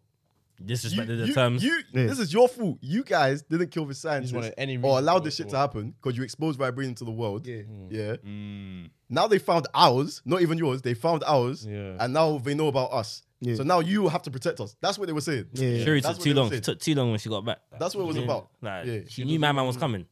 Speaker 2: you,
Speaker 4: Disrespected the
Speaker 2: you-
Speaker 4: terms.
Speaker 2: you-
Speaker 5: Yeah.
Speaker 2: this is your fault. You guys didn't kill the scientists
Speaker 7: wanted any
Speaker 2: or
Speaker 7: reason
Speaker 2: allow
Speaker 7: to
Speaker 2: this shit
Speaker 7: go
Speaker 2: to happen because you exposed vibranium to the world. Yeah,
Speaker 4: Hmm.
Speaker 2: yeah. Now they found ours, not even yours. They found ours,
Speaker 3: Yeah.
Speaker 2: and now they know about us.
Speaker 5: Yeah.
Speaker 2: So now you have to protect us. That's what they were saying.
Speaker 5: Yeah.
Speaker 4: Shuri
Speaker 2: That's
Speaker 4: took
Speaker 2: what they
Speaker 4: too
Speaker 2: were
Speaker 4: long. She
Speaker 2: saying.
Speaker 4: took too long when she got back.
Speaker 2: That's what it was about.
Speaker 4: Like,
Speaker 2: Yeah.
Speaker 4: She knew my man was coming.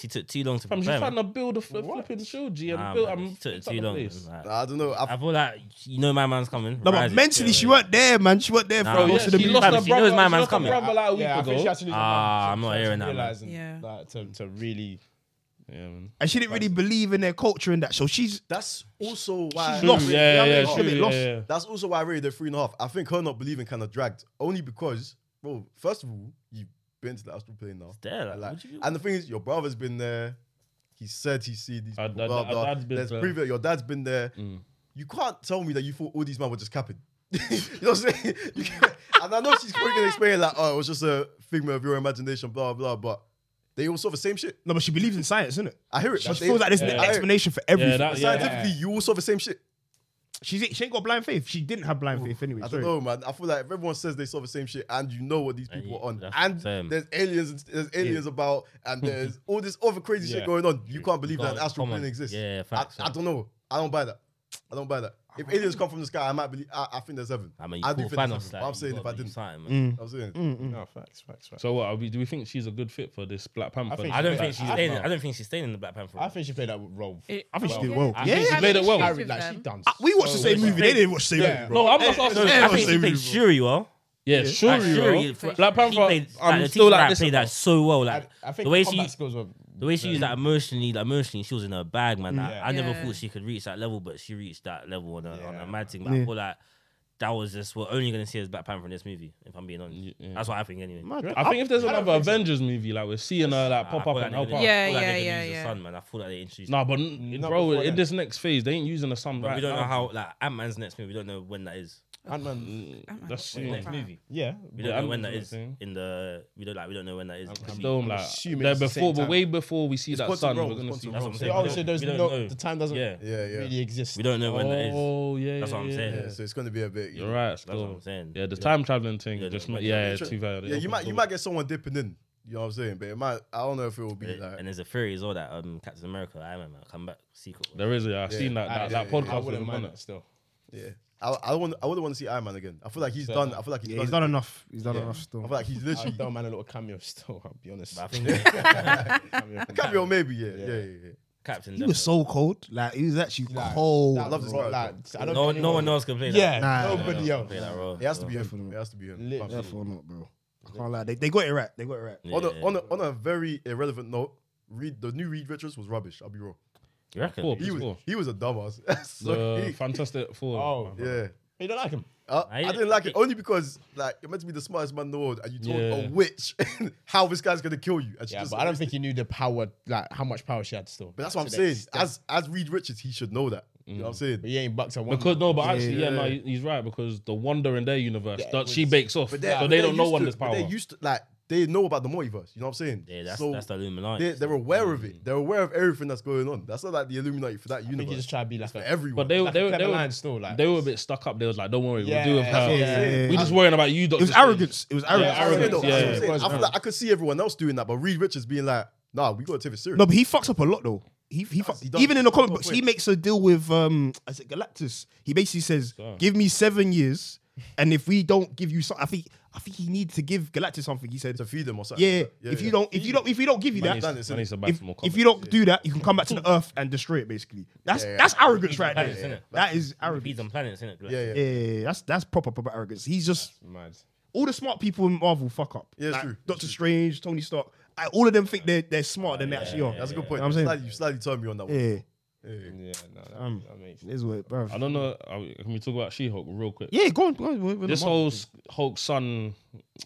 Speaker 4: She took too long to
Speaker 3: I'm
Speaker 4: prepare.
Speaker 3: just trying
Speaker 4: man.
Speaker 3: to build a fl- flipping shield, G, and
Speaker 4: Nah,
Speaker 3: build.
Speaker 4: man,
Speaker 3: I'm
Speaker 4: she took
Speaker 3: fucked up
Speaker 4: too
Speaker 3: the
Speaker 4: long.
Speaker 3: place.
Speaker 4: man. Like,
Speaker 2: I don't know. I,
Speaker 4: I feel like you know my man's coming.
Speaker 5: No,
Speaker 4: Rise
Speaker 5: but
Speaker 4: it.
Speaker 5: mentally, she weren't there, man. She weren't there for
Speaker 4: Nah,
Speaker 5: most
Speaker 4: yeah,
Speaker 5: of the
Speaker 3: she
Speaker 5: movie.
Speaker 3: lost her
Speaker 4: She knows
Speaker 3: brother.
Speaker 4: my
Speaker 3: she
Speaker 4: man's
Speaker 3: lost her
Speaker 4: coming.
Speaker 3: brother like a week
Speaker 7: Yeah, I think she
Speaker 3: ago.
Speaker 7: had to lose her
Speaker 4: Ah,
Speaker 7: mind.
Speaker 4: I'm
Speaker 7: She-
Speaker 4: not
Speaker 7: she had to
Speaker 4: hearing that, man.
Speaker 7: realise and-
Speaker 1: Yeah.
Speaker 7: like, to, to really
Speaker 3: Yeah, man.
Speaker 5: And she didn't really believe in their culture and that. So she's
Speaker 2: that's also why.
Speaker 5: She's lost.
Speaker 3: True, Yeah,
Speaker 5: Yeah,
Speaker 3: yeah,
Speaker 5: they
Speaker 3: yeah,
Speaker 5: lost.
Speaker 3: true,
Speaker 5: They
Speaker 3: yeah,
Speaker 5: lost.
Speaker 3: yeah.
Speaker 2: That's also why I rated it three and a half. I think her not believing kind of dragged only because, bro. First of all, you've been to the astral plane now.
Speaker 4: there, like,
Speaker 2: And, like-
Speaker 4: what do you-
Speaker 2: and the thing is, your brother's been there. He said he see these.
Speaker 3: Our
Speaker 2: people,
Speaker 3: dad-
Speaker 2: blah,
Speaker 3: our
Speaker 2: blah.
Speaker 3: dad's been
Speaker 2: There's
Speaker 3: there.
Speaker 2: previous- Your dad's been there. You can't tell me that you thought all these men were just capping. [laughs] you know what I'm saying? You can't- and I know she's quick and explaining like, oh, it was just a figment of your imagination, blah blah. But they all saw the same shit.
Speaker 5: no, but she believes in science, isn't it?
Speaker 2: I hear it.
Speaker 5: She feels like there's an
Speaker 2: I hear it.
Speaker 5: explanation for everything.
Speaker 3: Yeah, that- yeah.
Speaker 2: Scientifically, you all saw the same shit.
Speaker 5: She's, she ain't got blind faith. She didn't have blind faith anyway.
Speaker 2: I don't
Speaker 5: sorry.
Speaker 2: know, man. I feel like if everyone says they saw the same shit, and you know what these people
Speaker 4: you-
Speaker 2: are on,
Speaker 4: that's
Speaker 2: and
Speaker 4: the same.
Speaker 2: there's aliens, there's aliens about,
Speaker 3: [laughs]
Speaker 2: and there's all this other crazy shit going on. You can't believe that
Speaker 4: can't-
Speaker 2: an astral
Speaker 4: come on.
Speaker 2: plane exists.
Speaker 4: Yeah,
Speaker 2: I,
Speaker 4: facts,
Speaker 2: I
Speaker 4: facts.
Speaker 2: don't know. I don't buy that. I don't buy that. If aliens come from the sky, I might believe. I, I think there's heaven.
Speaker 4: I mean,
Speaker 2: I
Speaker 4: you
Speaker 2: do
Speaker 4: call
Speaker 2: think there's
Speaker 4: Thanos.
Speaker 2: heaven. but
Speaker 4: like,
Speaker 2: I'm
Speaker 4: you
Speaker 2: saying if
Speaker 4: gotta
Speaker 2: I
Speaker 4: do
Speaker 2: didn't,
Speaker 4: something, man.
Speaker 2: [laughs] I'm saying
Speaker 3: Hmm.
Speaker 7: no facts facts facts
Speaker 3: So what? Are we, do we think she's a good fit for this Black Panther?
Speaker 7: think
Speaker 4: I don't think
Speaker 7: I-
Speaker 4: she's
Speaker 7: I
Speaker 4: staying.
Speaker 7: don't
Speaker 4: I don't think she's staying in the Black Panther.
Speaker 7: I think she played that role
Speaker 1: It-
Speaker 5: I think she
Speaker 1: well,
Speaker 5: did well.
Speaker 1: I
Speaker 5: Yeah,
Speaker 1: think
Speaker 5: yeah.
Speaker 1: she
Speaker 3: played it well.
Speaker 1: issues with
Speaker 7: like she
Speaker 1: them.
Speaker 7: done
Speaker 5: We watched the same movie. They didn't watch the same
Speaker 7: Yeah.
Speaker 5: movie, bro.
Speaker 3: No, I'm just asking.
Speaker 4: I think
Speaker 5: Yeah,
Speaker 4: she
Speaker 5: same
Speaker 4: played
Speaker 5: people.
Speaker 4: Shuri well.
Speaker 3: Yeah,
Speaker 4: Like,
Speaker 3: Shuri.
Speaker 4: Shuri,
Speaker 3: yo. Black
Speaker 4: she
Speaker 3: Panther.
Speaker 4: played, like,
Speaker 3: I'm
Speaker 4: the
Speaker 3: still
Speaker 4: teacher,
Speaker 3: like
Speaker 4: like
Speaker 3: this.
Speaker 4: played that
Speaker 3: about-
Speaker 4: so well. Like
Speaker 7: I think
Speaker 4: the way
Speaker 7: combat
Speaker 4: she,
Speaker 7: skills were
Speaker 4: the way she used that emotionally, like emotionally, she was in her bag, man. Like, I never
Speaker 1: Yeah.
Speaker 4: thought she could reach that level, but she reached that level on a, on
Speaker 7: Yeah.
Speaker 4: a mad thing. Like, I feel like that was just we're only gonna see as Black Panther in this movie. If I'm being honest,
Speaker 3: yeah.
Speaker 4: that's what I think anyway.
Speaker 3: I think if there's another Avengers movie, like we're seeing her like pop up and help out.
Speaker 1: Yeah,
Speaker 4: I feel like
Speaker 1: yeah,
Speaker 4: they could
Speaker 1: yeah,
Speaker 4: use
Speaker 1: yeah.
Speaker 4: The sun, man. I feel like they introduced.
Speaker 3: Nah, but n-
Speaker 7: Not
Speaker 3: bro,
Speaker 7: before
Speaker 3: in
Speaker 7: then.
Speaker 3: this next phase, they ain't using the sun.
Speaker 4: but
Speaker 3: right
Speaker 4: we don't know
Speaker 3: now.
Speaker 4: how like Ant Man's next movie. We don't know when that is.
Speaker 7: Ant Man.
Speaker 3: That's
Speaker 4: Wait, next
Speaker 3: soon.
Speaker 4: movie.
Speaker 7: Yeah,
Speaker 3: Yeah,
Speaker 4: We don't know
Speaker 3: I'm
Speaker 4: when that
Speaker 3: doing
Speaker 4: is
Speaker 3: the thing.
Speaker 4: in the. We don't like. We don't know when that is.
Speaker 3: I'm
Speaker 4: We-
Speaker 3: still like
Speaker 7: assuming
Speaker 3: there
Speaker 7: it's the same
Speaker 3: before, but
Speaker 7: time.
Speaker 3: way before we see that
Speaker 2: Quantum
Speaker 3: sun,
Speaker 2: Realm,
Speaker 3: we're gonna
Speaker 2: it's
Speaker 3: see.
Speaker 2: Quantum
Speaker 4: That's what
Speaker 2: Realm.
Speaker 4: I'm saying.
Speaker 7: oh,
Speaker 4: We
Speaker 7: so
Speaker 4: don't-
Speaker 7: there's
Speaker 4: we don't
Speaker 7: no
Speaker 4: know.
Speaker 7: the time doesn't
Speaker 4: Yeah.
Speaker 2: Yeah, yeah.
Speaker 7: really exist.
Speaker 4: We don't know when that is.
Speaker 3: Oh yeah,
Speaker 4: That's what I'm
Speaker 3: yeah,
Speaker 4: saying.
Speaker 3: yeah.
Speaker 2: Yeah, so it's gonna be a bit.
Speaker 3: You're right. Still.
Speaker 4: what I'm saying.
Speaker 3: Yeah, the
Speaker 4: Yeah.
Speaker 3: time traveling thing.
Speaker 4: Yeah,
Speaker 3: just
Speaker 4: yeah.
Speaker 3: ma- yeah, yeah,
Speaker 2: Sure.
Speaker 3: too bad.
Speaker 2: Yeah, you might you might get someone dipping in. You know what I'm saying? But it might. I don't know if it will be
Speaker 4: Yeah,
Speaker 2: like.
Speaker 4: And there's a theory as well that um, Captain America, Iron Man, might come back sequel.
Speaker 3: There is. Yeah, I've
Speaker 2: Yeah.
Speaker 3: seen that
Speaker 7: I-
Speaker 3: that, that
Speaker 7: I-
Speaker 3: podcast.
Speaker 7: I
Speaker 3: with
Speaker 7: wouldn't
Speaker 3: him,
Speaker 7: mind
Speaker 3: innit?
Speaker 7: that still.
Speaker 2: Yeah. I I want I wouldn't want to see Iron Man again. I feel like he's
Speaker 7: So-
Speaker 2: done. I feel like he's
Speaker 5: Yeah,
Speaker 2: done.
Speaker 5: he's
Speaker 2: his
Speaker 5: done
Speaker 2: bit.
Speaker 5: enough. He's done
Speaker 2: Yeah.
Speaker 5: enough
Speaker 2: I
Speaker 5: still.
Speaker 2: feel like he's
Speaker 7: I
Speaker 2: literally [laughs]
Speaker 7: don't mind a little cameo still. I'll be honest.
Speaker 3: [laughs]
Speaker 4: But I think [laughs]
Speaker 7: Cameo from
Speaker 2: cameo maybe. Yeah, yeah,
Speaker 7: Yeah.
Speaker 2: yeah. yeah.
Speaker 4: Captain.
Speaker 5: He was
Speaker 4: definitely.
Speaker 5: so cold. Like he was actually
Speaker 7: Nah,
Speaker 5: cold.
Speaker 7: that
Speaker 2: love this
Speaker 7: role,
Speaker 2: character.
Speaker 7: like, I don't
Speaker 4: No,
Speaker 7: think
Speaker 4: no one
Speaker 7: anyone-
Speaker 4: else can play that.
Speaker 7: Yeah,
Speaker 5: Nah.
Speaker 4: No
Speaker 7: nobody
Speaker 4: one
Speaker 7: else.
Speaker 4: can play that role.
Speaker 2: It has to
Speaker 4: so-
Speaker 2: be him. It has to be him.
Speaker 7: Literally.
Speaker 2: Absolutely.
Speaker 5: Therefore not, bro. I can't lie. They, they got it right. They got it right.
Speaker 4: Yeah.
Speaker 2: On a, on, a, on a very irrelevant note, Reed the new Reed Richards was rubbish. I'll be wrong.
Speaker 4: You reckon?
Speaker 3: Four,
Speaker 2: He was
Speaker 3: four.
Speaker 2: he was a dumbass. [laughs] so
Speaker 3: The
Speaker 2: he,
Speaker 3: Fantastic Four.
Speaker 7: Oh,
Speaker 3: my brother.
Speaker 2: yeah.
Speaker 7: You don't like him.
Speaker 2: I,
Speaker 4: I-
Speaker 2: I didn't like it only because like you're meant to be the smartest man in the world, and you told
Speaker 3: Yeah.
Speaker 2: a witch [laughs] how this guy's gonna kill you. And she
Speaker 7: Yeah,
Speaker 2: just
Speaker 7: but I don't think he knew the power, like how much power she had still.
Speaker 2: But that's what I'm
Speaker 7: To the
Speaker 2: saying.
Speaker 7: extent-
Speaker 2: As as Reed Richards, he should know that. You know what I'm
Speaker 7: but
Speaker 2: saying?
Speaker 7: he ain't bucked at one.
Speaker 3: Because no, but actually, yeah,
Speaker 2: Yeah.
Speaker 3: no, he- he's right because the Wonder in their universe,
Speaker 7: Yeah,
Speaker 3: that
Speaker 7: it
Speaker 3: she
Speaker 7: was-
Speaker 3: bakes off, so
Speaker 2: they're-
Speaker 3: they
Speaker 2: they're
Speaker 3: don't know
Speaker 2: used
Speaker 3: one
Speaker 2: to-
Speaker 3: this
Speaker 2: but
Speaker 3: power.
Speaker 2: They're used to like they know about the multiverse. You know what I'm saying?
Speaker 4: Yeah, that's
Speaker 2: so
Speaker 4: that's the Mm. Illuminati.
Speaker 2: they're, they're aware of it. They're aware of everything that's going on. That's not like the Illuminati for that
Speaker 7: I think
Speaker 2: universe.
Speaker 7: he just try to be like
Speaker 2: for
Speaker 7: a,
Speaker 2: everyone.
Speaker 3: But they,
Speaker 7: like a
Speaker 3: they, were- they,
Speaker 7: clever
Speaker 3: were,
Speaker 7: line still. Like
Speaker 3: they were a bit stuck up. They was like, "Don't worry, we'll
Speaker 7: Yeah,
Speaker 3: do with
Speaker 7: that's
Speaker 3: her.
Speaker 7: what I'm saying.
Speaker 3: We just worrying about you."
Speaker 5: It
Speaker 3: Doctor
Speaker 5: was
Speaker 3: Strange.
Speaker 5: arrogance. It was arrogance.
Speaker 2: I,
Speaker 3: arrogance,
Speaker 2: though,
Speaker 3: yeah,
Speaker 2: that's what I'm
Speaker 7: yeah.
Speaker 2: saying. I feel like I could see everyone else doing that, but Reed Richards being like, "Nah, we gotta take it serious."
Speaker 5: No, but he fucks up a lot though. He, he fucks,
Speaker 2: he does.
Speaker 5: even in the comic
Speaker 2: Good
Speaker 5: books,
Speaker 2: point.
Speaker 5: he makes a deal with um, is it Galactus? He basically says,
Speaker 3: Sure.
Speaker 5: "Give me seven years, and if we don't give you something, I think I think he needs to give Galactus something." He said,
Speaker 2: to feed them or something.
Speaker 5: "Yeah, if you don't, if you don't, if we don't give you
Speaker 3: I
Speaker 5: that,
Speaker 3: need,
Speaker 2: Done it,
Speaker 3: I need to buy
Speaker 5: if,
Speaker 3: some more
Speaker 5: if
Speaker 3: comics.
Speaker 5: you don't do that, you can come back to the Earth and destroy it." Basically, that's
Speaker 2: Yeah, yeah.
Speaker 5: that's arrogance right
Speaker 4: planets,
Speaker 5: there.
Speaker 4: innit?
Speaker 5: That is
Speaker 4: Beats
Speaker 5: arrogance.
Speaker 4: on planets, isn't it?
Speaker 2: yeah, yeah,
Speaker 5: Yeah, yeah, yeah. that's that's proper proper arrogance. He's just
Speaker 7: mad.
Speaker 5: all the smart people in Marvel fuck up.
Speaker 2: Yeah, it's true.
Speaker 5: Doctor Strange, Tony Stark, I- all of them think they're they're smarter than they actually are.
Speaker 2: That's a good point.
Speaker 5: You know what I'm saying?
Speaker 2: Slightly- you slightly turned me on that one.
Speaker 5: Yeah,
Speaker 7: Yeah, no, that,
Speaker 5: Um,
Speaker 7: that makes.
Speaker 5: it is what, it- bruv.
Speaker 3: I don't know. I- Can we talk about She-Hulk real quick?
Speaker 5: Yeah, go on. Go on with- with
Speaker 3: This
Speaker 5: the Marvel
Speaker 3: whole
Speaker 5: thing.
Speaker 3: s- Hulk
Speaker 2: Oh,
Speaker 3: son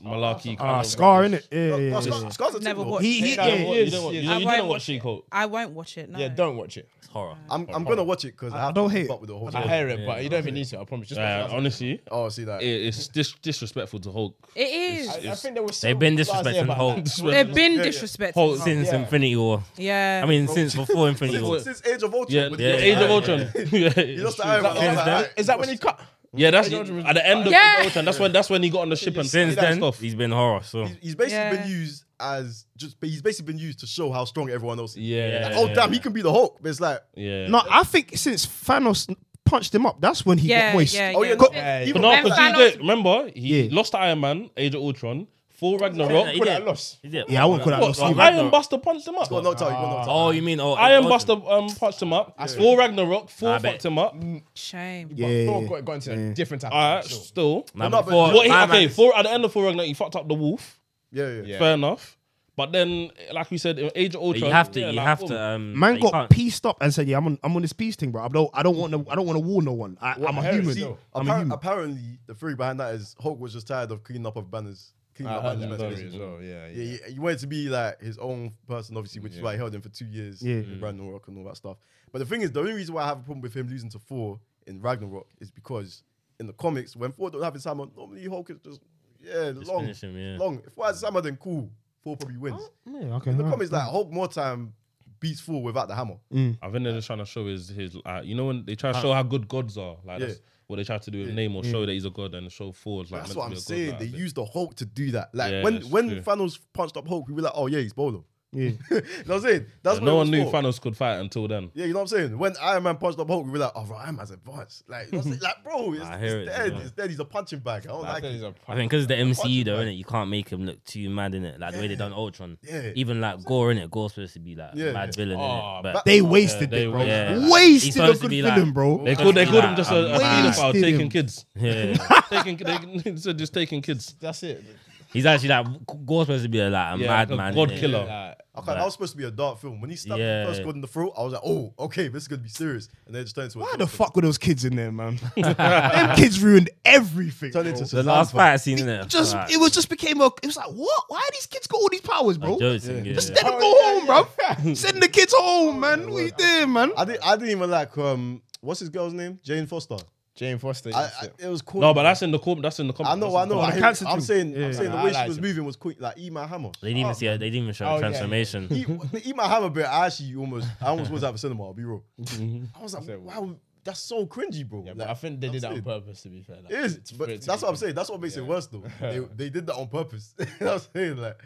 Speaker 3: malarkey. kind
Speaker 5: ah
Speaker 3: of-
Speaker 5: scar in it. Yeah,
Speaker 2: No,
Speaker 5: yeah,
Speaker 2: no,
Speaker 5: yeah.
Speaker 2: Scar- Scar's a
Speaker 1: Never
Speaker 2: techno.
Speaker 1: watched.
Speaker 5: He, he, yeah,
Speaker 7: Yeah, yeah,
Speaker 3: You don't, wa- you,
Speaker 7: Yes,
Speaker 3: you
Speaker 1: I won't
Speaker 3: didn't watch
Speaker 1: watch it.
Speaker 3: She-Hulk.
Speaker 1: I won't watch it. No.
Speaker 7: Yeah, don't watch it.
Speaker 4: It's horror.
Speaker 2: I'm, I'm gonna watch it because I, have
Speaker 5: don't
Speaker 2: to
Speaker 5: hate
Speaker 2: keep
Speaker 5: it.
Speaker 2: up with the whole
Speaker 7: I
Speaker 2: thing.
Speaker 7: hear it, but you don't even need to. I promise. Just
Speaker 3: Uh,
Speaker 7: because-
Speaker 3: honestly,
Speaker 2: Oh, see that.
Speaker 3: it, it's dis- disrespectful to Hulk.
Speaker 1: It is.
Speaker 7: I, I think there was.
Speaker 4: They've
Speaker 7: some
Speaker 4: been
Speaker 7: buzz there
Speaker 4: disrespecting
Speaker 7: about
Speaker 4: Hulk.
Speaker 7: that.
Speaker 1: They've been
Speaker 2: yeah.
Speaker 1: disrespectful.
Speaker 3: Whole-
Speaker 4: Since
Speaker 7: Yeah.
Speaker 4: Infinity War.
Speaker 1: yeah.
Speaker 4: I mean, since [laughs] before Infinity War.
Speaker 2: Since, since Age of Ultron,
Speaker 3: Yeah,
Speaker 2: with
Speaker 3: yeah,
Speaker 2: the-
Speaker 4: yeah,
Speaker 3: Age of
Speaker 2: [laughs]
Speaker 4: yeah.
Speaker 3: Ultron. Yeah,
Speaker 2: he
Speaker 3: it's
Speaker 2: lost the
Speaker 3: true.
Speaker 2: Iron Man. I was
Speaker 4: Since
Speaker 2: like,
Speaker 4: then-
Speaker 2: alright.
Speaker 7: Is that when he cut?
Speaker 3: Yeah, that's at the end of
Speaker 1: Yeah.
Speaker 3: Age of Ultron. That's when that's when he got on the ship and
Speaker 4: Since
Speaker 3: did that
Speaker 4: then,
Speaker 3: stuff.
Speaker 4: he's been horror. So
Speaker 5: Oh.
Speaker 2: He's- He's basically
Speaker 1: Yeah.
Speaker 2: been used as just. He's basically been used to show how strong everyone else is.
Speaker 3: Yeah.
Speaker 2: Like, oh damn, he can be the Hulk. But it's like,
Speaker 3: Yeah.
Speaker 5: No, I think since Thanos punched him up, that's when he
Speaker 1: Yeah,
Speaker 5: got moist.
Speaker 1: yeah,
Speaker 2: oh yeah,
Speaker 1: Co-
Speaker 2: no,
Speaker 3: But
Speaker 2: even
Speaker 3: no,
Speaker 1: When
Speaker 3: because he
Speaker 1: Thanos-
Speaker 3: did. Remember, he
Speaker 5: Yeah.
Speaker 3: lost to Iron Man, Age of Ultron, full
Speaker 4: Yeah,
Speaker 3: Ragnarok.
Speaker 4: he
Speaker 7: Put it
Speaker 4: did.
Speaker 7: at loss.
Speaker 4: He did.
Speaker 5: Yeah, I wouldn't call that
Speaker 3: What,
Speaker 5: loss.
Speaker 3: like,
Speaker 5: either.
Speaker 3: Iron Buster punched him
Speaker 2: got
Speaker 3: up.
Speaker 2: knocked out. He got knocked out.
Speaker 4: Oh, you mean oh,
Speaker 3: Iron
Speaker 4: Ultron.
Speaker 3: Buster um, punched him up. Full Ragnarok, full
Speaker 4: Nah, Mm, I bet.
Speaker 3: fucked him up.
Speaker 1: Shame.
Speaker 7: But
Speaker 5: Yeah.
Speaker 7: Thor got, got into a different type.
Speaker 3: Alright,
Speaker 7: of show.
Speaker 3: still.
Speaker 4: Nah,
Speaker 2: No, but-
Speaker 4: before,
Speaker 3: What he,
Speaker 4: Iron Man
Speaker 3: okay,
Speaker 4: is-
Speaker 3: four at the end of Full Ragnarok, he fucked up the wolf.
Speaker 2: Yeah, yeah.
Speaker 7: Yeah.
Speaker 3: Fair enough. But then, like we said, in Age of Ultron,
Speaker 4: You have to.
Speaker 3: yeah,
Speaker 4: You
Speaker 3: like,
Speaker 4: have
Speaker 3: boom.
Speaker 4: to. Um,
Speaker 5: Man
Speaker 4: you
Speaker 5: got
Speaker 4: can't-
Speaker 5: pieced up and said, "Yeah, I'm on, I'm on this peace thing, bro. I don't, I don't want to, I don't want to war no one. I, I'm a
Speaker 7: heresy,
Speaker 5: human.
Speaker 7: though.
Speaker 5: I'm
Speaker 2: Appar-
Speaker 5: a human."
Speaker 2: Apparently, the theory behind that is Hulk was just tired of cleaning up of banners.
Speaker 5: Ah,
Speaker 2: Cleaning
Speaker 7: I
Speaker 2: up
Speaker 7: heard
Speaker 2: banners.
Speaker 7: that
Speaker 2: basically.
Speaker 7: story as well. Yeah,
Speaker 2: Yeah, he, he wanted to be like his own person, obviously, which is why he held him for two years
Speaker 5: Yeah.
Speaker 3: Mm.
Speaker 2: in Ragnarok and all that stuff. But the thing is, the only reason why I have a problem with him losing to Thor in Ragnarok is because in the comics, when Thor don't have his hammer, normally Hulk is just yeah long,
Speaker 4: finish him, yeah.
Speaker 2: long. If Thor has his hammer, then cool. Thor probably wins.
Speaker 5: Yeah, okay.
Speaker 2: in the
Speaker 5: alright.
Speaker 2: comics, like Hulk more time beats Thor without the hammer.
Speaker 5: Mm.
Speaker 3: I think they're just trying to show his his. Uh, you know when they try to show how good gods are, like
Speaker 2: Yeah. Mm.
Speaker 3: that's what they try to do with name or show that he's a god and show Ford like.
Speaker 2: That's
Speaker 3: meant
Speaker 2: what
Speaker 3: to be
Speaker 2: I'm
Speaker 3: a god,
Speaker 2: saying.
Speaker 3: like,
Speaker 2: they
Speaker 3: a bit.
Speaker 2: used the Hulk to do that. Like
Speaker 3: Yeah,
Speaker 2: when
Speaker 3: that's
Speaker 2: when
Speaker 3: true.
Speaker 2: Thanos punched up Hulk, we were like, oh yeah, he's bolo. [laughs]
Speaker 5: Yeah.
Speaker 2: you know what I'm saying? That's what
Speaker 3: But no
Speaker 2: it was
Speaker 3: one knew
Speaker 2: for.
Speaker 3: Thanos could fight until then.
Speaker 2: Yeah, you know what I'm saying? When Iron Man punched up Hulk, we were like, oh, bro, Iron Man's advanced. Like, you know what I'm saying? like bro, it's,
Speaker 4: I
Speaker 2: it's
Speaker 4: hear it,
Speaker 2: dead.
Speaker 4: yeah.
Speaker 2: It's dead. He's a punching bag. I don't
Speaker 7: I
Speaker 2: like
Speaker 7: think
Speaker 2: it.
Speaker 7: he's a
Speaker 4: I think because the MCU though,
Speaker 2: Ultron.
Speaker 4: innit? You can't make him look too mad in it. Like the way they done Ultron.
Speaker 2: Yeah.
Speaker 4: Even like Gore in it. Gore's supposed to be like
Speaker 2: Yeah,
Speaker 4: a mad
Speaker 2: yeah.
Speaker 4: villain
Speaker 7: Oh,
Speaker 4: innit? But
Speaker 2: but-
Speaker 5: They wasted
Speaker 3: they
Speaker 5: it, bro.
Speaker 3: were-
Speaker 4: yeah. He's
Speaker 5: Wasted a
Speaker 4: supposed to
Speaker 5: good
Speaker 4: be
Speaker 5: villain,
Speaker 4: like-
Speaker 5: bro.
Speaker 3: They called they
Speaker 4: be
Speaker 3: called him
Speaker 4: like,
Speaker 3: just a, a
Speaker 4: I'm mad.
Speaker 3: pedophile
Speaker 5: Wasted
Speaker 3: taking
Speaker 2: [laughs]
Speaker 5: him.
Speaker 3: kids,
Speaker 4: [laughs] yeah.
Speaker 3: taking they, [laughs] they, just taking kids.
Speaker 7: That's it.
Speaker 4: He's actually like Gore's supposed to be like a
Speaker 3: Yeah, like
Speaker 4: mad
Speaker 3: a
Speaker 4: man.
Speaker 3: god
Speaker 4: innit?
Speaker 3: killer.
Speaker 7: Like,
Speaker 2: I, can't- I was supposed to be a dark film. When he stabbed
Speaker 4: Yeah.
Speaker 2: the first god in the throat, I was like, oh, okay, this is going to be serious. And then it just turned into a
Speaker 5: Why
Speaker 2: joke
Speaker 5: the
Speaker 2: film.
Speaker 5: fuck were those kids in
Speaker 4: [laughs]
Speaker 5: there, man? [laughs] Them kids ruined everything.
Speaker 2: Turned
Speaker 5: bro.
Speaker 2: into
Speaker 4: The last fight scene in it.
Speaker 5: just it was just became a. It was like what? Why these kids got all these powers, bro?
Speaker 4: Joking, yeah.
Speaker 5: Just let
Speaker 7: Oh,
Speaker 5: them go home, bro. Send the kids home, man. What you doing, man?
Speaker 2: I didn't, I didn't even like, um, what's his girl's name? Jane Foster.
Speaker 7: Jane Foster.
Speaker 2: I,
Speaker 7: that's
Speaker 2: I,
Speaker 7: it.
Speaker 2: it was cool.
Speaker 3: No, but that's in the com- that's in the com-
Speaker 2: I know, I
Speaker 3: that's
Speaker 2: know.
Speaker 3: in the
Speaker 2: I
Speaker 3: com-
Speaker 2: hear,
Speaker 5: cancer
Speaker 2: I'm
Speaker 5: thing.
Speaker 2: saying,
Speaker 5: Yeah.
Speaker 2: I'm saying the
Speaker 7: Nah,
Speaker 2: way
Speaker 7: I
Speaker 2: she
Speaker 7: like
Speaker 2: was
Speaker 7: it.
Speaker 2: moving was quick. Like, eat my hammer.
Speaker 4: They didn't even see her. They didn't even show
Speaker 7: Oh,
Speaker 4: her
Speaker 7: yeah, yeah, yeah.
Speaker 4: transformation.
Speaker 2: Eat,
Speaker 7: Mm-hmm.
Speaker 2: [laughs] eat my hammer bit. I actually almost, I almost was at the cinema. I'll be real.
Speaker 7: Mm-hmm.
Speaker 2: I was like,
Speaker 7: Say what?
Speaker 2: wow, that's so cringy, bro.
Speaker 6: Yeah,
Speaker 2: Like,
Speaker 6: but I think they
Speaker 2: I'm
Speaker 6: did that on
Speaker 2: saying-
Speaker 6: purpose. To be fair, like,
Speaker 2: It is,
Speaker 6: it's for
Speaker 2: but
Speaker 6: it to
Speaker 2: that's
Speaker 6: be
Speaker 2: what I'm
Speaker 6: cringy.
Speaker 2: saying. That's what makes it worse, though. they, they did that on purpose. [laughs] I'm saying, like,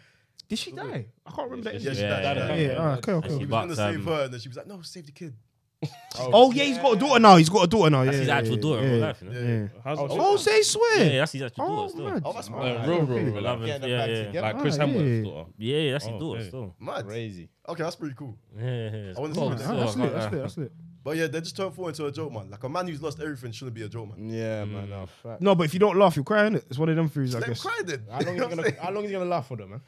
Speaker 5: Did she die? I can't remember that.
Speaker 2: yeah, she
Speaker 4: Yeah,
Speaker 2: died,
Speaker 4: yeah,
Speaker 2: died,
Speaker 5: Yeah,
Speaker 2: died.
Speaker 5: yeah, alright, cool, cool.
Speaker 2: He was
Speaker 4: But,
Speaker 2: gonna save
Speaker 4: um,
Speaker 2: her, and then she was like, "No, save the kid."
Speaker 5: Oh yeah, he's got a daughter now. He's got a daughter now.
Speaker 4: That's
Speaker 5: yeah,
Speaker 4: his
Speaker 5: yeah,
Speaker 4: actual
Speaker 5: yeah,
Speaker 4: daughter in
Speaker 5: Yeah.
Speaker 4: real life, you know?
Speaker 2: Yeah.
Speaker 5: yeah.
Speaker 3: How's-
Speaker 5: Oh, say swear.
Speaker 4: Yeah, yeah, that's his actual
Speaker 5: Oh,
Speaker 4: daughter still.
Speaker 5: mad.
Speaker 2: Oh, that's
Speaker 3: Uh,
Speaker 2: mad.
Speaker 3: real, real, real.
Speaker 4: Love and-
Speaker 6: them
Speaker 4: yeah,
Speaker 6: back
Speaker 4: yeah.
Speaker 6: together.
Speaker 3: Like Chris
Speaker 5: Ah,
Speaker 3: Hemsworth's
Speaker 5: yeah.
Speaker 3: daughter.
Speaker 4: Yeah, yeah, that's his
Speaker 3: Oh,
Speaker 4: daughter
Speaker 3: okay.
Speaker 4: still.
Speaker 2: Mad.
Speaker 7: crazy.
Speaker 2: Okay, that's pretty cool.
Speaker 4: Yeah, yeah.
Speaker 2: I want to see
Speaker 4: Cool.
Speaker 2: what
Speaker 5: Ah,
Speaker 2: that.
Speaker 5: that's
Speaker 4: So, uh,
Speaker 5: lit. That's lit. That's lit.
Speaker 2: But yeah, they just turned four into a joke, man. Like a man who's lost everything shouldn't be a joke, man.
Speaker 7: Yeah, man. No, fuck.
Speaker 5: No, but if you don't laugh, you're crying. It's one of them things, I
Speaker 2: Let him
Speaker 5: guess.
Speaker 2: cry then. [laughs]
Speaker 7: How long, is he gonna, how long is he gonna laugh for them, man?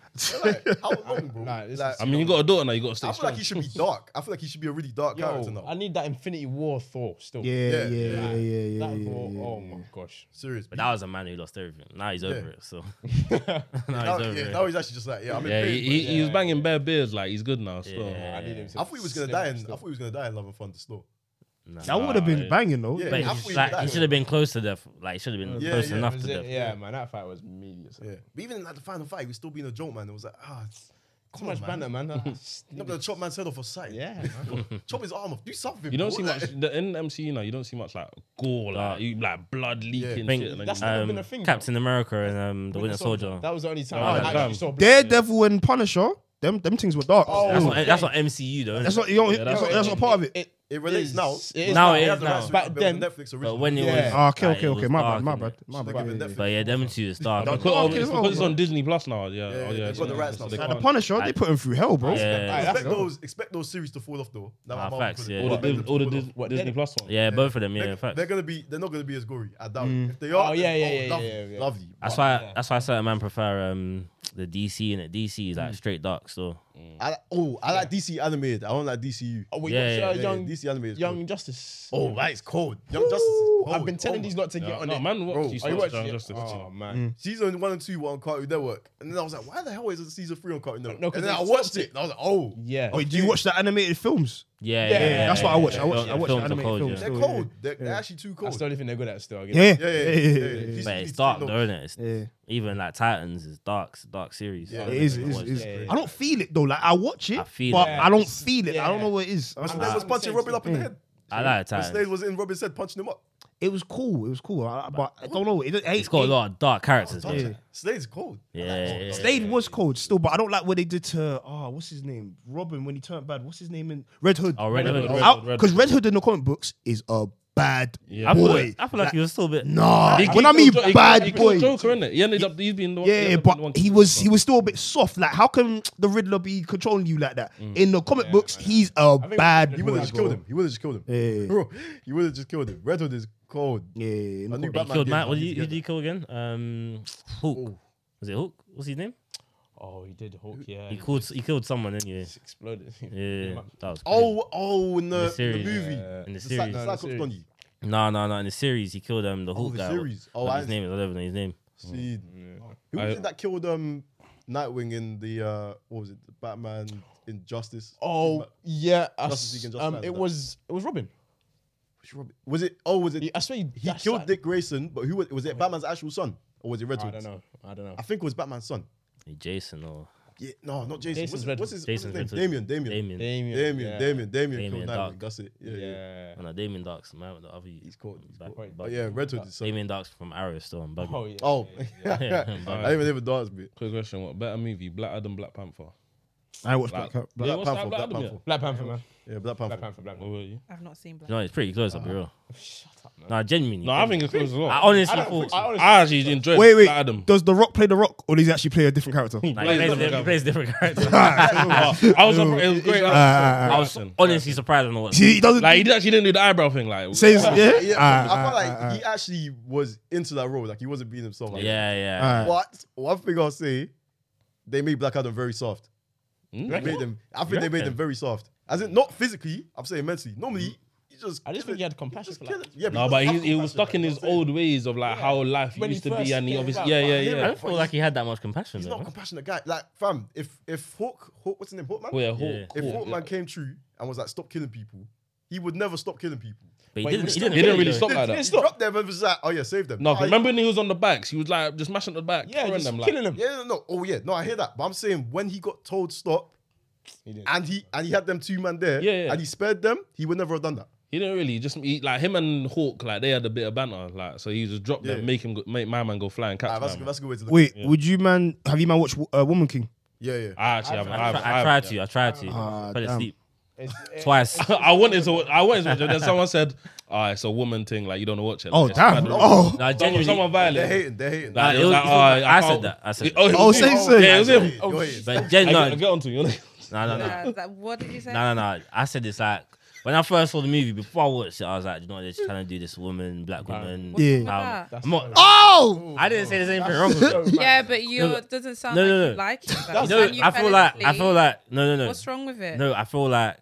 Speaker 2: Like, how
Speaker 7: [laughs]
Speaker 2: long, bro?
Speaker 7: Nah, this
Speaker 2: Like,
Speaker 7: is-
Speaker 3: I mean, you got a daughter now. You got to stay
Speaker 2: I feel like
Speaker 3: strong.
Speaker 2: he should be dark. I feel like he should be a really dark character
Speaker 7: Yo,
Speaker 2: now.
Speaker 7: I need that Infinity War Thor still.
Speaker 5: Yeah, yeah,
Speaker 2: Yeah,
Speaker 5: yeah, yeah,
Speaker 7: Like,
Speaker 5: yeah, yeah,
Speaker 7: that Thor,
Speaker 5: yeah.
Speaker 7: oh my gosh.
Speaker 2: Serious.
Speaker 4: But that was a man who lost everything. Now he's over it. So [laughs]
Speaker 2: Now,
Speaker 4: now he's over
Speaker 2: Oh, yeah,
Speaker 4: it.
Speaker 2: now he's actually just like, yeah, I'm in
Speaker 3: yeah,
Speaker 2: pain.
Speaker 3: he,
Speaker 2: but-
Speaker 3: he, he was banging bare beers. Like he's good now. Still.
Speaker 4: Yeah.
Speaker 7: I need him to
Speaker 2: I thought he was gonna
Speaker 7: slim
Speaker 2: die.
Speaker 7: up
Speaker 2: In, I
Speaker 7: still.
Speaker 2: thought he was gonna die in Love and Thunder still.
Speaker 4: Nah.
Speaker 5: That would have been banging though.
Speaker 2: Yeah,
Speaker 4: But
Speaker 2: halfway
Speaker 4: it's
Speaker 2: through
Speaker 4: like,
Speaker 2: that,
Speaker 4: he should have been close to death. Like, should have been
Speaker 2: Yeah,
Speaker 4: close
Speaker 2: yeah,
Speaker 4: enough
Speaker 7: That
Speaker 4: to
Speaker 7: was
Speaker 4: death.
Speaker 7: it. Yeah, man, that fight was media. son.
Speaker 2: Yeah, but even in like the final fight, he was still being a joke, man. It was like, ah, it's-
Speaker 7: Too
Speaker 2: come
Speaker 7: much
Speaker 2: on, man.
Speaker 7: banner, man.
Speaker 2: No, but chop man's head off a sight. [laughs]
Speaker 7: Yeah, man.
Speaker 2: chop his arm off. Do something.
Speaker 3: You don't
Speaker 2: bro.
Speaker 3: see
Speaker 2: Like,
Speaker 3: much the, in the MCU now. You don't see much like gore, like, you, like blood leaking.
Speaker 4: Think-
Speaker 3: shit, and then
Speaker 7: That's
Speaker 3: you-
Speaker 7: not
Speaker 4: Um,
Speaker 7: been a thing.
Speaker 4: Captain America and um, the Winter Soldier.
Speaker 7: That was the only time
Speaker 3: Oh,
Speaker 7: I
Speaker 3: yeah,
Speaker 7: actually
Speaker 3: damn.
Speaker 7: saw blood.
Speaker 5: Daredevil and Punisher, them them things were dark.
Speaker 7: Oh,
Speaker 4: That's
Speaker 7: Ooh.
Speaker 4: not that's not MCU though.
Speaker 5: That's not you know,
Speaker 3: Yeah, that's
Speaker 5: that's, not,
Speaker 3: what-
Speaker 5: that's not part of it.
Speaker 2: it relates
Speaker 7: is-
Speaker 2: now.
Speaker 7: it is
Speaker 4: Now
Speaker 7: now.
Speaker 4: it
Speaker 2: They
Speaker 4: is
Speaker 2: have the rights
Speaker 4: now.
Speaker 2: to
Speaker 7: Back
Speaker 2: it, but it was
Speaker 7: then-
Speaker 2: Netflix
Speaker 4: but
Speaker 2: original.
Speaker 4: when it
Speaker 7: Yeah.
Speaker 4: was
Speaker 5: Ah, okay,
Speaker 4: like,
Speaker 5: okay,
Speaker 4: it was
Speaker 5: okay. My
Speaker 4: dark,
Speaker 5: bad, my
Speaker 4: innit?
Speaker 5: bad, my
Speaker 2: They give
Speaker 5: bad.
Speaker 2: it
Speaker 5: Yeah, yeah.
Speaker 2: Netflix
Speaker 4: But yeah,
Speaker 2: original.
Speaker 4: them two is dark.
Speaker 5: Dark.
Speaker 4: innit?
Speaker 3: Because, oh,
Speaker 5: okay,
Speaker 3: it's
Speaker 5: well,
Speaker 3: because it's
Speaker 5: well.
Speaker 3: on Disney Plus now. Yeah,
Speaker 2: Yeah,
Speaker 3: oh,
Speaker 2: yeah,
Speaker 3: yeah.
Speaker 2: they've got the rights now.
Speaker 3: so
Speaker 2: Like,
Speaker 3: they
Speaker 5: Like the
Speaker 3: can't-
Speaker 5: Punisher, they put him through hell, bro.
Speaker 4: Yeah,
Speaker 2: Expect those, expect those series to fall off though. Now
Speaker 4: Ah,
Speaker 2: my mom
Speaker 4: facts,
Speaker 2: put it-
Speaker 4: yeah.
Speaker 3: all the,
Speaker 4: What,
Speaker 2: them
Speaker 3: Dis-
Speaker 2: to
Speaker 3: all the
Speaker 2: fall off.
Speaker 3: Dis- what, Disney Plus one.
Speaker 4: yeah, both of them. Yeah,
Speaker 2: They're,
Speaker 4: in fact.
Speaker 2: they're gonna be, they're not gonna be as gory. I doubt it. If they are,
Speaker 7: Oh, yeah,
Speaker 2: then-
Speaker 7: yeah, yeah, yeah,
Speaker 2: lovely,
Speaker 7: yeah, yeah.
Speaker 2: lovely.
Speaker 4: That's
Speaker 2: But
Speaker 4: why that's why certain man prefer um the DC and the DC is like
Speaker 5: Mm.
Speaker 4: straight dark. So
Speaker 2: I, oh, I like DC animated. I don't like DCU.
Speaker 7: Oh, wait,
Speaker 4: Yeah,
Speaker 7: yeah,
Speaker 4: yeah,
Speaker 2: Yeah,
Speaker 7: young,
Speaker 2: DC animated. is
Speaker 7: young
Speaker 2: cool.
Speaker 7: Justice.
Speaker 2: Oh, that is cold. Young Justice. Is cold.
Speaker 7: I've been telling
Speaker 2: Oh
Speaker 7: these
Speaker 2: my-
Speaker 7: not to get
Speaker 3: Yeah,
Speaker 7: on
Speaker 3: no,
Speaker 7: it.
Speaker 3: man
Speaker 2: Bro,
Speaker 3: watched you
Speaker 7: Are you
Speaker 3: watched
Speaker 7: watching
Speaker 3: Young
Speaker 7: it?
Speaker 3: Justice.
Speaker 7: Oh man.
Speaker 2: Season one and two were on Cartoon Network, and then I was like, why the hell is season three on Cartoon Network?
Speaker 7: No, 'cause
Speaker 2: and then
Speaker 7: they
Speaker 2: I watched it, and I was like, oh,
Speaker 7: Yeah.
Speaker 5: Wait, do you watch the animated films?
Speaker 4: yeah,
Speaker 7: Yeah,
Speaker 4: yeah,
Speaker 7: yeah,
Speaker 5: that's what I watch. I watch.
Speaker 4: Film-
Speaker 5: I watch the
Speaker 4: films are
Speaker 5: animated
Speaker 4: cold,
Speaker 5: films.
Speaker 4: yeah.
Speaker 2: they're
Speaker 5: so,
Speaker 2: cold. They're, they're actually too cold.
Speaker 7: That's the only thing they're good at still. I guess.
Speaker 5: Yeah,
Speaker 2: Yeah, yeah, yeah. yeah, yeah. These-
Speaker 4: But
Speaker 2: these
Speaker 4: it's dark
Speaker 2: things
Speaker 4: though,
Speaker 2: are-
Speaker 4: isn't it? It's,
Speaker 5: yeah.
Speaker 4: Even like Titans is dark, it's a dark series.
Speaker 2: Yeah,
Speaker 4: I
Speaker 5: It
Speaker 4: don't
Speaker 5: is,
Speaker 4: know if
Speaker 5: it
Speaker 4: I
Speaker 5: is, it
Speaker 4: watched
Speaker 5: is.
Speaker 7: yeah, yeah.
Speaker 5: I don't feel it though. Like I watch it,
Speaker 4: I feel
Speaker 5: but
Speaker 4: it.
Speaker 5: I don't feel it. I don't
Speaker 7: Yeah.
Speaker 5: know what it is. I-
Speaker 2: Slade
Speaker 5: I-
Speaker 2: was punching Robin up in the head.
Speaker 4: I like
Speaker 2: When Slade
Speaker 4: Titans.
Speaker 2: was in, Robin said punching him up.
Speaker 5: It was cool. It was cool. I, but I don't know. It, it,
Speaker 4: It's got a
Speaker 5: it-
Speaker 4: lot of dark characters.
Speaker 2: Oh,
Speaker 4: though. Yeah,
Speaker 2: Slade's cold.
Speaker 4: yeah, yeah.
Speaker 5: Slade was cold still, but I don't like what they did to oh, what's his name? Robin when he turned bad. What's his name in Red Hood?
Speaker 4: Oh, Red
Speaker 3: Red
Speaker 4: Hood.
Speaker 3: Hood, Red
Speaker 5: Because
Speaker 3: Hood.
Speaker 5: Red Hood in the comic books is a bad
Speaker 3: Yeah. I
Speaker 4: I feel
Speaker 5: boy.
Speaker 4: like, I feel like he was still a bit.
Speaker 5: Nah,
Speaker 3: He-
Speaker 5: when
Speaker 3: he
Speaker 5: I mean
Speaker 3: killed Jo- he
Speaker 5: bad
Speaker 3: killed-
Speaker 5: boy,
Speaker 3: He killed Joker, innit? He ended up he's been the one. he
Speaker 5: yeah,
Speaker 3: ended up being the one
Speaker 5: but he
Speaker 3: killing
Speaker 5: was
Speaker 3: people.
Speaker 5: he was still a bit soft. Like, how come the Riddler be controlling you like that? In the comic books, he's a bad
Speaker 2: He
Speaker 5: boy.
Speaker 2: would have just killed him. He would have just killed him.
Speaker 5: Yeah.
Speaker 2: Bro, he would have just killed him. Red Hood is cold.
Speaker 5: Yeah, in the
Speaker 2: I knew
Speaker 5: comic-
Speaker 4: He
Speaker 2: Batman
Speaker 4: killed
Speaker 2: did
Speaker 4: Matt. What
Speaker 2: that.
Speaker 4: did he, who did he kill again? Um, Hulk. Was it Hulk? What's his name?
Speaker 6: Oh, he did Hulk. Yeah,
Speaker 4: He called. He killed someone. Didn't he?
Speaker 7: Exploded.
Speaker 4: Yeah, that was. Crazy.
Speaker 2: Oh, oh, in the,
Speaker 4: the
Speaker 2: in the
Speaker 4: series.
Speaker 2: movie.
Speaker 4: in the
Speaker 2: The
Speaker 4: series.
Speaker 2: Cyclops
Speaker 7: No, the series.
Speaker 2: Donny.
Speaker 4: No, no, no. In the series, he killed um the Hulk
Speaker 2: the
Speaker 4: guy.
Speaker 2: series. Oh,
Speaker 4: What
Speaker 2: I
Speaker 4: his name is. I don't know his name.
Speaker 2: See, Oh. who was
Speaker 3: I-
Speaker 2: it that killed um Nightwing in the uh what was it the Batman Injustice?
Speaker 7: Oh yeah. I
Speaker 2: Justice
Speaker 7: s-
Speaker 2: League and Justice
Speaker 7: Um,
Speaker 2: Land,
Speaker 7: it
Speaker 2: that.
Speaker 7: was it was Robin.
Speaker 2: Which Robin- was it? Oh, was it?
Speaker 7: He- I swear he,
Speaker 2: He killed Dick Grayson, but who was, was it? Batman's actual son, or was it Red
Speaker 7: I
Speaker 2: Hood?
Speaker 7: don't know. I don't know.
Speaker 2: I think it was Batman's son.
Speaker 4: Hey, Jason or
Speaker 2: Yeah, no, not Jason.
Speaker 7: Jason's
Speaker 2: What's,
Speaker 7: Red
Speaker 2: what's his, what's his
Speaker 4: Jason
Speaker 2: name?
Speaker 4: Red Hood.
Speaker 2: Damien. Damien.
Speaker 4: Damien.
Speaker 7: Damien.
Speaker 2: Damien,
Speaker 7: yeah.
Speaker 2: Damien, Damien
Speaker 4: Damien
Speaker 2: killed
Speaker 4: Dark.
Speaker 2: Nightwing. That's it. Yeah, yeah.
Speaker 7: Yeah.
Speaker 4: Oh, no, Damien Dark's the man with the other.
Speaker 2: He's called.
Speaker 4: back-
Speaker 7: quite-
Speaker 2: But
Speaker 4: back-
Speaker 2: yeah, Red Hood is son.
Speaker 4: Damien Dark's from Arrow still. I'm bugging.
Speaker 7: Oh yeah.
Speaker 2: Oh, [laughs]
Speaker 4: Yeah,
Speaker 2: I
Speaker 4: I'm bugging.
Speaker 2: haven't even danced, bit.
Speaker 3: Quick question: What better movie, Black Adam, Black Panther?
Speaker 5: I watched Black Cat.
Speaker 3: Yeah,
Speaker 2: Black
Speaker 3: what's
Speaker 2: Panther.
Speaker 3: that,
Speaker 2: Black
Speaker 3: Black Adam, yeah?
Speaker 2: Panther.
Speaker 7: Black Panther man.
Speaker 2: Yeah, Black
Speaker 7: Black
Speaker 2: Panther.
Speaker 7: Panther. Black
Speaker 3: What
Speaker 7: Panther.
Speaker 3: were you?
Speaker 1: I've not seen Black.
Speaker 4: No, it's pretty close. I'll be real.
Speaker 7: Shut up man.
Speaker 4: No, genuinely.
Speaker 3: No, I think it's close as well.
Speaker 4: I honestly
Speaker 7: I don't
Speaker 4: thought.
Speaker 7: think- I honestly-
Speaker 3: I actually enjoyed
Speaker 5: Wait, wait.
Speaker 3: Black Adam.
Speaker 5: Does The Rock play The Rock, or does he actually play a different character?
Speaker 3: He
Speaker 4: Nah,
Speaker 3: plays
Speaker 4: he,
Speaker 3: Black
Speaker 4: plays, he
Speaker 3: Adam.
Speaker 4: plays different characters.
Speaker 3: I was. surprised- It was great.
Speaker 4: I
Speaker 3: I
Speaker 4: was honestly surprised
Speaker 5: [laughs]
Speaker 4: on what.
Speaker 5: See, he doesn't
Speaker 3: Like he actually didn't do the eyebrow thing. Like
Speaker 5: say. Yeah,
Speaker 2: Yeah,
Speaker 5: Ah,
Speaker 2: I felt
Speaker 5: ah,
Speaker 2: like
Speaker 5: ah,
Speaker 2: he actually was into that role. Like he wasn't being himself.
Speaker 4: Yeah,
Speaker 2: Like,
Speaker 4: yeah.
Speaker 2: [laughs]
Speaker 5: ah.
Speaker 2: But one thing I'll say, they made Black Adam very soft.
Speaker 3: Hmm?
Speaker 2: They made them. I think they made them very soft. As in, not physically. I'm saying mentally.
Speaker 3: Mm.
Speaker 2: Normally, you just.
Speaker 7: I just
Speaker 2: kill
Speaker 7: think he
Speaker 2: it.
Speaker 7: had compassion
Speaker 2: Just
Speaker 7: for
Speaker 2: kill
Speaker 7: that.
Speaker 2: it. Yeah,
Speaker 3: No,
Speaker 2: because
Speaker 3: but
Speaker 2: I
Speaker 3: he,
Speaker 2: feel
Speaker 3: he was
Speaker 2: compassion,
Speaker 3: stuck in
Speaker 2: you know
Speaker 3: his
Speaker 2: what I'm saying?
Speaker 3: old ways of like how life
Speaker 7: When he
Speaker 3: used to
Speaker 7: first
Speaker 3: be, and he
Speaker 7: came
Speaker 3: obviously
Speaker 7: back,
Speaker 3: yeah,
Speaker 7: like,
Speaker 3: yeah,
Speaker 7: yeah,
Speaker 3: yeah.
Speaker 4: I don't feel like he had that much compassion.
Speaker 2: He's
Speaker 4: though.
Speaker 2: not a compassionate guy. Like, fam, if if Hawk, Hawk, what's his name, Hawkman?
Speaker 3: Oh, yeah, Hawk,
Speaker 4: Yeah.
Speaker 2: If
Speaker 3: Hawk,
Speaker 2: Hawkman
Speaker 3: yeah.
Speaker 2: came true and was like, stop killing people, he he would never stop killing people.
Speaker 4: But he
Speaker 6: But
Speaker 4: didn't,
Speaker 6: he
Speaker 4: he didn't,
Speaker 3: He didn't really
Speaker 4: though.
Speaker 3: stop
Speaker 2: He
Speaker 3: like
Speaker 2: didn't
Speaker 3: that.
Speaker 2: stop them and was like, oh yeah, save them.
Speaker 3: No,
Speaker 2: I-
Speaker 3: remember when he was on the backs? He was like just mashing the back.
Speaker 6: Yeah,
Speaker 3: throwing
Speaker 6: just
Speaker 3: them, like-
Speaker 6: killing them.
Speaker 2: Yeah, no, no, oh yeah, no, I hear that. But I'm saying when he got told stop,
Speaker 6: didn't.
Speaker 2: and he and he had them two man there,
Speaker 3: Yeah, yeah.
Speaker 2: and he spared them, he would never have done that.
Speaker 3: He didn't really just he, like him and Hawk like they had a bit of banter like so he just dropped
Speaker 2: Yeah.
Speaker 3: them make him go, make my man go fly and catch
Speaker 2: Ah, that's,
Speaker 3: my man.
Speaker 2: that's a good way to look.
Speaker 5: Wait, would you man? Have you man watched uh, Woman King?
Speaker 2: Yeah, yeah.
Speaker 3: I actually haven't.
Speaker 4: I,
Speaker 3: I've,
Speaker 4: tri-
Speaker 3: I've,
Speaker 4: I tried to. I tried to.
Speaker 5: Ah,
Speaker 4: fell
Speaker 5: damn.
Speaker 4: asleep
Speaker 6: It's-
Speaker 3: [laughs]
Speaker 4: twice.
Speaker 3: I wanted to. I wanted to. but Then someone said, "Ah, it's a woman thing. Like you don't watch it." Like,
Speaker 5: Oh
Speaker 3: it's
Speaker 5: damn!
Speaker 3: bad.
Speaker 5: Oh,
Speaker 4: Nah,
Speaker 3: Someone,
Speaker 4: genuinely.
Speaker 3: someone
Speaker 2: They're
Speaker 3: violated.
Speaker 2: hating. They're hating.
Speaker 4: Nah,
Speaker 3: Like,
Speaker 4: it was-
Speaker 3: like,
Speaker 4: it was-
Speaker 3: "Ah,
Speaker 4: I said
Speaker 3: can't."
Speaker 4: that, I
Speaker 3: [laughs]
Speaker 4: said
Speaker 3: It-
Speaker 4: that. oh,
Speaker 3: Oh, it
Speaker 5: Oh,
Speaker 3: was him.
Speaker 5: say so.
Speaker 3: Yeah, it was him.
Speaker 2: You're hating.
Speaker 4: but
Speaker 3: I [laughs]
Speaker 4: gen-
Speaker 3: get,
Speaker 4: no,
Speaker 3: I get onto you.
Speaker 4: no, no, no.
Speaker 1: Yeah, that- what did you say?
Speaker 4: No, no, no. I said this like when I first saw the movie. Before I watched it, I was like, you know, what, they're just trying to do this woman, black woman.
Speaker 1: What's
Speaker 5: Yeah.
Speaker 1: wrong with
Speaker 4: how-
Speaker 1: that?
Speaker 4: I'm not-
Speaker 5: oh,
Speaker 4: I didn't say there's anything wrong with it.
Speaker 6: So
Speaker 1: Yeah, but you
Speaker 4: No,
Speaker 1: it doesn't sound
Speaker 4: no,
Speaker 1: like
Speaker 4: no,
Speaker 1: you
Speaker 4: no.
Speaker 1: like it. though.
Speaker 4: You
Speaker 1: And
Speaker 4: know,
Speaker 1: you
Speaker 4: I
Speaker 1: fell
Speaker 4: feel like I
Speaker 1: asleep.
Speaker 4: feel like no, no, no.
Speaker 1: What's wrong with it?
Speaker 4: No, I feel like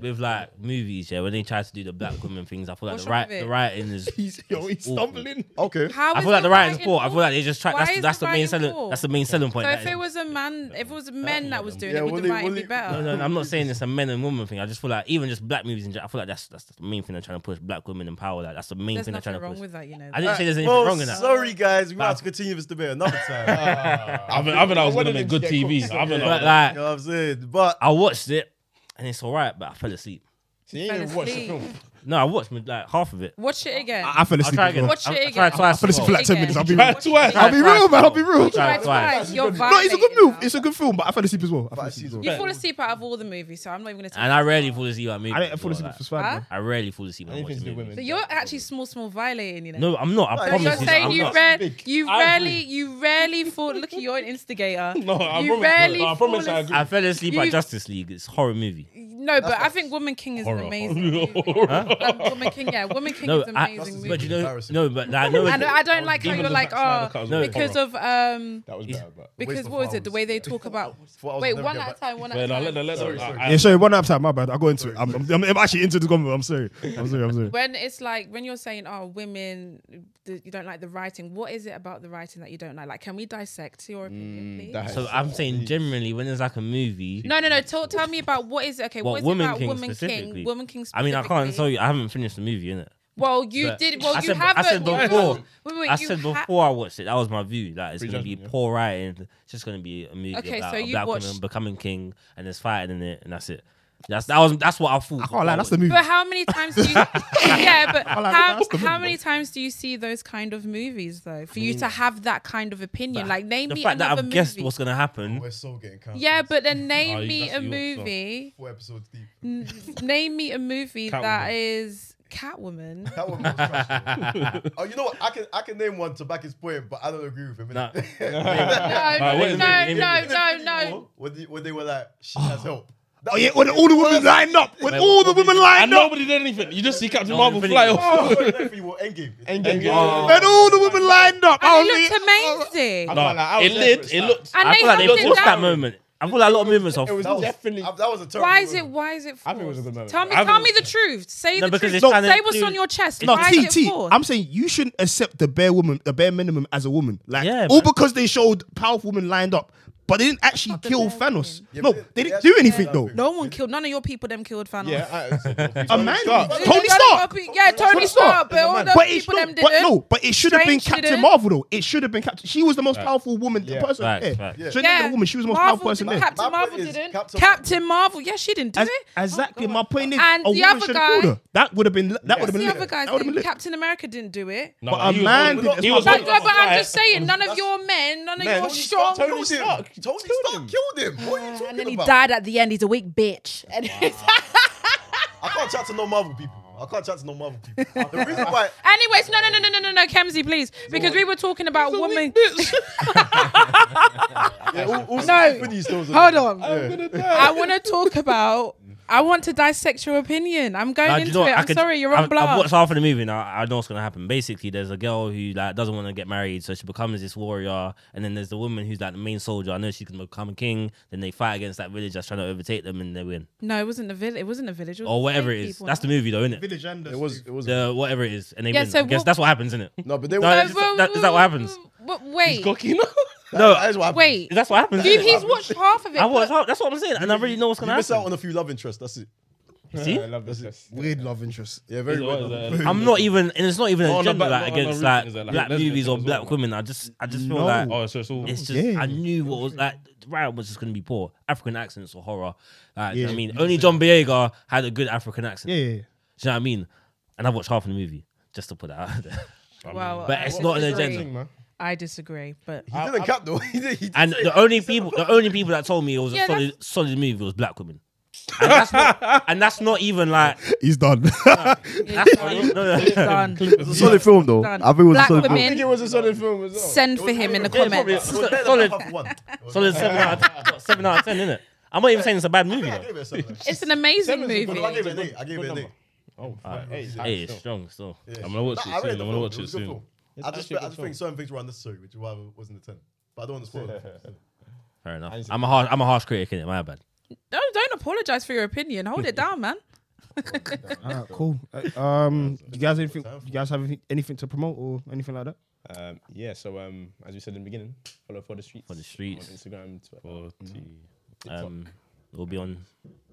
Speaker 4: with like movies, yeah, when they try to do the black women things, I feel like
Speaker 1: What's
Speaker 4: the
Speaker 1: wrong
Speaker 4: right,
Speaker 1: with it?
Speaker 4: the writing is.
Speaker 5: yo, [laughs] he's
Speaker 4: awful.
Speaker 5: stumbling.
Speaker 2: Okay.
Speaker 1: How
Speaker 4: I
Speaker 1: is
Speaker 4: feel like the writing's
Speaker 1: writing
Speaker 4: poor. I feel like they just try.
Speaker 1: Why
Speaker 4: That's
Speaker 1: is
Speaker 4: the, that's
Speaker 1: the
Speaker 4: the main
Speaker 1: writing
Speaker 4: selling.
Speaker 1: poor?
Speaker 4: That's the main selling point.
Speaker 1: So
Speaker 4: that
Speaker 1: if
Speaker 4: is-
Speaker 1: it was a man, if it was men that was doing
Speaker 2: Yeah,
Speaker 1: it, would
Speaker 2: will
Speaker 1: the
Speaker 2: it-
Speaker 1: writing
Speaker 2: will
Speaker 1: be
Speaker 2: it-
Speaker 4: No,
Speaker 1: better?
Speaker 4: no, no, I'm not saying it's a men and women thing. I just feel like even just black movies in general, I feel like that's that's the main thing they're trying to push black women in power. Like that's the main
Speaker 1: There's
Speaker 4: thing they're
Speaker 1: nothing
Speaker 4: trying to
Speaker 1: wrong
Speaker 4: push.
Speaker 1: with that, you know.
Speaker 4: I didn't say there's anything
Speaker 2: Well,
Speaker 4: wrong in that.
Speaker 2: sorry guys, we might have to continue this debate
Speaker 4: [laughs]
Speaker 2: another time.
Speaker 3: I think I think I was gonna make good TV. I think
Speaker 4: But
Speaker 3: I-
Speaker 2: you
Speaker 4: like
Speaker 2: know what I'm saying? But
Speaker 4: I watched it and it's alright, but I fell asleep.
Speaker 6: you
Speaker 1: Fell
Speaker 6: didn't even watch the
Speaker 1: asleep.
Speaker 6: film.
Speaker 4: No, I watched like half of it.
Speaker 1: Watch it again.
Speaker 5: I, I fell
Speaker 4: I'll
Speaker 5: asleep.
Speaker 4: try again.
Speaker 5: before.
Speaker 1: Watch
Speaker 4: I'll-
Speaker 1: it
Speaker 4: I'll
Speaker 1: again.
Speaker 4: Try twice.
Speaker 5: I fell asleep for like ten
Speaker 1: again.
Speaker 5: minutes. I'll be
Speaker 3: Try
Speaker 5: real.
Speaker 3: twice.
Speaker 5: I'll be real, man. I'll be real.
Speaker 4: Try
Speaker 1: Twice,
Speaker 4: twice.
Speaker 1: twice. You're
Speaker 5: No, it's a good
Speaker 1: violating
Speaker 5: move.
Speaker 1: now.
Speaker 5: It's a good film, but I fell asleep as well. I fell
Speaker 2: Five
Speaker 5: asleep as
Speaker 2: seasons.
Speaker 5: well.
Speaker 1: You fall asleep out of all the movies, so I'm not even going to.
Speaker 4: And I rarely fall asleep at movies.
Speaker 5: I didn't I fell
Speaker 4: as
Speaker 5: asleep
Speaker 4: well,
Speaker 5: for
Speaker 4: like,
Speaker 5: Swag,
Speaker 1: Huh?
Speaker 5: man.
Speaker 4: I rarely fall asleep when I'm
Speaker 6: Anything
Speaker 4: watching
Speaker 6: to do
Speaker 4: movies.
Speaker 6: with women.
Speaker 1: But you're actually small, small violating, you know.
Speaker 4: No, I'm not. I
Speaker 2: you're
Speaker 1: So you're
Speaker 4: promise you.
Speaker 1: saying
Speaker 4: I'm
Speaker 1: you,
Speaker 4: not.
Speaker 1: rare, you
Speaker 4: I
Speaker 1: rarely,
Speaker 4: agree.
Speaker 1: you rarely fall. Look, you're an instigator.
Speaker 3: No, I
Speaker 1: you
Speaker 3: promise- no,
Speaker 1: rarely
Speaker 3: no, I promise
Speaker 1: fall
Speaker 3: I
Speaker 1: asleep.
Speaker 4: I fell asleep at
Speaker 1: You-
Speaker 4: Justice League. It's a horror movie.
Speaker 1: No, but I think Woman King is an
Speaker 3: Horror.
Speaker 1: amazing. movie. Um, Woman King, yeah, Woman King
Speaker 4: No,
Speaker 1: is an
Speaker 4: I,
Speaker 1: amazing
Speaker 4: but
Speaker 1: movie.
Speaker 4: you know,
Speaker 2: Embarrassing.
Speaker 4: no, but like, no,
Speaker 1: And [laughs] I don't like how
Speaker 3: Demons
Speaker 1: you're
Speaker 3: of
Speaker 1: like,
Speaker 4: like.
Speaker 3: Zack Snyder cut
Speaker 1: oh,
Speaker 3: was a
Speaker 1: because
Speaker 3: horror.
Speaker 1: of um,
Speaker 6: That was better, but
Speaker 2: Waste
Speaker 1: because
Speaker 2: of
Speaker 1: what was it? The
Speaker 2: hours.
Speaker 1: way they talk about.
Speaker 2: Four hours
Speaker 1: Wait,
Speaker 2: never
Speaker 1: one
Speaker 2: get
Speaker 1: at a
Speaker 2: back.
Speaker 1: time. One
Speaker 3: Yeah,
Speaker 1: at
Speaker 3: no,
Speaker 1: a
Speaker 3: let-
Speaker 1: time.
Speaker 3: let- let- I-
Speaker 5: Yeah, sorry, one episode. My bad. I'll go into it. I'm, I'm, I'm actually into the government. I'm sorry. I'm sorry. I'm sorry.
Speaker 1: When it's like when you're saying, "Oh, women, the, you don't like the writing." What is it about the writing that you don't like? Like, can we dissect your opinion, please?
Speaker 6: that
Speaker 4: So I'm saying generally when there's like a movie.
Speaker 1: No, no, no. Tell, tell me about what is okay.
Speaker 4: What,
Speaker 1: what is
Speaker 4: Woman
Speaker 1: it about
Speaker 4: King
Speaker 1: Woman King?
Speaker 4: specifically?
Speaker 1: Woman King.
Speaker 4: I mean, I can't tell
Speaker 1: specifically?
Speaker 4: you. I haven't finished the movie, innit?
Speaker 1: Well, you
Speaker 4: But
Speaker 1: did. Well,
Speaker 4: I
Speaker 1: you
Speaker 4: said- I
Speaker 1: haven't.
Speaker 4: said
Speaker 1: well,
Speaker 4: before.
Speaker 1: no. Wait, wait,
Speaker 4: I
Speaker 1: you
Speaker 4: said
Speaker 1: ha-
Speaker 4: before I watched it, that was my view. Like it's gonna be
Speaker 7: judgment, yeah.
Speaker 4: poor writing. It's just gonna be a movie
Speaker 1: Okay,
Speaker 4: about
Speaker 1: so
Speaker 4: a
Speaker 1: you
Speaker 4: black woman
Speaker 1: watched-
Speaker 4: becoming king and there's fighting in it, and that's it. That's that was that's what I thought.
Speaker 5: I can't lie. That's the movie.
Speaker 1: But how many times do you? yeah, but
Speaker 5: like,
Speaker 1: how,
Speaker 5: that's the
Speaker 1: how
Speaker 5: minimum.
Speaker 1: many times do you see those kind of movies though? For you to have that kind of opinion, like name
Speaker 4: the
Speaker 1: me
Speaker 4: fact that
Speaker 1: another
Speaker 4: I've guessed
Speaker 1: movie.
Speaker 4: what's gonna happen.
Speaker 2: we're so getting cancelled.
Speaker 1: yeah, but then name
Speaker 3: Oh, you-
Speaker 1: me a
Speaker 3: that's your- so-
Speaker 1: movie.
Speaker 2: Four episodes deep.
Speaker 1: n- name me a movie that is Catwoman.
Speaker 2: That one was trash.
Speaker 4: [laughs]
Speaker 2: though. oh, you know what? I can I can name one to back his point, but I don't agree with him. innit?
Speaker 1: No,
Speaker 3: wait a
Speaker 1: no, no,
Speaker 4: minute,
Speaker 1: no,
Speaker 4: wait
Speaker 1: no, no.
Speaker 2: [laughs] when, they, when they were like, she has help. [laughs] That
Speaker 5: Oh yeah, when all the women lined up. When
Speaker 4: Wait,
Speaker 5: all the women
Speaker 3: And
Speaker 5: lined up.
Speaker 3: nobody did anything. You just see Captain
Speaker 4: No,
Speaker 3: Marvel
Speaker 4: Infinity
Speaker 3: fly off.
Speaker 2: Oh, sorry, definitely, well, Endgame.
Speaker 6: Endgame.
Speaker 4: Oh.
Speaker 5: When all the women lined up. Oh, I
Speaker 1: And
Speaker 5: was
Speaker 1: it
Speaker 5: like-
Speaker 1: looked amazing.
Speaker 3: No,
Speaker 6: like, I was
Speaker 3: it
Speaker 6: there for
Speaker 3: lit.
Speaker 6: a
Speaker 3: It
Speaker 6: start.
Speaker 3: looked.
Speaker 1: And
Speaker 4: I
Speaker 1: they
Speaker 4: feel like they
Speaker 1: held it
Speaker 4: lost that
Speaker 1: down.
Speaker 4: moment. I feel like a lot of movements are.
Speaker 6: It was
Speaker 2: That was
Speaker 6: definitely.
Speaker 2: uh, That was a terrible.
Speaker 1: Why is it?
Speaker 2: moment.
Speaker 1: Why is it forced?
Speaker 6: think it was a good moment.
Speaker 1: Tell me,
Speaker 3: I
Speaker 1: tell
Speaker 3: think-
Speaker 1: me the truth. Say the
Speaker 4: No, because
Speaker 1: truth.
Speaker 4: it's trying to
Speaker 1: Say what's
Speaker 4: do-
Speaker 1: on your chest.
Speaker 5: No,
Speaker 1: why
Speaker 5: T,
Speaker 1: is it
Speaker 5: T.
Speaker 1: forced?
Speaker 5: I'm saying you shouldn't accept the bare woman, the bare minimum as a woman. Like
Speaker 4: Yeah,
Speaker 5: all
Speaker 4: man.
Speaker 5: because they showed powerful women lined up, but they didn't actually
Speaker 1: the
Speaker 5: kill
Speaker 1: bare
Speaker 5: Thanos.
Speaker 1: women.
Speaker 2: Yeah,
Speaker 5: no,
Speaker 2: but they
Speaker 5: they didn't
Speaker 2: actually
Speaker 5: do anything
Speaker 2: killed
Speaker 5: though.
Speaker 2: Thanos.
Speaker 1: No one killed. None of your people them killed Thanos.
Speaker 6: Yeah, I-
Speaker 5: A man,
Speaker 6: Stark.
Speaker 1: Yeah,
Speaker 5: Tony
Speaker 1: Johnny
Speaker 5: Stark.
Speaker 1: Poppy- Yeah, Tony
Speaker 5: Tony
Speaker 1: Stark.
Speaker 5: Stark.
Speaker 1: But all the
Speaker 5: But it,
Speaker 1: people
Speaker 5: no,
Speaker 1: them
Speaker 5: but
Speaker 1: didn't.
Speaker 5: no, but it should have been
Speaker 1: Strange
Speaker 5: Captain
Speaker 1: didn't.
Speaker 5: Marvel though. It should have been Captain. She was the most powerful woman the person
Speaker 4: Facts,
Speaker 5: there.
Speaker 4: facts.
Speaker 5: So not the woman. She was the most powerful person
Speaker 1: did-
Speaker 5: there.
Speaker 1: Captain
Speaker 2: My point
Speaker 1: Marvel
Speaker 2: is
Speaker 1: didn't. Captain,
Speaker 2: Captain-
Speaker 1: Marvel. Yeah, she didn't do
Speaker 5: As-
Speaker 1: it.
Speaker 5: exactly.
Speaker 1: Oh, God.
Speaker 5: my point is,
Speaker 1: And the
Speaker 5: a woman
Speaker 1: other
Speaker 5: should
Speaker 1: guy-
Speaker 5: have killed her. That would have been. That would have been.
Speaker 1: The
Speaker 5: lit.
Speaker 1: other guys
Speaker 5: That would have
Speaker 1: didn't.
Speaker 5: been. lit.
Speaker 1: Captain America didn't do it.
Speaker 3: No,
Speaker 5: But a
Speaker 3: he was-
Speaker 5: man
Speaker 3: he
Speaker 5: did it.
Speaker 3: was- he
Speaker 1: No,
Speaker 3: was-
Speaker 1: no, but I'm just saying, none of your men, none of your
Speaker 2: Tony
Speaker 1: strong.
Speaker 2: Stark killed
Speaker 6: Tony
Speaker 2: him.
Speaker 6: Stark
Speaker 2: Tony
Speaker 6: killed
Speaker 2: Stark
Speaker 6: him.
Speaker 2: killed him. What are you talking
Speaker 1: And then he
Speaker 2: about?
Speaker 1: died at the end. He's a weak bitch. [laughs] And
Speaker 2: I can't chat to no Marvel people. I can't chat to no Marvel people. The reason why
Speaker 1: Anyways, no, no, no, no, no, no, no, Kemsy, please, because we were talking about women.
Speaker 2: yeah, all, all
Speaker 1: No.
Speaker 2: Sydney stores are-
Speaker 1: [laughs] Hold on.
Speaker 2: Yeah.
Speaker 1: I want to talk about. I want to dissect your opinion. I'm going
Speaker 4: Nah, do you
Speaker 1: into
Speaker 4: know what?
Speaker 1: it.
Speaker 4: I
Speaker 1: I'm
Speaker 4: could-
Speaker 1: sorry, you're
Speaker 4: I've-
Speaker 1: on
Speaker 4: I've
Speaker 1: blast.
Speaker 4: watched half of the movie now. I know what's gonna happen. Basically, there's a girl who like doesn't want to get married, so she becomes this warrior, and then there's the woman who's like the main soldier. I know she can become a king. Then they fight against that village that's trying to overtake them, and they win,
Speaker 1: No, it wasn't the village. It wasn't the village. It was
Speaker 4: or
Speaker 1: the
Speaker 4: whatever
Speaker 1: same
Speaker 4: it is.
Speaker 1: people,
Speaker 4: That's the
Speaker 1: no?
Speaker 4: movie, though, isn't it?
Speaker 2: It was. It was.
Speaker 4: The whatever it is, and they
Speaker 1: Yeah,
Speaker 4: win.
Speaker 1: so
Speaker 4: I guess
Speaker 1: what-
Speaker 4: that's what happens, isn't it?
Speaker 2: No, but they were.
Speaker 4: No,
Speaker 1: Uh,
Speaker 4: is
Speaker 1: but-
Speaker 4: that- is that what happens?
Speaker 1: But wait,
Speaker 2: that is what happened.
Speaker 1: wait.
Speaker 4: That's what happens.
Speaker 1: Dude,
Speaker 4: innit?
Speaker 1: he's watched half of it.
Speaker 4: I watched.
Speaker 1: but-
Speaker 4: half- That's what I'm saying, and I really know what's
Speaker 2: You
Speaker 4: gonna
Speaker 2: miss
Speaker 4: happen.
Speaker 2: out on a few love interests. That's it.
Speaker 4: See?
Speaker 7: I love this. That's-
Speaker 5: Weird love interest.
Speaker 2: Yeah, very
Speaker 3: Is
Speaker 2: well.
Speaker 3: it- is it-
Speaker 4: I'm not even, and it's not even
Speaker 3: No,
Speaker 4: a
Speaker 3: no,
Speaker 4: agenda
Speaker 3: but-
Speaker 4: like,
Speaker 3: no, no,
Speaker 4: against
Speaker 3: no,
Speaker 4: like,
Speaker 3: is it like
Speaker 4: black
Speaker 3: lesbian
Speaker 4: movies
Speaker 3: things
Speaker 4: or
Speaker 3: as
Speaker 4: black
Speaker 3: well?
Speaker 4: women. I just, I just feel
Speaker 5: No.
Speaker 4: like
Speaker 3: Oh, so it's all.
Speaker 4: it's just, I knew what was like. Ryan was just gonna be poor African accents or horror. Like, do you know what I mean, only John Boyega had a good African accent.
Speaker 5: Yeah, yeah, yeah.
Speaker 4: Do you know what I mean? And I watched half of the movie just to put that out there.
Speaker 1: Well,
Speaker 4: But
Speaker 1: I
Speaker 4: it's not an
Speaker 1: disagree.
Speaker 4: agenda.
Speaker 7: man.
Speaker 1: I disagree,
Speaker 4: [laughs]
Speaker 1: but
Speaker 2: He didn't cap though. he did, he did
Speaker 4: And the only people, the only people that told me it was
Speaker 1: Yeah,
Speaker 4: a solid, solid movie was black women. And that's, not, and that's not even like
Speaker 5: He's done.
Speaker 4: that's not even, no, no. [laughs]
Speaker 1: done.
Speaker 2: It's a solid film though.
Speaker 1: Done.
Speaker 2: I think it was
Speaker 1: Black
Speaker 2: a solid
Speaker 7: I think it
Speaker 1: women,
Speaker 7: was a solid film as well.
Speaker 1: send for him in the comments.
Speaker 2: film.
Speaker 4: solid-
Speaker 2: Solid.
Speaker 4: solid seven out, of, seven out of ten, innit? I'm not even saying it's a bad movie
Speaker 2: I
Speaker 4: though.
Speaker 2: gave it a seven.
Speaker 1: It's an amazing
Speaker 7: Seven's a good
Speaker 2: I gave it
Speaker 1: movie.
Speaker 2: an eight. I gave it an eight.
Speaker 7: Hey, it's
Speaker 4: Hey, it's strong still.
Speaker 3: I'm gonna watch
Speaker 2: Nah, I read
Speaker 3: it soon.
Speaker 2: the
Speaker 3: I'm
Speaker 2: film.
Speaker 3: gonna watch
Speaker 2: It
Speaker 3: it
Speaker 2: was a good
Speaker 3: soon.
Speaker 2: film. I just, I just think certain things were unnecessary, which is why it wasn't a ten. But I don't want to spoil it.
Speaker 4: Fair enough. I'm a harsh, I'm a harsh critic, innit? My bad.
Speaker 1: No, don't apologize for your opinion. Hold it down, man.
Speaker 5: Alright, cool. Uh, Um, you guys, anything? You guys have anything, anything to promote or anything like that?
Speaker 7: Um, yeah, so um, as we said in the beginning, follow for the streets.
Speaker 4: For the streets.
Speaker 7: On Instagram, Twitter,
Speaker 4: Um, we'll be on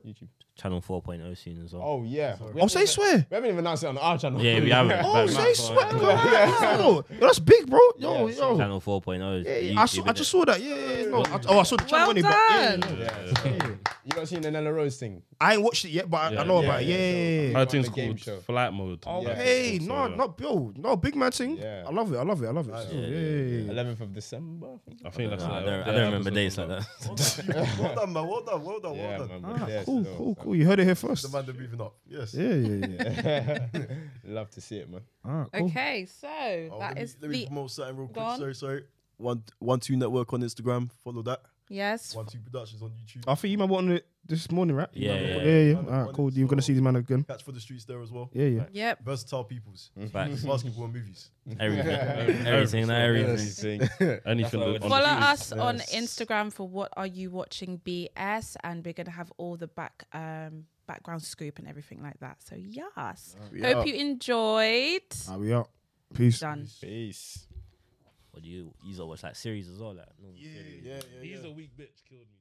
Speaker 7: YouTube.
Speaker 4: channel 4.0 soon as well.
Speaker 7: Oh yeah. We
Speaker 5: Oh, say swear.
Speaker 7: we haven't even announced it on our channel.
Speaker 4: Yeah, we haven't.
Speaker 5: Oh,
Speaker 4: But-
Speaker 5: say swear. Come on, yo. Yo, that's big, bro. Yo, yo.
Speaker 4: Channel 4.0.
Speaker 5: Oh. Yeah,
Speaker 4: is
Speaker 5: yeah,
Speaker 4: YouTube,
Speaker 5: I, saw, I
Speaker 4: innit?
Speaker 5: just saw that. Yeah, yeah, yeah. No, I, oh, I saw the channel
Speaker 1: Well
Speaker 5: on it, but yeah,
Speaker 1: done.
Speaker 5: yeah, yeah.
Speaker 7: [laughs] You not seen the Nella Rose thing?
Speaker 5: I ain't watched it yet, but I, I know about it. Yeah, yeah, yeah.
Speaker 3: Our thing's
Speaker 7: the game
Speaker 3: called
Speaker 7: show.
Speaker 3: Flight Mode. Yeah.
Speaker 5: Hey,
Speaker 3: So,
Speaker 5: no,
Speaker 3: yeah.
Speaker 5: no, yo, no, big man thing.
Speaker 7: Yeah.
Speaker 5: I love it. I love it. I love it. Yeah, yeah, yeah.
Speaker 7: 11th of December. I think.
Speaker 3: I think that's.
Speaker 4: Nah, I
Speaker 3: like
Speaker 4: don't, I
Speaker 3: their
Speaker 4: don't remember
Speaker 3: episode
Speaker 4: dates
Speaker 3: on
Speaker 4: like that.
Speaker 2: well done, man. Well done. Well done.
Speaker 7: Yeah,
Speaker 2: Well done.
Speaker 7: man, but yes,
Speaker 5: Cool,
Speaker 7: no,
Speaker 5: cool, cool. You heard it here first.
Speaker 2: The man they're beefing up. Yes.
Speaker 5: Yeah, yeah, yeah.
Speaker 7: [laughs] Love to see it, man.
Speaker 5: Alright, cool.
Speaker 1: Okay, so
Speaker 2: Oh, let
Speaker 1: that
Speaker 2: me-
Speaker 1: is
Speaker 2: Let me
Speaker 1: the
Speaker 2: promote something real
Speaker 1: Go
Speaker 2: quick.
Speaker 1: on.
Speaker 2: Sorry, sorry. One, one, two network on Instagram. Follow that.
Speaker 1: yes.
Speaker 2: One, two productions on YouTube.
Speaker 5: I think you might want it this morning, right? You
Speaker 4: Yeah,
Speaker 5: might
Speaker 4: yeah,
Speaker 5: want-
Speaker 4: yeah.
Speaker 5: yeah, yeah.
Speaker 2: Man,
Speaker 5: All
Speaker 2: man,
Speaker 5: right, cool. You're gonna
Speaker 2: so-
Speaker 5: see the man again.
Speaker 2: Catch for the streets there as well.
Speaker 5: Yeah, yeah.
Speaker 1: Yep.
Speaker 2: Versatile peoples.
Speaker 4: Facts.
Speaker 2: Basketball and movies.
Speaker 4: Everything. Everything. that Everything.
Speaker 3: that. Anything. that- on the
Speaker 1: Follow us
Speaker 3: streets.
Speaker 1: on Instagram for what are you watching BS, and we're gonna have all the back um background scoop and everything like that. So yes, hope you enjoyed.
Speaker 5: All right, we out. Peace.
Speaker 1: Done.
Speaker 7: Peace.
Speaker 4: What do you? You watch like series as well, like. Yeah,
Speaker 2: Yeah, yeah, yeah.
Speaker 3: He's a weak bitch. Killed me.